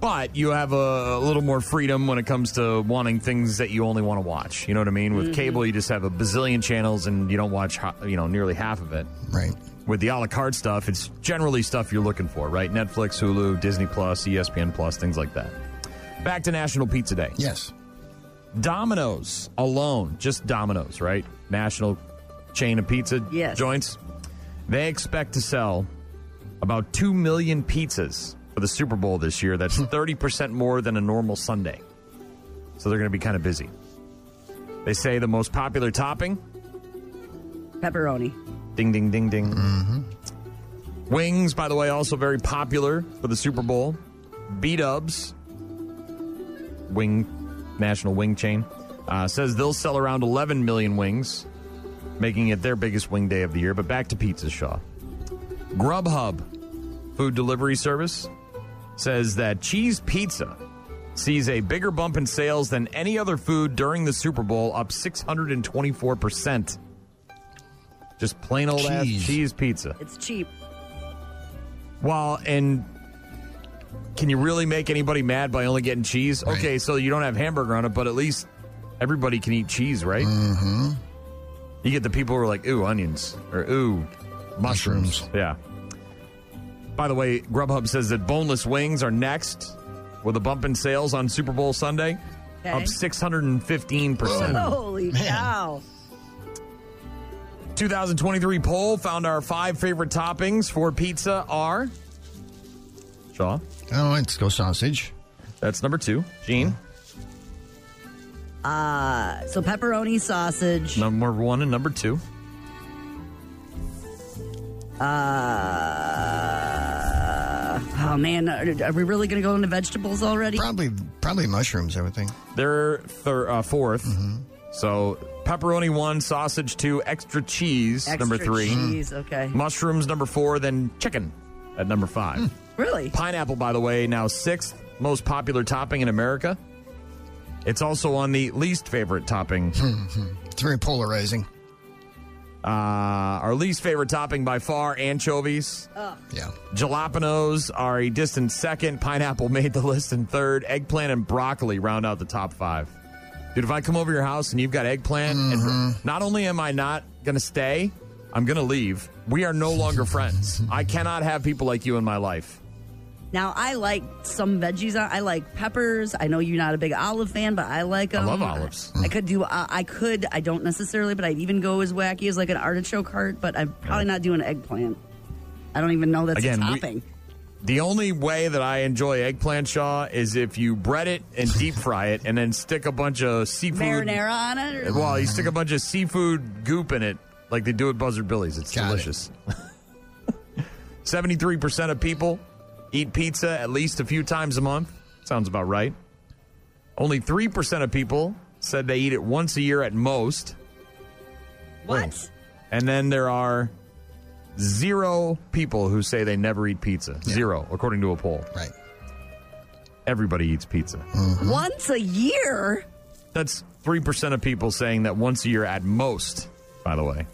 Speaker 4: But you have a, a little more freedom when it comes to wanting things that you only want to watch. You know what I mean? With
Speaker 7: Mm-hmm.
Speaker 27: Mhm.
Speaker 4: cable, you just have a bazillion channels and you don't watch, ho- you know, nearly half of it.
Speaker 7: Right.
Speaker 4: With the a la carte stuff, it's generally stuff you're looking for, right? Netflix, Hulu, Disney Plus, E ESPN Plus, things like that. Back to National Pizza Day.
Speaker 7: Yes.
Speaker 4: Domino's alone, just Domino's, right? National chain of pizza joints. They expect to sell about 2 million pizzas for the Super Bowl this year. That's 30% more than a normal Sunday. So they're going to be kind of busy. They say the most popular topping
Speaker 5: pepperoni.
Speaker 4: Ding, ding, ding, ding. Wings, by the way, also very popular for the Super Bowl. B Dubs, wing, national wing chain, uh, says they'll sell around 11 million wings, making it their biggest wing day of the year. But back to Pizza Shaw. Grubhub, food delivery service, says that cheese pizza sees a bigger bump in sales than any other food during the Super Bowl, up 624%. Just plain old ass
Speaker 5: Cheese.
Speaker 4: cheese pizza.
Speaker 5: It's cheap.
Speaker 4: Well, and can you really make anybody mad by only getting cheese? Okay, so you don't have hamburger on it, but at least everybody can eat cheese, right? Mm-hmm. You get the people who are like, ooh, onions or ooh, mushrooms. Yeah. By the way, Grubhub says that boneless wings are next with a bump in sales on Super Bowl Sunday, up
Speaker 5: Okay. Oh.
Speaker 4: 615%.
Speaker 5: Holy cow.
Speaker 4: 2023 poll found our five favorite toppings for pizza are Shaw.
Speaker 7: Oh, let's go sausage.
Speaker 4: That's number two. Gene.
Speaker 5: Uh, so pepperoni sausage.
Speaker 4: Number one and number two.
Speaker 5: Uh, oh man, are, are we really going to go into vegetables already?
Speaker 7: Probably, probably mushrooms. I would think.
Speaker 4: They're thir- uh, 4th
Speaker 7: Mm-hmm.
Speaker 4: So pepperoni one, sausage two, extra cheese
Speaker 5: Extra
Speaker 4: number three, Mm.
Speaker 5: cheese, okay.
Speaker 4: mushrooms number four, then chicken at number five.
Speaker 7: Hmm.
Speaker 5: Really?
Speaker 4: Pineapple, by the way, now sixth most popular topping in America. It's also on the least favorite topping.
Speaker 7: Hmm, it's very polarizing.
Speaker 4: Uh, our least favorite topping by far, anchovies.
Speaker 7: Yeah.
Speaker 4: Jalapenos are a distant second. Pineapple made the list in third. Eggplant and broccoli round out the top five. Dude, if I come over your house and you've got eggplant, and not only am I not going to stay, I'm going to leave. We are no longer friends. I cannot have people like you in my life.
Speaker 5: Now I like some veggies. on- I like peppers. I know you're not a big olive fan, but I like
Speaker 4: I
Speaker 5: them.
Speaker 4: love olives.
Speaker 5: I could do. Uh, I could. I don't necessarily, but I'd even go as wacky as like an artichoke heart. But I'm probably not doing eggplant. I don't even know that's
Speaker 4: Again,
Speaker 5: a
Speaker 4: we-
Speaker 5: topping.
Speaker 4: The only way that I enjoy eggplant Shaw is if you bread it and deep fry it and then stick a bunch of seafood
Speaker 5: Marinara on it. Or
Speaker 4: Well, you stick a bunch of seafood goop in it, like they do at Buzzard Billy's. It's delicious. Seventy-three percent of people eat pizza at least a few times a month. Sounds about right. Only three percent of people said they eat it once a year at most.
Speaker 5: What?
Speaker 4: And then there are zero people who say they never eat pizza. Zero, according to a poll.
Speaker 7: Right.
Speaker 4: Everybody eats pizza.
Speaker 5: once a year.
Speaker 4: That's three percent of people saying that once a year at most. By the way.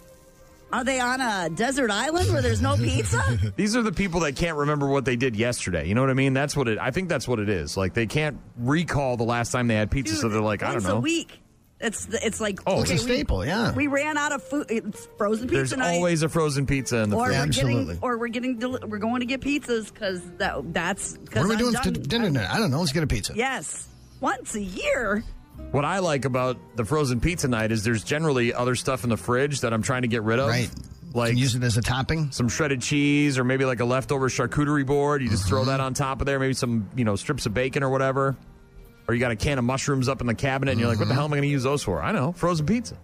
Speaker 5: Are they on a desert island where there's no pizza?
Speaker 4: These are the people that can't remember what they did yesterday. You know what I mean? That's what it. I think that's what it is. Like they can't recall the last time they had pizza, so they're like, I don't
Speaker 5: Once
Speaker 4: know.
Speaker 5: a week. It's it's like
Speaker 4: Oh, it's a
Speaker 5: okay,
Speaker 4: staple,
Speaker 5: We,
Speaker 4: yeah.
Speaker 5: We ran out of food. It's frozen pizza
Speaker 4: There's
Speaker 5: night.
Speaker 4: always a frozen pizza in the
Speaker 5: or
Speaker 4: fridge.
Speaker 5: we're getting, or we're getting, deli- we're going to get pizzas because that that's.
Speaker 7: What
Speaker 5: 'cause
Speaker 7: are we
Speaker 5: I'm
Speaker 7: doing for
Speaker 5: done.
Speaker 7: dinner tonight? I don't know. Let's get a pizza.
Speaker 5: Yes, once a year.
Speaker 4: What I like about the frozen pizza night is there's generally other stuff in the fridge that I'm trying to get rid of. Right. Like
Speaker 7: use it as a topping.
Speaker 4: Some shredded cheese or maybe like a leftover charcuterie board. You just
Speaker 7: Mm-hmm.
Speaker 4: throw that on top of there, maybe some, you know, strips of bacon or whatever. Or you got a can of mushrooms up in the cabinet and you're like, what
Speaker 7: Mm-hmm.
Speaker 4: the hell am I going to use those for? I know, frozen pizza.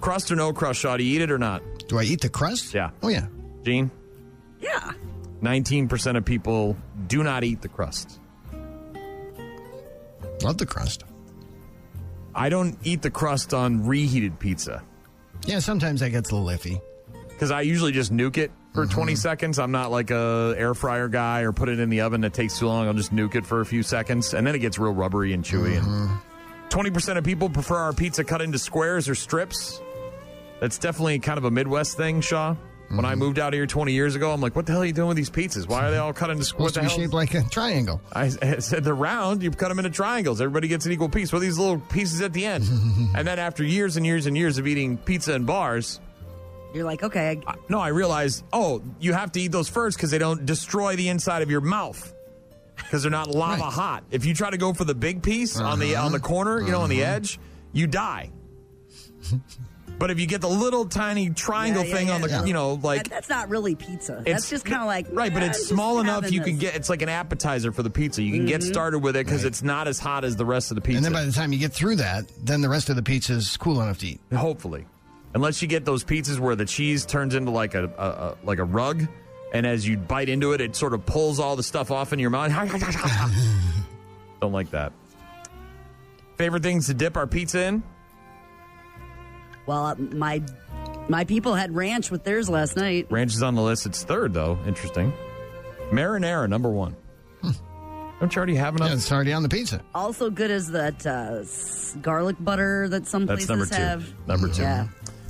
Speaker 4: Crust or no crust, Shaw? Do you eat it or not?
Speaker 7: Do I eat the crust?
Speaker 4: Yeah.
Speaker 7: Oh yeah.
Speaker 4: Gene?
Speaker 5: Yeah.
Speaker 4: 19% of people do not eat the crust.
Speaker 7: Love the crust.
Speaker 4: I don't eat the crust on reheated pizza
Speaker 7: Yeah. Sometimes that gets a little iffy.
Speaker 4: because I usually just nuke it for
Speaker 7: Mm-hmm.
Speaker 4: 20 seconds. I'm not like a air fryer guy or put it in the oven that takes too long. I'll just nuke it for a few seconds and then it gets real rubbery
Speaker 7: Mm-hmm.
Speaker 4: and chewy. And 20% of people prefer our pizza cut into squares or strips. That's definitely kind of a Midwest thing, Shaw. When
Speaker 7: Mm-hmm.
Speaker 4: I moved out here 20 years ago, I'm like, what the hell are you doing with these pizzas? Why are they all cut into squares?
Speaker 7: Supposed to be shaped like a triangle.
Speaker 4: I I said they're round. You cut them into triangles. Everybody gets an equal piece. Well, these little pieces at the end, and then after years and years and years of eating pizza and bars,
Speaker 5: you're like, okay.
Speaker 4: I, no, I realized. Oh, you have to eat those first because they don't destroy the inside of your mouth because they're not lava hot. If you try to go for the big piece on the on
Speaker 7: Uh-huh.
Speaker 4: the corner, you know, on the edge, you die. but if you get the little tiny triangle
Speaker 5: Yeah, yeah,
Speaker 4: thing on
Speaker 5: yeah,
Speaker 4: the,
Speaker 5: yeah.
Speaker 4: you know, like
Speaker 5: That- that's not really pizza.
Speaker 4: it's-
Speaker 5: That's just kind of like
Speaker 4: right, but
Speaker 5: "Ah,
Speaker 4: it's
Speaker 5: just
Speaker 4: small enough
Speaker 5: having
Speaker 4: you can
Speaker 5: this." Mm-hmm.
Speaker 4: get. It's like an appetizer for the pizza. You can get
Speaker 7: Mhm.
Speaker 4: started with it because it's not as hot as the rest of the pizza.
Speaker 7: And then by the time you get through that, then the rest of the pizza's cool enough to eat.
Speaker 4: Hopefully, unless you get those pizzas where the cheese turns into like a, a, a like a rug, and as you bite into it, it sort of pulls all the stuff off in your mouth. Don't like that. Favorite things to dip our pizza in?
Speaker 5: Well, uh, my my people had ranch with theirs last night.
Speaker 4: Ranch is on the list. It's third though. Interesting. Marinara number one. Don't you already have enough?
Speaker 7: it's already on the pizza.
Speaker 5: Also good as that uh, s- garlic butter that some
Speaker 4: That's
Speaker 5: places
Speaker 4: number two.
Speaker 5: have.
Speaker 4: Number two.
Speaker 5: Yeah.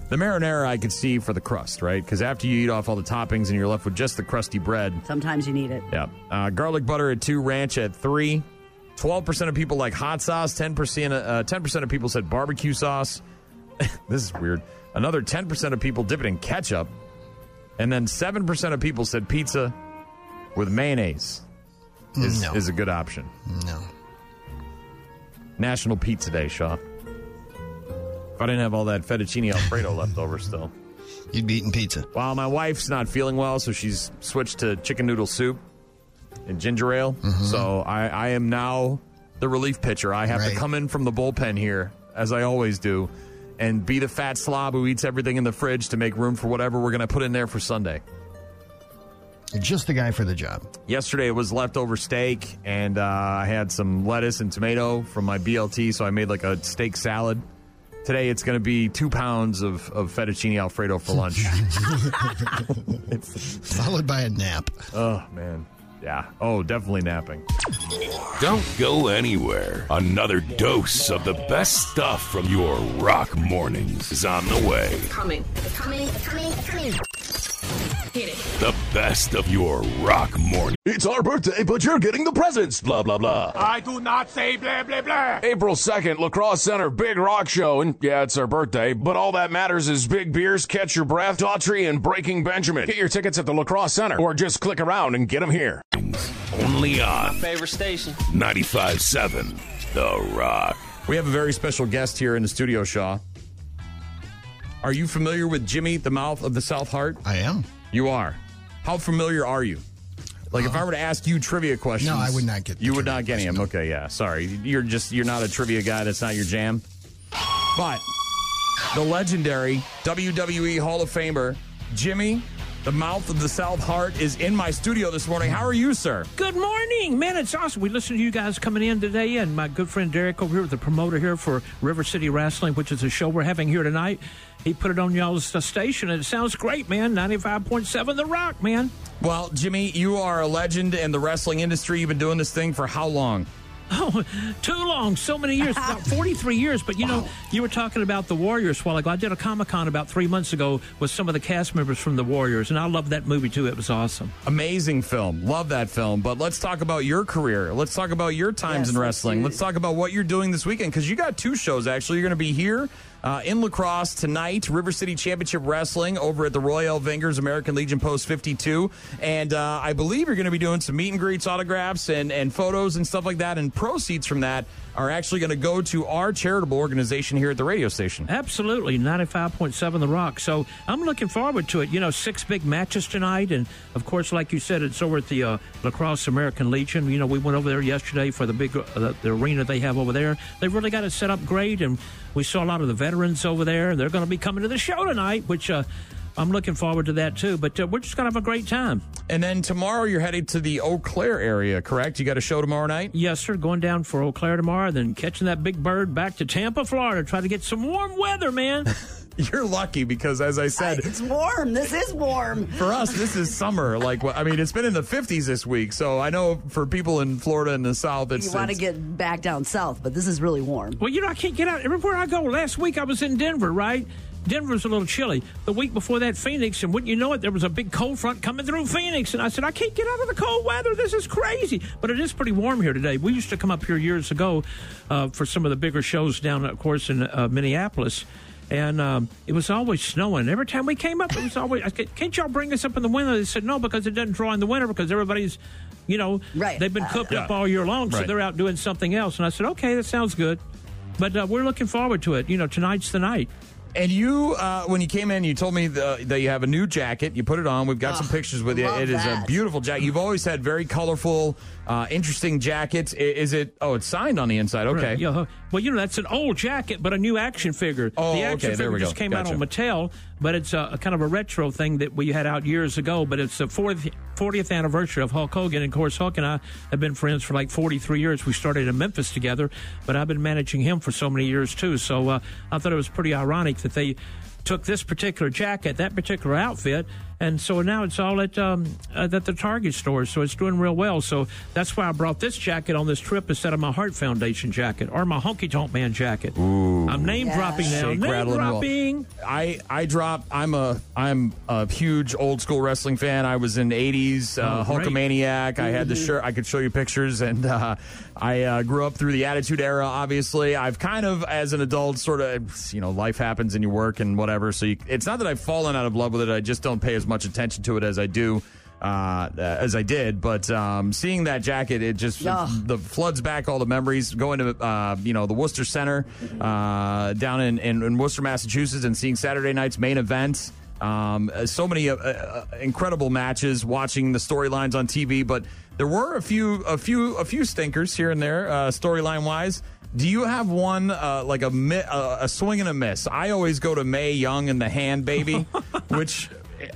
Speaker 4: The marinara I could see for the crust, right? Because after you eat off all the toppings and you're left with just the crusty bread.
Speaker 5: Sometimes you need it.
Speaker 4: Yeah. Uh, garlic butter at two, ranch at three. 12% of people like hot sauce. 10%, uh, 10% of people said barbecue sauce. this is weird. Another 10% of people dip it in ketchup. And then 7% of people said pizza with mayonnaise is,
Speaker 7: No.
Speaker 4: is a good option.
Speaker 7: No.
Speaker 4: National Pizza Day, Shaw. If I didn't have all that fettuccine alfredo left over still,
Speaker 7: you'd be eating pizza.
Speaker 4: Well, my wife's not feeling well, so she's switched to chicken noodle soup and ginger ale.
Speaker 7: Mm-hmm.
Speaker 4: So I, I am now the relief pitcher. I have to
Speaker 7: Right.
Speaker 4: come in from the bullpen here, as I always do, and be the fat slob who eats everything in the fridge to make room for whatever we're going to put in there for Sunday.
Speaker 7: You're just the guy for the job.
Speaker 4: Yesterday it was leftover steak, and uh, I had some lettuce and tomato from my BLT, so I made like a steak salad. Today it's going to be two pounds of, of fettuccine alfredo for lunch.
Speaker 7: Followed by a nap.
Speaker 4: Oh man, yeah. Oh, definitely napping.
Speaker 3: Don't go anywhere. Another dose of the best stuff from your rock mornings is on the way.
Speaker 28: Coming. Coming. Coming. Coming. Hit it.
Speaker 3: The best of your rock morning.
Speaker 2: It's our birthday, but you're getting the presents. Blah blah blah.
Speaker 15: I do not say blah blah blah.
Speaker 2: April 2nd, Lacrosse Center, Big Rock Show. And yeah, it's our birthday, but all that matters is Big Beers, Catch Your Breath, Daughtry, and Breaking Benjamin. Get your tickets at the Lacrosse Center or just click around and get them here.
Speaker 3: Only on
Speaker 15: Favorite station.
Speaker 3: 95.7 The Rock.
Speaker 4: We have a very special guest here in the studio, Shaw. Are you familiar with Jimmy, the mouth of the South Heart?
Speaker 7: I am.
Speaker 4: You are. How familiar are you? Like, if I were to ask you trivia questions,
Speaker 7: Uh, I would not get the
Speaker 4: You would not get any of them. Okay, yeah. Sorry, you're just you're not a trivia guy. That's not your jam. But the legendary WWE Hall of Famer Jimmy, the mouth of the South Heart, is in my studio this morning. How are you, sir?
Speaker 10: Good morning, man. It's awesome. We listen to you guys coming in today, and my good friend Derek over here, the promoter here for River City Wrestling, which is a show we're having here tonight. He put it on y'all's uh, station, and it sounds great, man. Ninety-five point seven, The Rock, man.
Speaker 4: Well, Jimmy, you are a legend in the wrestling industry. You've been doing this thing for how long?
Speaker 10: Oh, too long. So many years. About 43 years. But, you know, you were talking about the Warriors a while ago. I did a Comic Con about three months ago with some of the cast members from the Warriors, and I love that movie, too. It was awesome.
Speaker 4: Amazing film. Love that film. But let's talk about your career. Let's talk about your times in wrestling. Let's talk about what you're doing this weekend because you got two shows, actually. You're going to be here uh, in lacrosse tonight, River City Championship Wrestling over at the Royal Vingers American Legion Post 52. And uh, I believe you're going to be doing some meet and greets, autographs, and, and photos and stuff like that. And proceeds from that are actually going to go to our charitable organization here at the radio station.
Speaker 10: Absolutely, 95.7 The Rock. So I'm looking forward to it. You know, six big matches tonight. And of course, like you said, it's over at the uh, Lacrosse American Legion. You know, we went over there yesterday for the big uh, the, the arena they have over there. They've really got it set up great. And we saw a lot of the veterans over there. And they're going to be coming to the show tonight, which uh, I'm looking forward to that too. But uh, we're just going to have a great time.
Speaker 4: And then tomorrow you're headed to the Eau Claire area, correct? You got a show tomorrow night?
Speaker 10: Yes, sir. Going down for Eau Claire tomorrow, then catching that big bird back to Tampa, Florida. Try to get some warm weather, man.
Speaker 4: You're lucky because, as I said,
Speaker 5: It's warm. This is warm.
Speaker 4: for us, this is summer. Like, I mean, it's been in the 50s this week. So I know for people in Florida and the South, it's.
Speaker 5: you want to
Speaker 4: it's-
Speaker 5: get back down south, but this is really warm.
Speaker 10: Well, you know, I can't get out. Everywhere I go, last week I was in Denver, right? Denver's a little chilly. The week before that, Phoenix, and wouldn't you know it, there was a big cold front coming through Phoenix. And I said, I can't get out of the cold weather. This is crazy. But it is pretty warm here today. We used to come up here years ago uh, for some of the bigger shows down, of course, in uh, Minneapolis. And um, it was always snowing. Every time we came up, it was always, I said, can't y'all bring us up in the winter? They said, no, because it doesn't draw in the winter because everybody's, you know,
Speaker 5: right.
Speaker 10: they've been cooked up all year long, so
Speaker 5: Right.
Speaker 10: they're out doing something else. And I said, okay, that sounds good. But uh, we're looking forward to it. You know, tonight's the night.
Speaker 4: And you, uh, when you came in, you told me the, that you have a new jacket. You put it on. We've got some pictures with you.
Speaker 10: love
Speaker 4: It is a
Speaker 10: that.
Speaker 4: beautiful jacket. You've always had very colorful, uh, interesting jackets. I- Is it? Oh, it's signed on the inside. Okay.
Speaker 10: Yeah, huh. Well, you know, that's an old jacket, but a new action figure.
Speaker 4: Oh,
Speaker 10: the action
Speaker 4: okay, there
Speaker 10: figure
Speaker 4: we go.
Speaker 10: just came out
Speaker 4: Gotcha.
Speaker 10: on Mattel, but it's a, a kind of a retro thing that we had out years ago. But it's the 40th, 40th anniversary of Hulk Hogan. And of course, Hulk and I have been friends for like 43 years. We started in Memphis together, but I've been managing him for so many years, too. So uh, I thought it was pretty ironic that they took this particular jacket, that particular outfit, and so now it's all at um, uh, at the Target store. So it's doing real well. So that's why I brought this jacket on this trip instead of my Heart Foundation jacket or my Honky Tonk Man jacket. I'm name dropping now.
Speaker 4: Shake,
Speaker 10: name
Speaker 4: rattle, and roll.
Speaker 10: dropping.
Speaker 4: I I drop. I'm a I'm a huge old school wrestling fan. I was in '80s uh,
Speaker 11: Oh, great.
Speaker 4: Hulkamaniac. I had the
Speaker 10: Mm-hmm.
Speaker 11: Mhm.
Speaker 4: shirt. I could show you pictures, and uh, I uh, grew up through the Attitude Era. Obviously, I've kind of, as an adult, sort of, you know, life happens and you work and whatever. So you, it's not that I've fallen out of love with it. I just don't pay as much attention to it as I do. Uh, as I did, but um, seeing that jacket, it just
Speaker 11: Ugh.
Speaker 4: the floods back all the memories going to uh, you know the Worcester Center uh, down in, in, in Worcester, Massachusetts, and seeing Saturday night's main event. Um, uh, so many uh, uh, incredible matches, watching the storylines on TV, but there were a few, a few, a few stinkers here and there, uh, storyline wise. Do you have one uh, like a mi- uh, a swing and a miss? I always go to May Young and the Hand Baby, which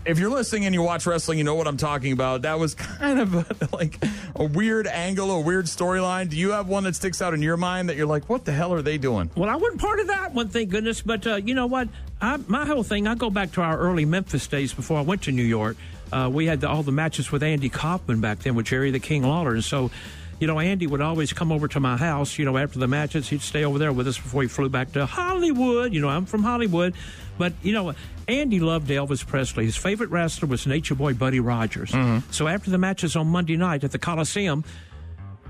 Speaker 4: if you're listening and you watch wrestling, you know what I'm talking about. That was kind of a, like a weird angle, a weird storyline. Do you have one that sticks out in your mind that you're like, what the hell are they doing?
Speaker 10: Well, I wasn't part of that one, thank goodness. But uh, you know what? I, my whole thing, I go back to our early Memphis days before I went to New York. Uh, we had the, all the matches with Andy Kaufman back then with Jerry the King Lawler. And so, you know, Andy would always come over to my house, you know, after the matches. He'd stay over there with us before he flew back to Hollywood. You know, I'm from Hollywood. But, you know, Andy loved Elvis Presley. His favorite wrestler was Nature Boy Buddy Rogers. So after the matches on Monday night at the Coliseum,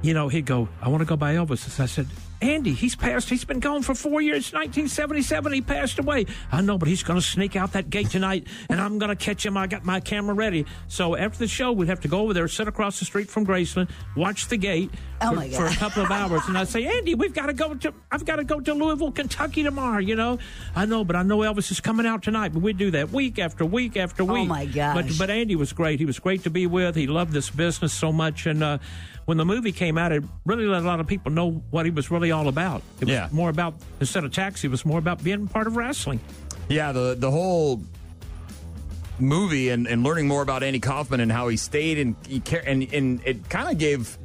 Speaker 10: you know, he'd go, I want to go by Elvis. I said, Andy, he's passed. He's been gone for four years. 1977, he passed away. I know, but he's going to sneak out that gate tonight, and I'm going to catch him. I got my camera ready. So after the show, we'd have to go over there, sit across the street from Graceland, watch the gate
Speaker 5: Oh,
Speaker 10: for,
Speaker 5: my God.
Speaker 10: for a couple of hours. And I'd say, Andy, we've got to go to, I've got to go to Louisville, Kentucky tomorrow, you know? I know, but I know Elvis is coming out tonight. But we'd do that week after week after week.
Speaker 5: Oh my
Speaker 10: God! But,
Speaker 5: gosh.
Speaker 10: but Andy was great. He was great to be with. He loved this business so much. And uh, when the movie came out, it really let a lot of people know what he was really all about. It was
Speaker 4: Yeah.
Speaker 10: more about, instead of taxi, it was more about being part of wrestling.
Speaker 4: Yeah, the the whole movie and, and learning more about Andy Kaufman and how he stayed and he care and, and it kind of gave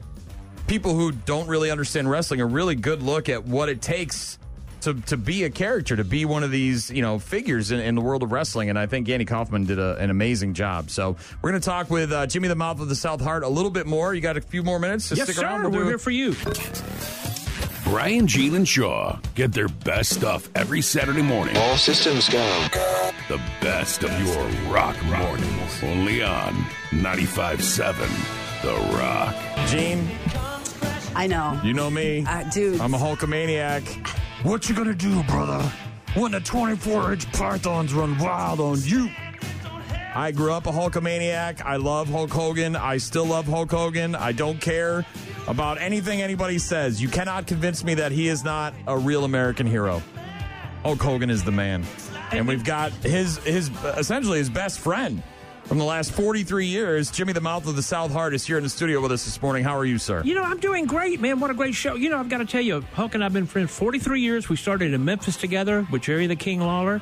Speaker 4: people who don't really understand wrestling a really good look at what it takes to, to be a character, to be one of these, you know, figures in, in the world of wrestling. And I think Andy Kaufman did a, an amazing job. So we're going to talk with uh, Jimmy the Mouth of the South Heart a little bit more. You got a few more minutes to
Speaker 3: Yes,
Speaker 4: stick
Speaker 3: sir.
Speaker 4: around. We'll do
Speaker 3: We're
Speaker 4: a-
Speaker 3: here
Speaker 10: for you.
Speaker 3: Brian, Gene, and Shaw get their best stuff every Saturday morning. All systems go. The best of your rock mornings. Only on 95.7 The Rock.
Speaker 4: Gene,
Speaker 5: I know.
Speaker 4: you know me.
Speaker 5: dude.
Speaker 4: I'm a Hulkamaniac.
Speaker 11: What you gonna do, brother, when the 24-inch pythons run wild on you?
Speaker 4: I grew up a Hulkamaniac. I love Hulk Hogan. I still love Hulk Hogan. I don't care about anything anybody says. You cannot convince me that he is not a real American hero. Hulk Hogan is the man. And we've got his his essentially his best friend from the last 43 years, Jimmy the Mouth of the South Heart is here in the studio with us this morning. How are you, sir?
Speaker 10: You know, I'm doing great, man. What a great show. You know, I've got to tell you, Hulk and I've been friends 43 years. We started in Memphis together with Jerry the King Lawler.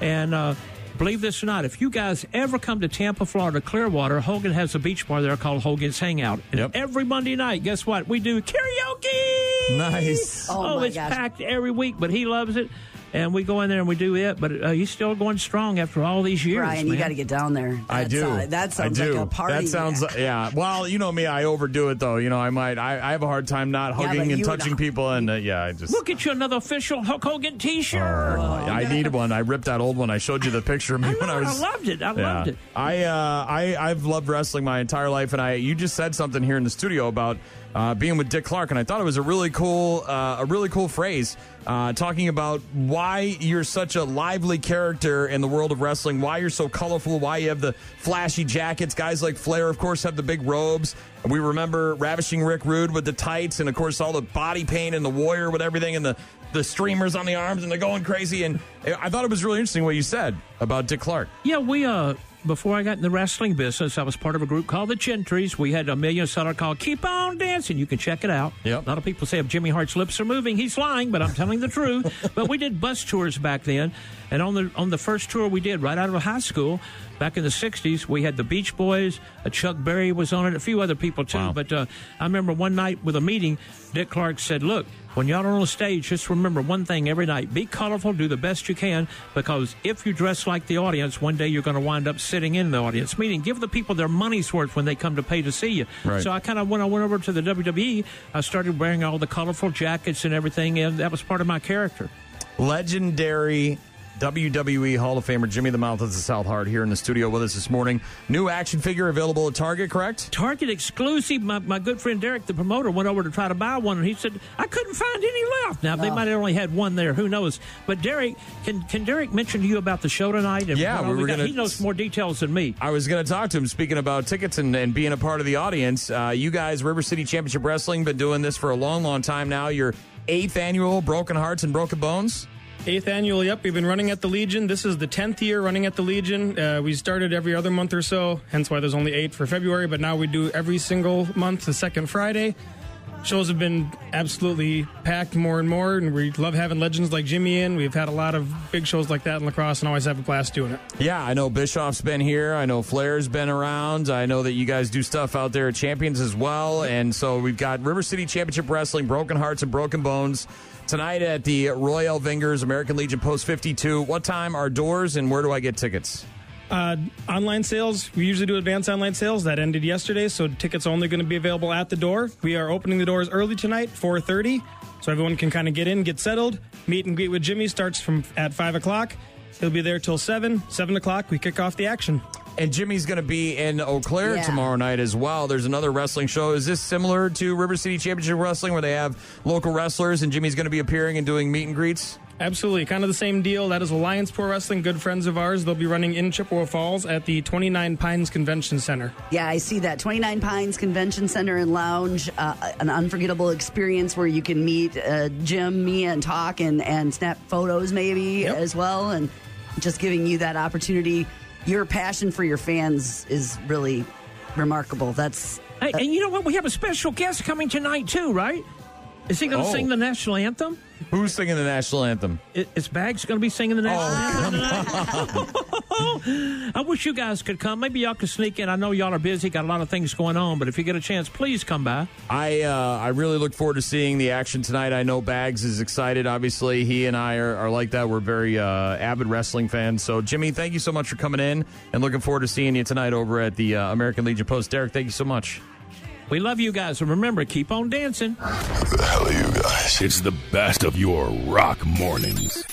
Speaker 10: And uh, believe this or not, if you guys ever come to Tampa, Florida, Clearwater, Hogan has a beach bar there called Hogan's Hangout. And every Monday night, guess what? We do karaoke.
Speaker 4: Nice.
Speaker 5: Oh, my
Speaker 10: it's
Speaker 5: gosh.
Speaker 10: packed every week, but he loves it. and we go in there and we do it. But uh, he's still going strong after all these years.
Speaker 5: Brian, you
Speaker 10: man.
Speaker 5: got to get down there.
Speaker 4: I
Speaker 5: That
Speaker 4: do.
Speaker 5: sound- that sounds
Speaker 4: I do.
Speaker 5: like a party.
Speaker 4: That sounds
Speaker 5: Nick.
Speaker 4: like, yeah. Well, you know me, I overdo it though. You know, I might I, I have a hard time not
Speaker 10: Yeah,
Speaker 4: hugging
Speaker 10: but
Speaker 4: and
Speaker 10: you
Speaker 4: touching
Speaker 10: don't.
Speaker 4: people, and uh, yeah, I just
Speaker 10: Look at you another official Hulk Hogan T-shirt.
Speaker 4: I need one. I ripped that old one. I showed you the picture of me when I
Speaker 10: I
Speaker 4: was.
Speaker 10: loved it. I loved it.
Speaker 4: I uh, I I've loved wrestling my entire life, and I you just said something here in the studio about uh, being with Dick Clark, and I thought it was a really cool uh, a really cool phrase uh, talking about why you're such a lively character in the world of wrestling, why you're so colorful, why you have the flashy jackets. Guys like Flair, of course, have the big robes. We remember ravishing Rick Rude with the tights, and of course all the body paint and the warrior with everything, and the the streamers on the arms, and they're going crazy. And I thought it was really interesting what you said about Dick Clark.
Speaker 10: Yeah, we uh before I got in the wrestling business, I was part of a group called the Gentries. We had a million seller called Keep On Dancing. You can check it out. A lot of people say if Jimmy Hart's lips are moving, he's lying, but I'm telling the truth. but we did bus tours back then, and on the on the first tour we did right out of high school, back in the '60s, we had the Beach Boys. Uh, Chuck Berry was on it, a few other people too. But uh, I remember one night with a meeting, Dick Clark said, "Look, when y'all are on the stage, just remember one thing every night be colorful, do the best you can, because if you dress like the audience, one day you're going to wind up sitting in the audience. Meaning, give the people their money's worth when they come to pay to see you.
Speaker 17: Right.
Speaker 10: So I kind of, when I went over to the WWE, I started wearing all the colorful jackets and everything, and that was part of my character.
Speaker 4: legendary WWE Hall of Famer Jimmy the Mouth of the South Heart here in the studio with us this morning. New action figure available at Target, correct?
Speaker 10: Target exclusive. My, my good friend Derek, the promoter, went over to try to buy one, and he said I couldn't find any left. Now they
Speaker 4: Oh.
Speaker 10: might have only had one there. Who knows? But Derek, can can Derek mention to you about the show tonight? And
Speaker 4: Yeah,
Speaker 10: what
Speaker 4: we
Speaker 10: all
Speaker 4: were
Speaker 10: got?
Speaker 4: gonna-
Speaker 10: He knows more details than me.
Speaker 4: I was going to talk to him. Speaking about tickets and, and being a part of the audience, uh, you guys, River City Championship Wrestling, been doing this for a long, long time now. Your eighth annual Broken Hearts and Broken Bones.
Speaker 18: Eighth annual, yep. We've been running at the Legion. This is the 10th year running at the Legion. Uh, we started every other month or so, hence why there's only eight for February, but now we do every single month, the second Friday. Shows have been absolutely packed more and more, and we love having legends like Jimmy in. We've had a lot of big shows like that in lacrosse and always have a blast doing it.
Speaker 4: Yeah, I know Bischoff's been here. I know Flair's been around. I know that you guys do stuff out there at Champions as well. And so we've got River City Championship Wrestling, Broken Hearts and Broken Bones tonight at the Royal Vingers American Legion Post 52. What time are doors and where do I get tickets?
Speaker 18: Uh, online sales, we usually do advanced online sales. That ended yesterday, so tickets are only going to be available at the door. We are opening the doors early tonight, 4.30, so everyone can kind of get in, get settled. Meet and greet with Jimmy starts from at 5 o'clock. He'll be there till 7. 7 o'clock, we kick off the action.
Speaker 4: And Jimmy's going to be in Eau Claire
Speaker 18: Yeah.
Speaker 4: tomorrow night as well. There's another wrestling show. Is this similar to River City Championship Wrestling where they have local wrestlers and Jimmy's going to be appearing and doing meet and greets?
Speaker 18: Absolutely, kind of the same deal. That is Alliance Pro Wrestling, good friends of ours. They'll be running in Chippewa Falls at the 29 Pines Convention Center.
Speaker 5: Yeah, I see that. 29 Pines Convention Center and Lounge, uh, an unforgettable experience where you can meet uh, Jim, me, and talk and, and snap photos maybe as well. And just giving you that opportunity. Your passion for your fans is really remarkable. That's.
Speaker 10: Hey, and you know what? We have a special guest coming tonight too, right? Is he going to
Speaker 4: Oh.
Speaker 10: sing the national anthem?
Speaker 4: Who's singing the national anthem? Oh,
Speaker 10: I- Is Bags going to be singing the national anthem tonight? I wish you guys could come. Maybe y'all could sneak in. I know y'all are busy, got a lot of things going on, but if you get a chance, please come by.
Speaker 4: I uh, I really look forward to seeing the action tonight. I know Bags is excited. Obviously, he and I are, are like that. We're very uh, avid wrestling fans. So, Jimmy, thank you so much for coming in, and looking forward to seeing you tonight over at the uh, American Legion Post. Derek, thank you so much.
Speaker 10: We love you guys, and remember, keep on dancing.
Speaker 3: you guys. It's the best of your rock mornings.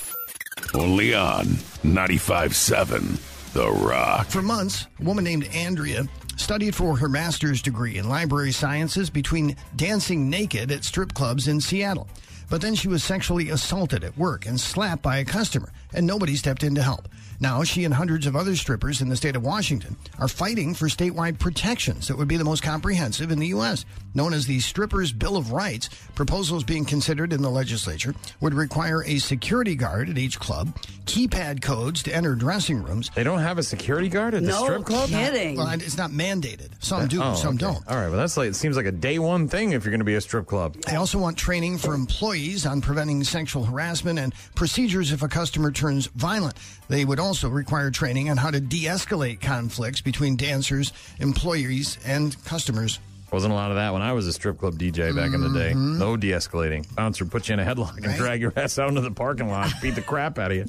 Speaker 3: Only on 95.7 The Rock.
Speaker 7: For months, a woman named Andrea studied for her master's degree in library sciences between dancing naked at strip clubs in Seattle. But then she was sexually assaulted at work and slapped by a customer, and nobody stepped in to help. Now she and hundreds of other strippers in the state of Washington are fighting for statewide protections that would be the most comprehensive in the U.S. Known as the Strippers' Bill of Rights, proposals being considered in the legislature would require a security guard at each club, keypad codes to enter dressing rooms.
Speaker 4: They don't have a security guard at the strip club.
Speaker 7: Well, it's not mandated. Some do,
Speaker 4: Oh,
Speaker 7: some
Speaker 4: okay.
Speaker 7: don't.
Speaker 4: All right, well, that's like it seems like a day one thing if you're going to be a strip club.
Speaker 7: They also want training for employees on preventing sexual harassment and procedures if a customer turns violent. They would also require training on how to de escalate conflicts between dancers, employees, and customers.
Speaker 4: Wasn't a lot of that when I was a strip club DJ back in the day. No de escalating. Bouncer put you in a headlock and
Speaker 7: Mm-hmm. Right.
Speaker 4: drag your ass out into the parking lot, beat the crap out of you.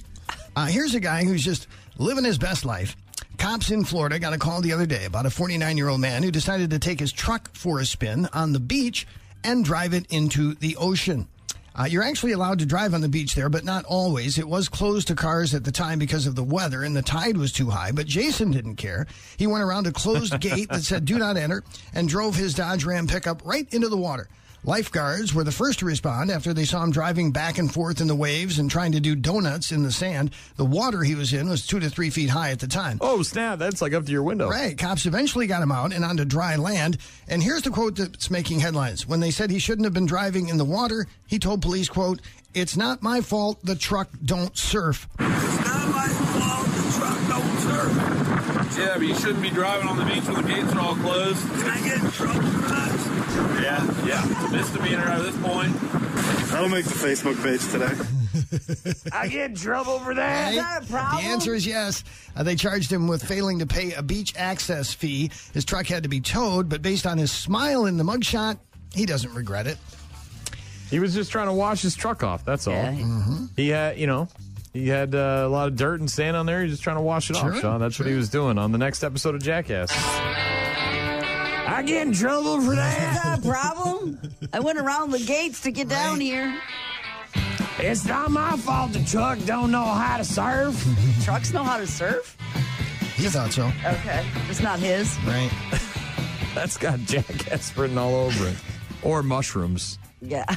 Speaker 7: Uh, here's a guy who's just living his best life. Cops in Florida got a call the other day about a 49 year old man who decided to take his truck for a spin on the beach and drive it into the ocean. Uh, you're actually allowed to drive on the beach there, but not always. It was closed to cars at the time because of the weather and the tide was too high, but Jason didn't care. He went around a closed gate that said, do not enter, and drove his Dodge Ram pickup right into the water. Lifeguards were the first to respond after they saw him driving back and forth in the waves and trying to do donuts in the sand. The water he was in was two to three feet high at the time.
Speaker 4: Oh, snap. That's like up to your window.
Speaker 7: Right. Cops eventually got him out and onto dry land. And here's the quote that's making headlines. When they said he shouldn't have been driving in the water, he told police, quote, It's not my fault the truck don't surf.
Speaker 17: Yeah, but you shouldn't be driving on the beach when the gates are all closed. Can I get in trouble for that? Yeah, yeah. It's a misdemeanor at this point.
Speaker 29: I'll make the Facebook page today.
Speaker 17: I get in trouble for that.
Speaker 7: Right? The answer is yes. Uh, they charged him with failing to pay a beach access fee. His truck had to be towed, but based on his smile in the mugshot, he doesn't regret it.
Speaker 4: He was just trying to wash his truck off. That's all.
Speaker 7: Yeah. Mhm.
Speaker 4: He had, you know, he had uh, a lot of dirt and sand on there. He was just trying to wash it
Speaker 17: Sure,
Speaker 4: off, Sean. That's what he was doing on the next episode of Jackass. I get in trouble for that.
Speaker 5: Is that a problem? I went around the gates to get down here.
Speaker 17: It's not my fault the truck don't know how to surf.
Speaker 5: Trucks know how to surf?
Speaker 7: He thought so.
Speaker 5: Okay. It's not his.
Speaker 7: Right.
Speaker 4: That's got Jackass written all over it. Or mushrooms.
Speaker 5: Yeah.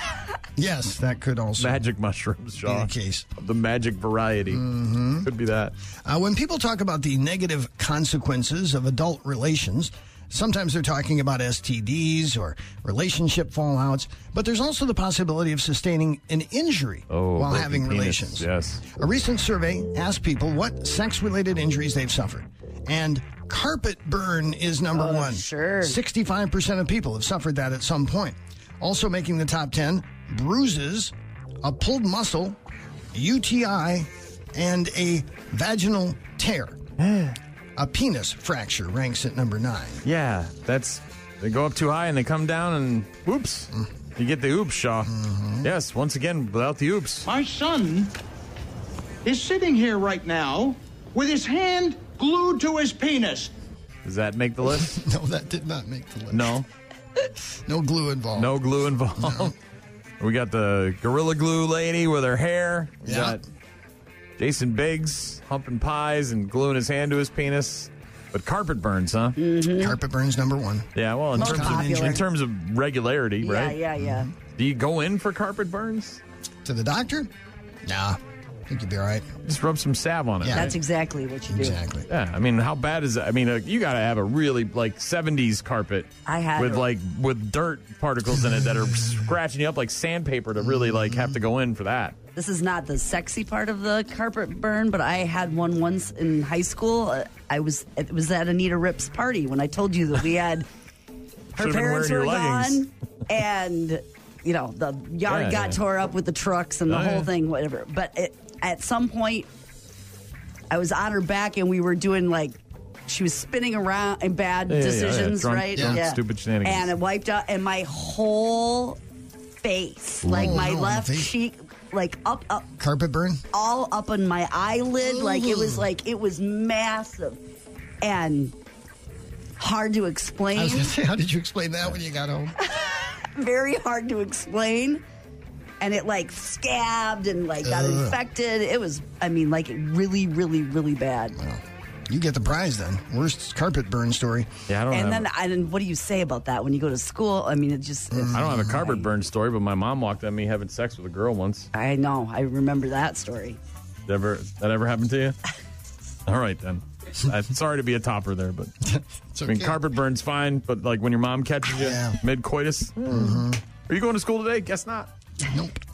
Speaker 7: Yes, that could also
Speaker 4: magic mushrooms, Sean.
Speaker 7: case Mm.
Speaker 4: the magic variety
Speaker 7: Mm-hmm.
Speaker 4: could be that.
Speaker 7: Uh, when people talk about the negative consequences of adult relations, sometimes they're talking about STDs or relationship fallouts, but there's also the possibility of sustaining an injury
Speaker 4: Oh,
Speaker 7: while
Speaker 4: broken
Speaker 7: having
Speaker 4: penis,
Speaker 7: relations.
Speaker 4: Yes.
Speaker 7: A recent survey asked people what sex related injuries they've suffered. And carpet burn is number one. Sure. 65% of people have suffered that at some point. Also making the top 10 bruises, a pulled muscle, UTI, and a vaginal tear. a penis fracture ranks at number nine.
Speaker 4: Yeah, that's they go up too high and they come down and whoops, you get the oops, Shaw. Yes, once again without the oops.
Speaker 15: Mm-hmm. My son is sitting here right now with his hand glued to his penis.
Speaker 4: Does that make the list?
Speaker 7: no, that did not make the list.
Speaker 4: No,
Speaker 7: No glue involved.
Speaker 4: no glue involved. We got the gorilla glue lady with her hair. We
Speaker 7: Yeah.
Speaker 4: got Jason Biggs humping pies and gluing his hand to his penis. But carpet burns, huh?
Speaker 15: Mm-hmm.
Speaker 7: Carpet burns number one.
Speaker 4: Yeah, well, in
Speaker 7: Most
Speaker 4: terms of
Speaker 7: popular.
Speaker 4: in terms of regularity, right?
Speaker 5: Yeah, yeah, yeah.
Speaker 4: Do you go in for carpet burns?
Speaker 7: To the doctor? Nah, I think you'd be all right.
Speaker 4: Just rub some salve on it. right?
Speaker 5: That's exactly what you do.
Speaker 7: Exactly.
Speaker 4: Yeah, I mean, how bad is that? I mean, uh, you got to have a really like '70s carpet
Speaker 5: I had
Speaker 4: with
Speaker 5: a-
Speaker 4: like with dirt particles in it that are scratching you up like sandpaper to really like have to go in for that.
Speaker 5: This is not the sexy part of the carpet burn, but I had one once in high school. Uh, I was it was at Anita Rip's party when I told you that we had her
Speaker 4: Should've been
Speaker 5: parents
Speaker 4: wearing
Speaker 5: were
Speaker 4: your leggings.
Speaker 5: gone and you know the yard
Speaker 4: Yeah,
Speaker 5: got
Speaker 4: yeah.
Speaker 5: tore up with the trucks and the
Speaker 4: Oh,
Speaker 5: whole
Speaker 4: yeah.
Speaker 5: thing, whatever. But it, at some point, I was on her back and we were doing like. She was spinning around in bad
Speaker 4: Yeah, yeah, yeah, yeah.
Speaker 5: decisions,
Speaker 4: Drunk-
Speaker 5: right?
Speaker 4: drunk, stupid shenanigans.
Speaker 5: And it wiped out, and my whole face,
Speaker 7: Ooh.
Speaker 5: like
Speaker 7: Oh,
Speaker 5: my
Speaker 7: no, on the
Speaker 5: left
Speaker 7: face?
Speaker 5: cheek, like up, up,
Speaker 7: Carpet burn?
Speaker 5: all up in my eyelid. Like it was like it was massive and hard to
Speaker 7: I
Speaker 5: explain.
Speaker 7: was going to say, how did you explain that when you got home?
Speaker 5: Very hard to explain. And it like scabbed and like got
Speaker 7: Ugh.
Speaker 5: infected. It was, I mean, like really, really, really bad.
Speaker 7: You get the prize then. Worst carpet burn story.
Speaker 4: Yeah, I don't.
Speaker 5: And
Speaker 4: have,
Speaker 5: then, I, and what do you say about that when you go to school? I mean, it just. it-
Speaker 4: I don't have a carpet burn story, but my mom walked on me having sex with a girl once.
Speaker 5: I know. I remember that story.
Speaker 4: Ever that ever happened to you? All right then. I'm sorry to be a topper there, but I mean,
Speaker 7: okay.
Speaker 4: carpet burns fine, but like when your mom catches you mid coitus, are you going to school today? Guess not.
Speaker 7: Nope.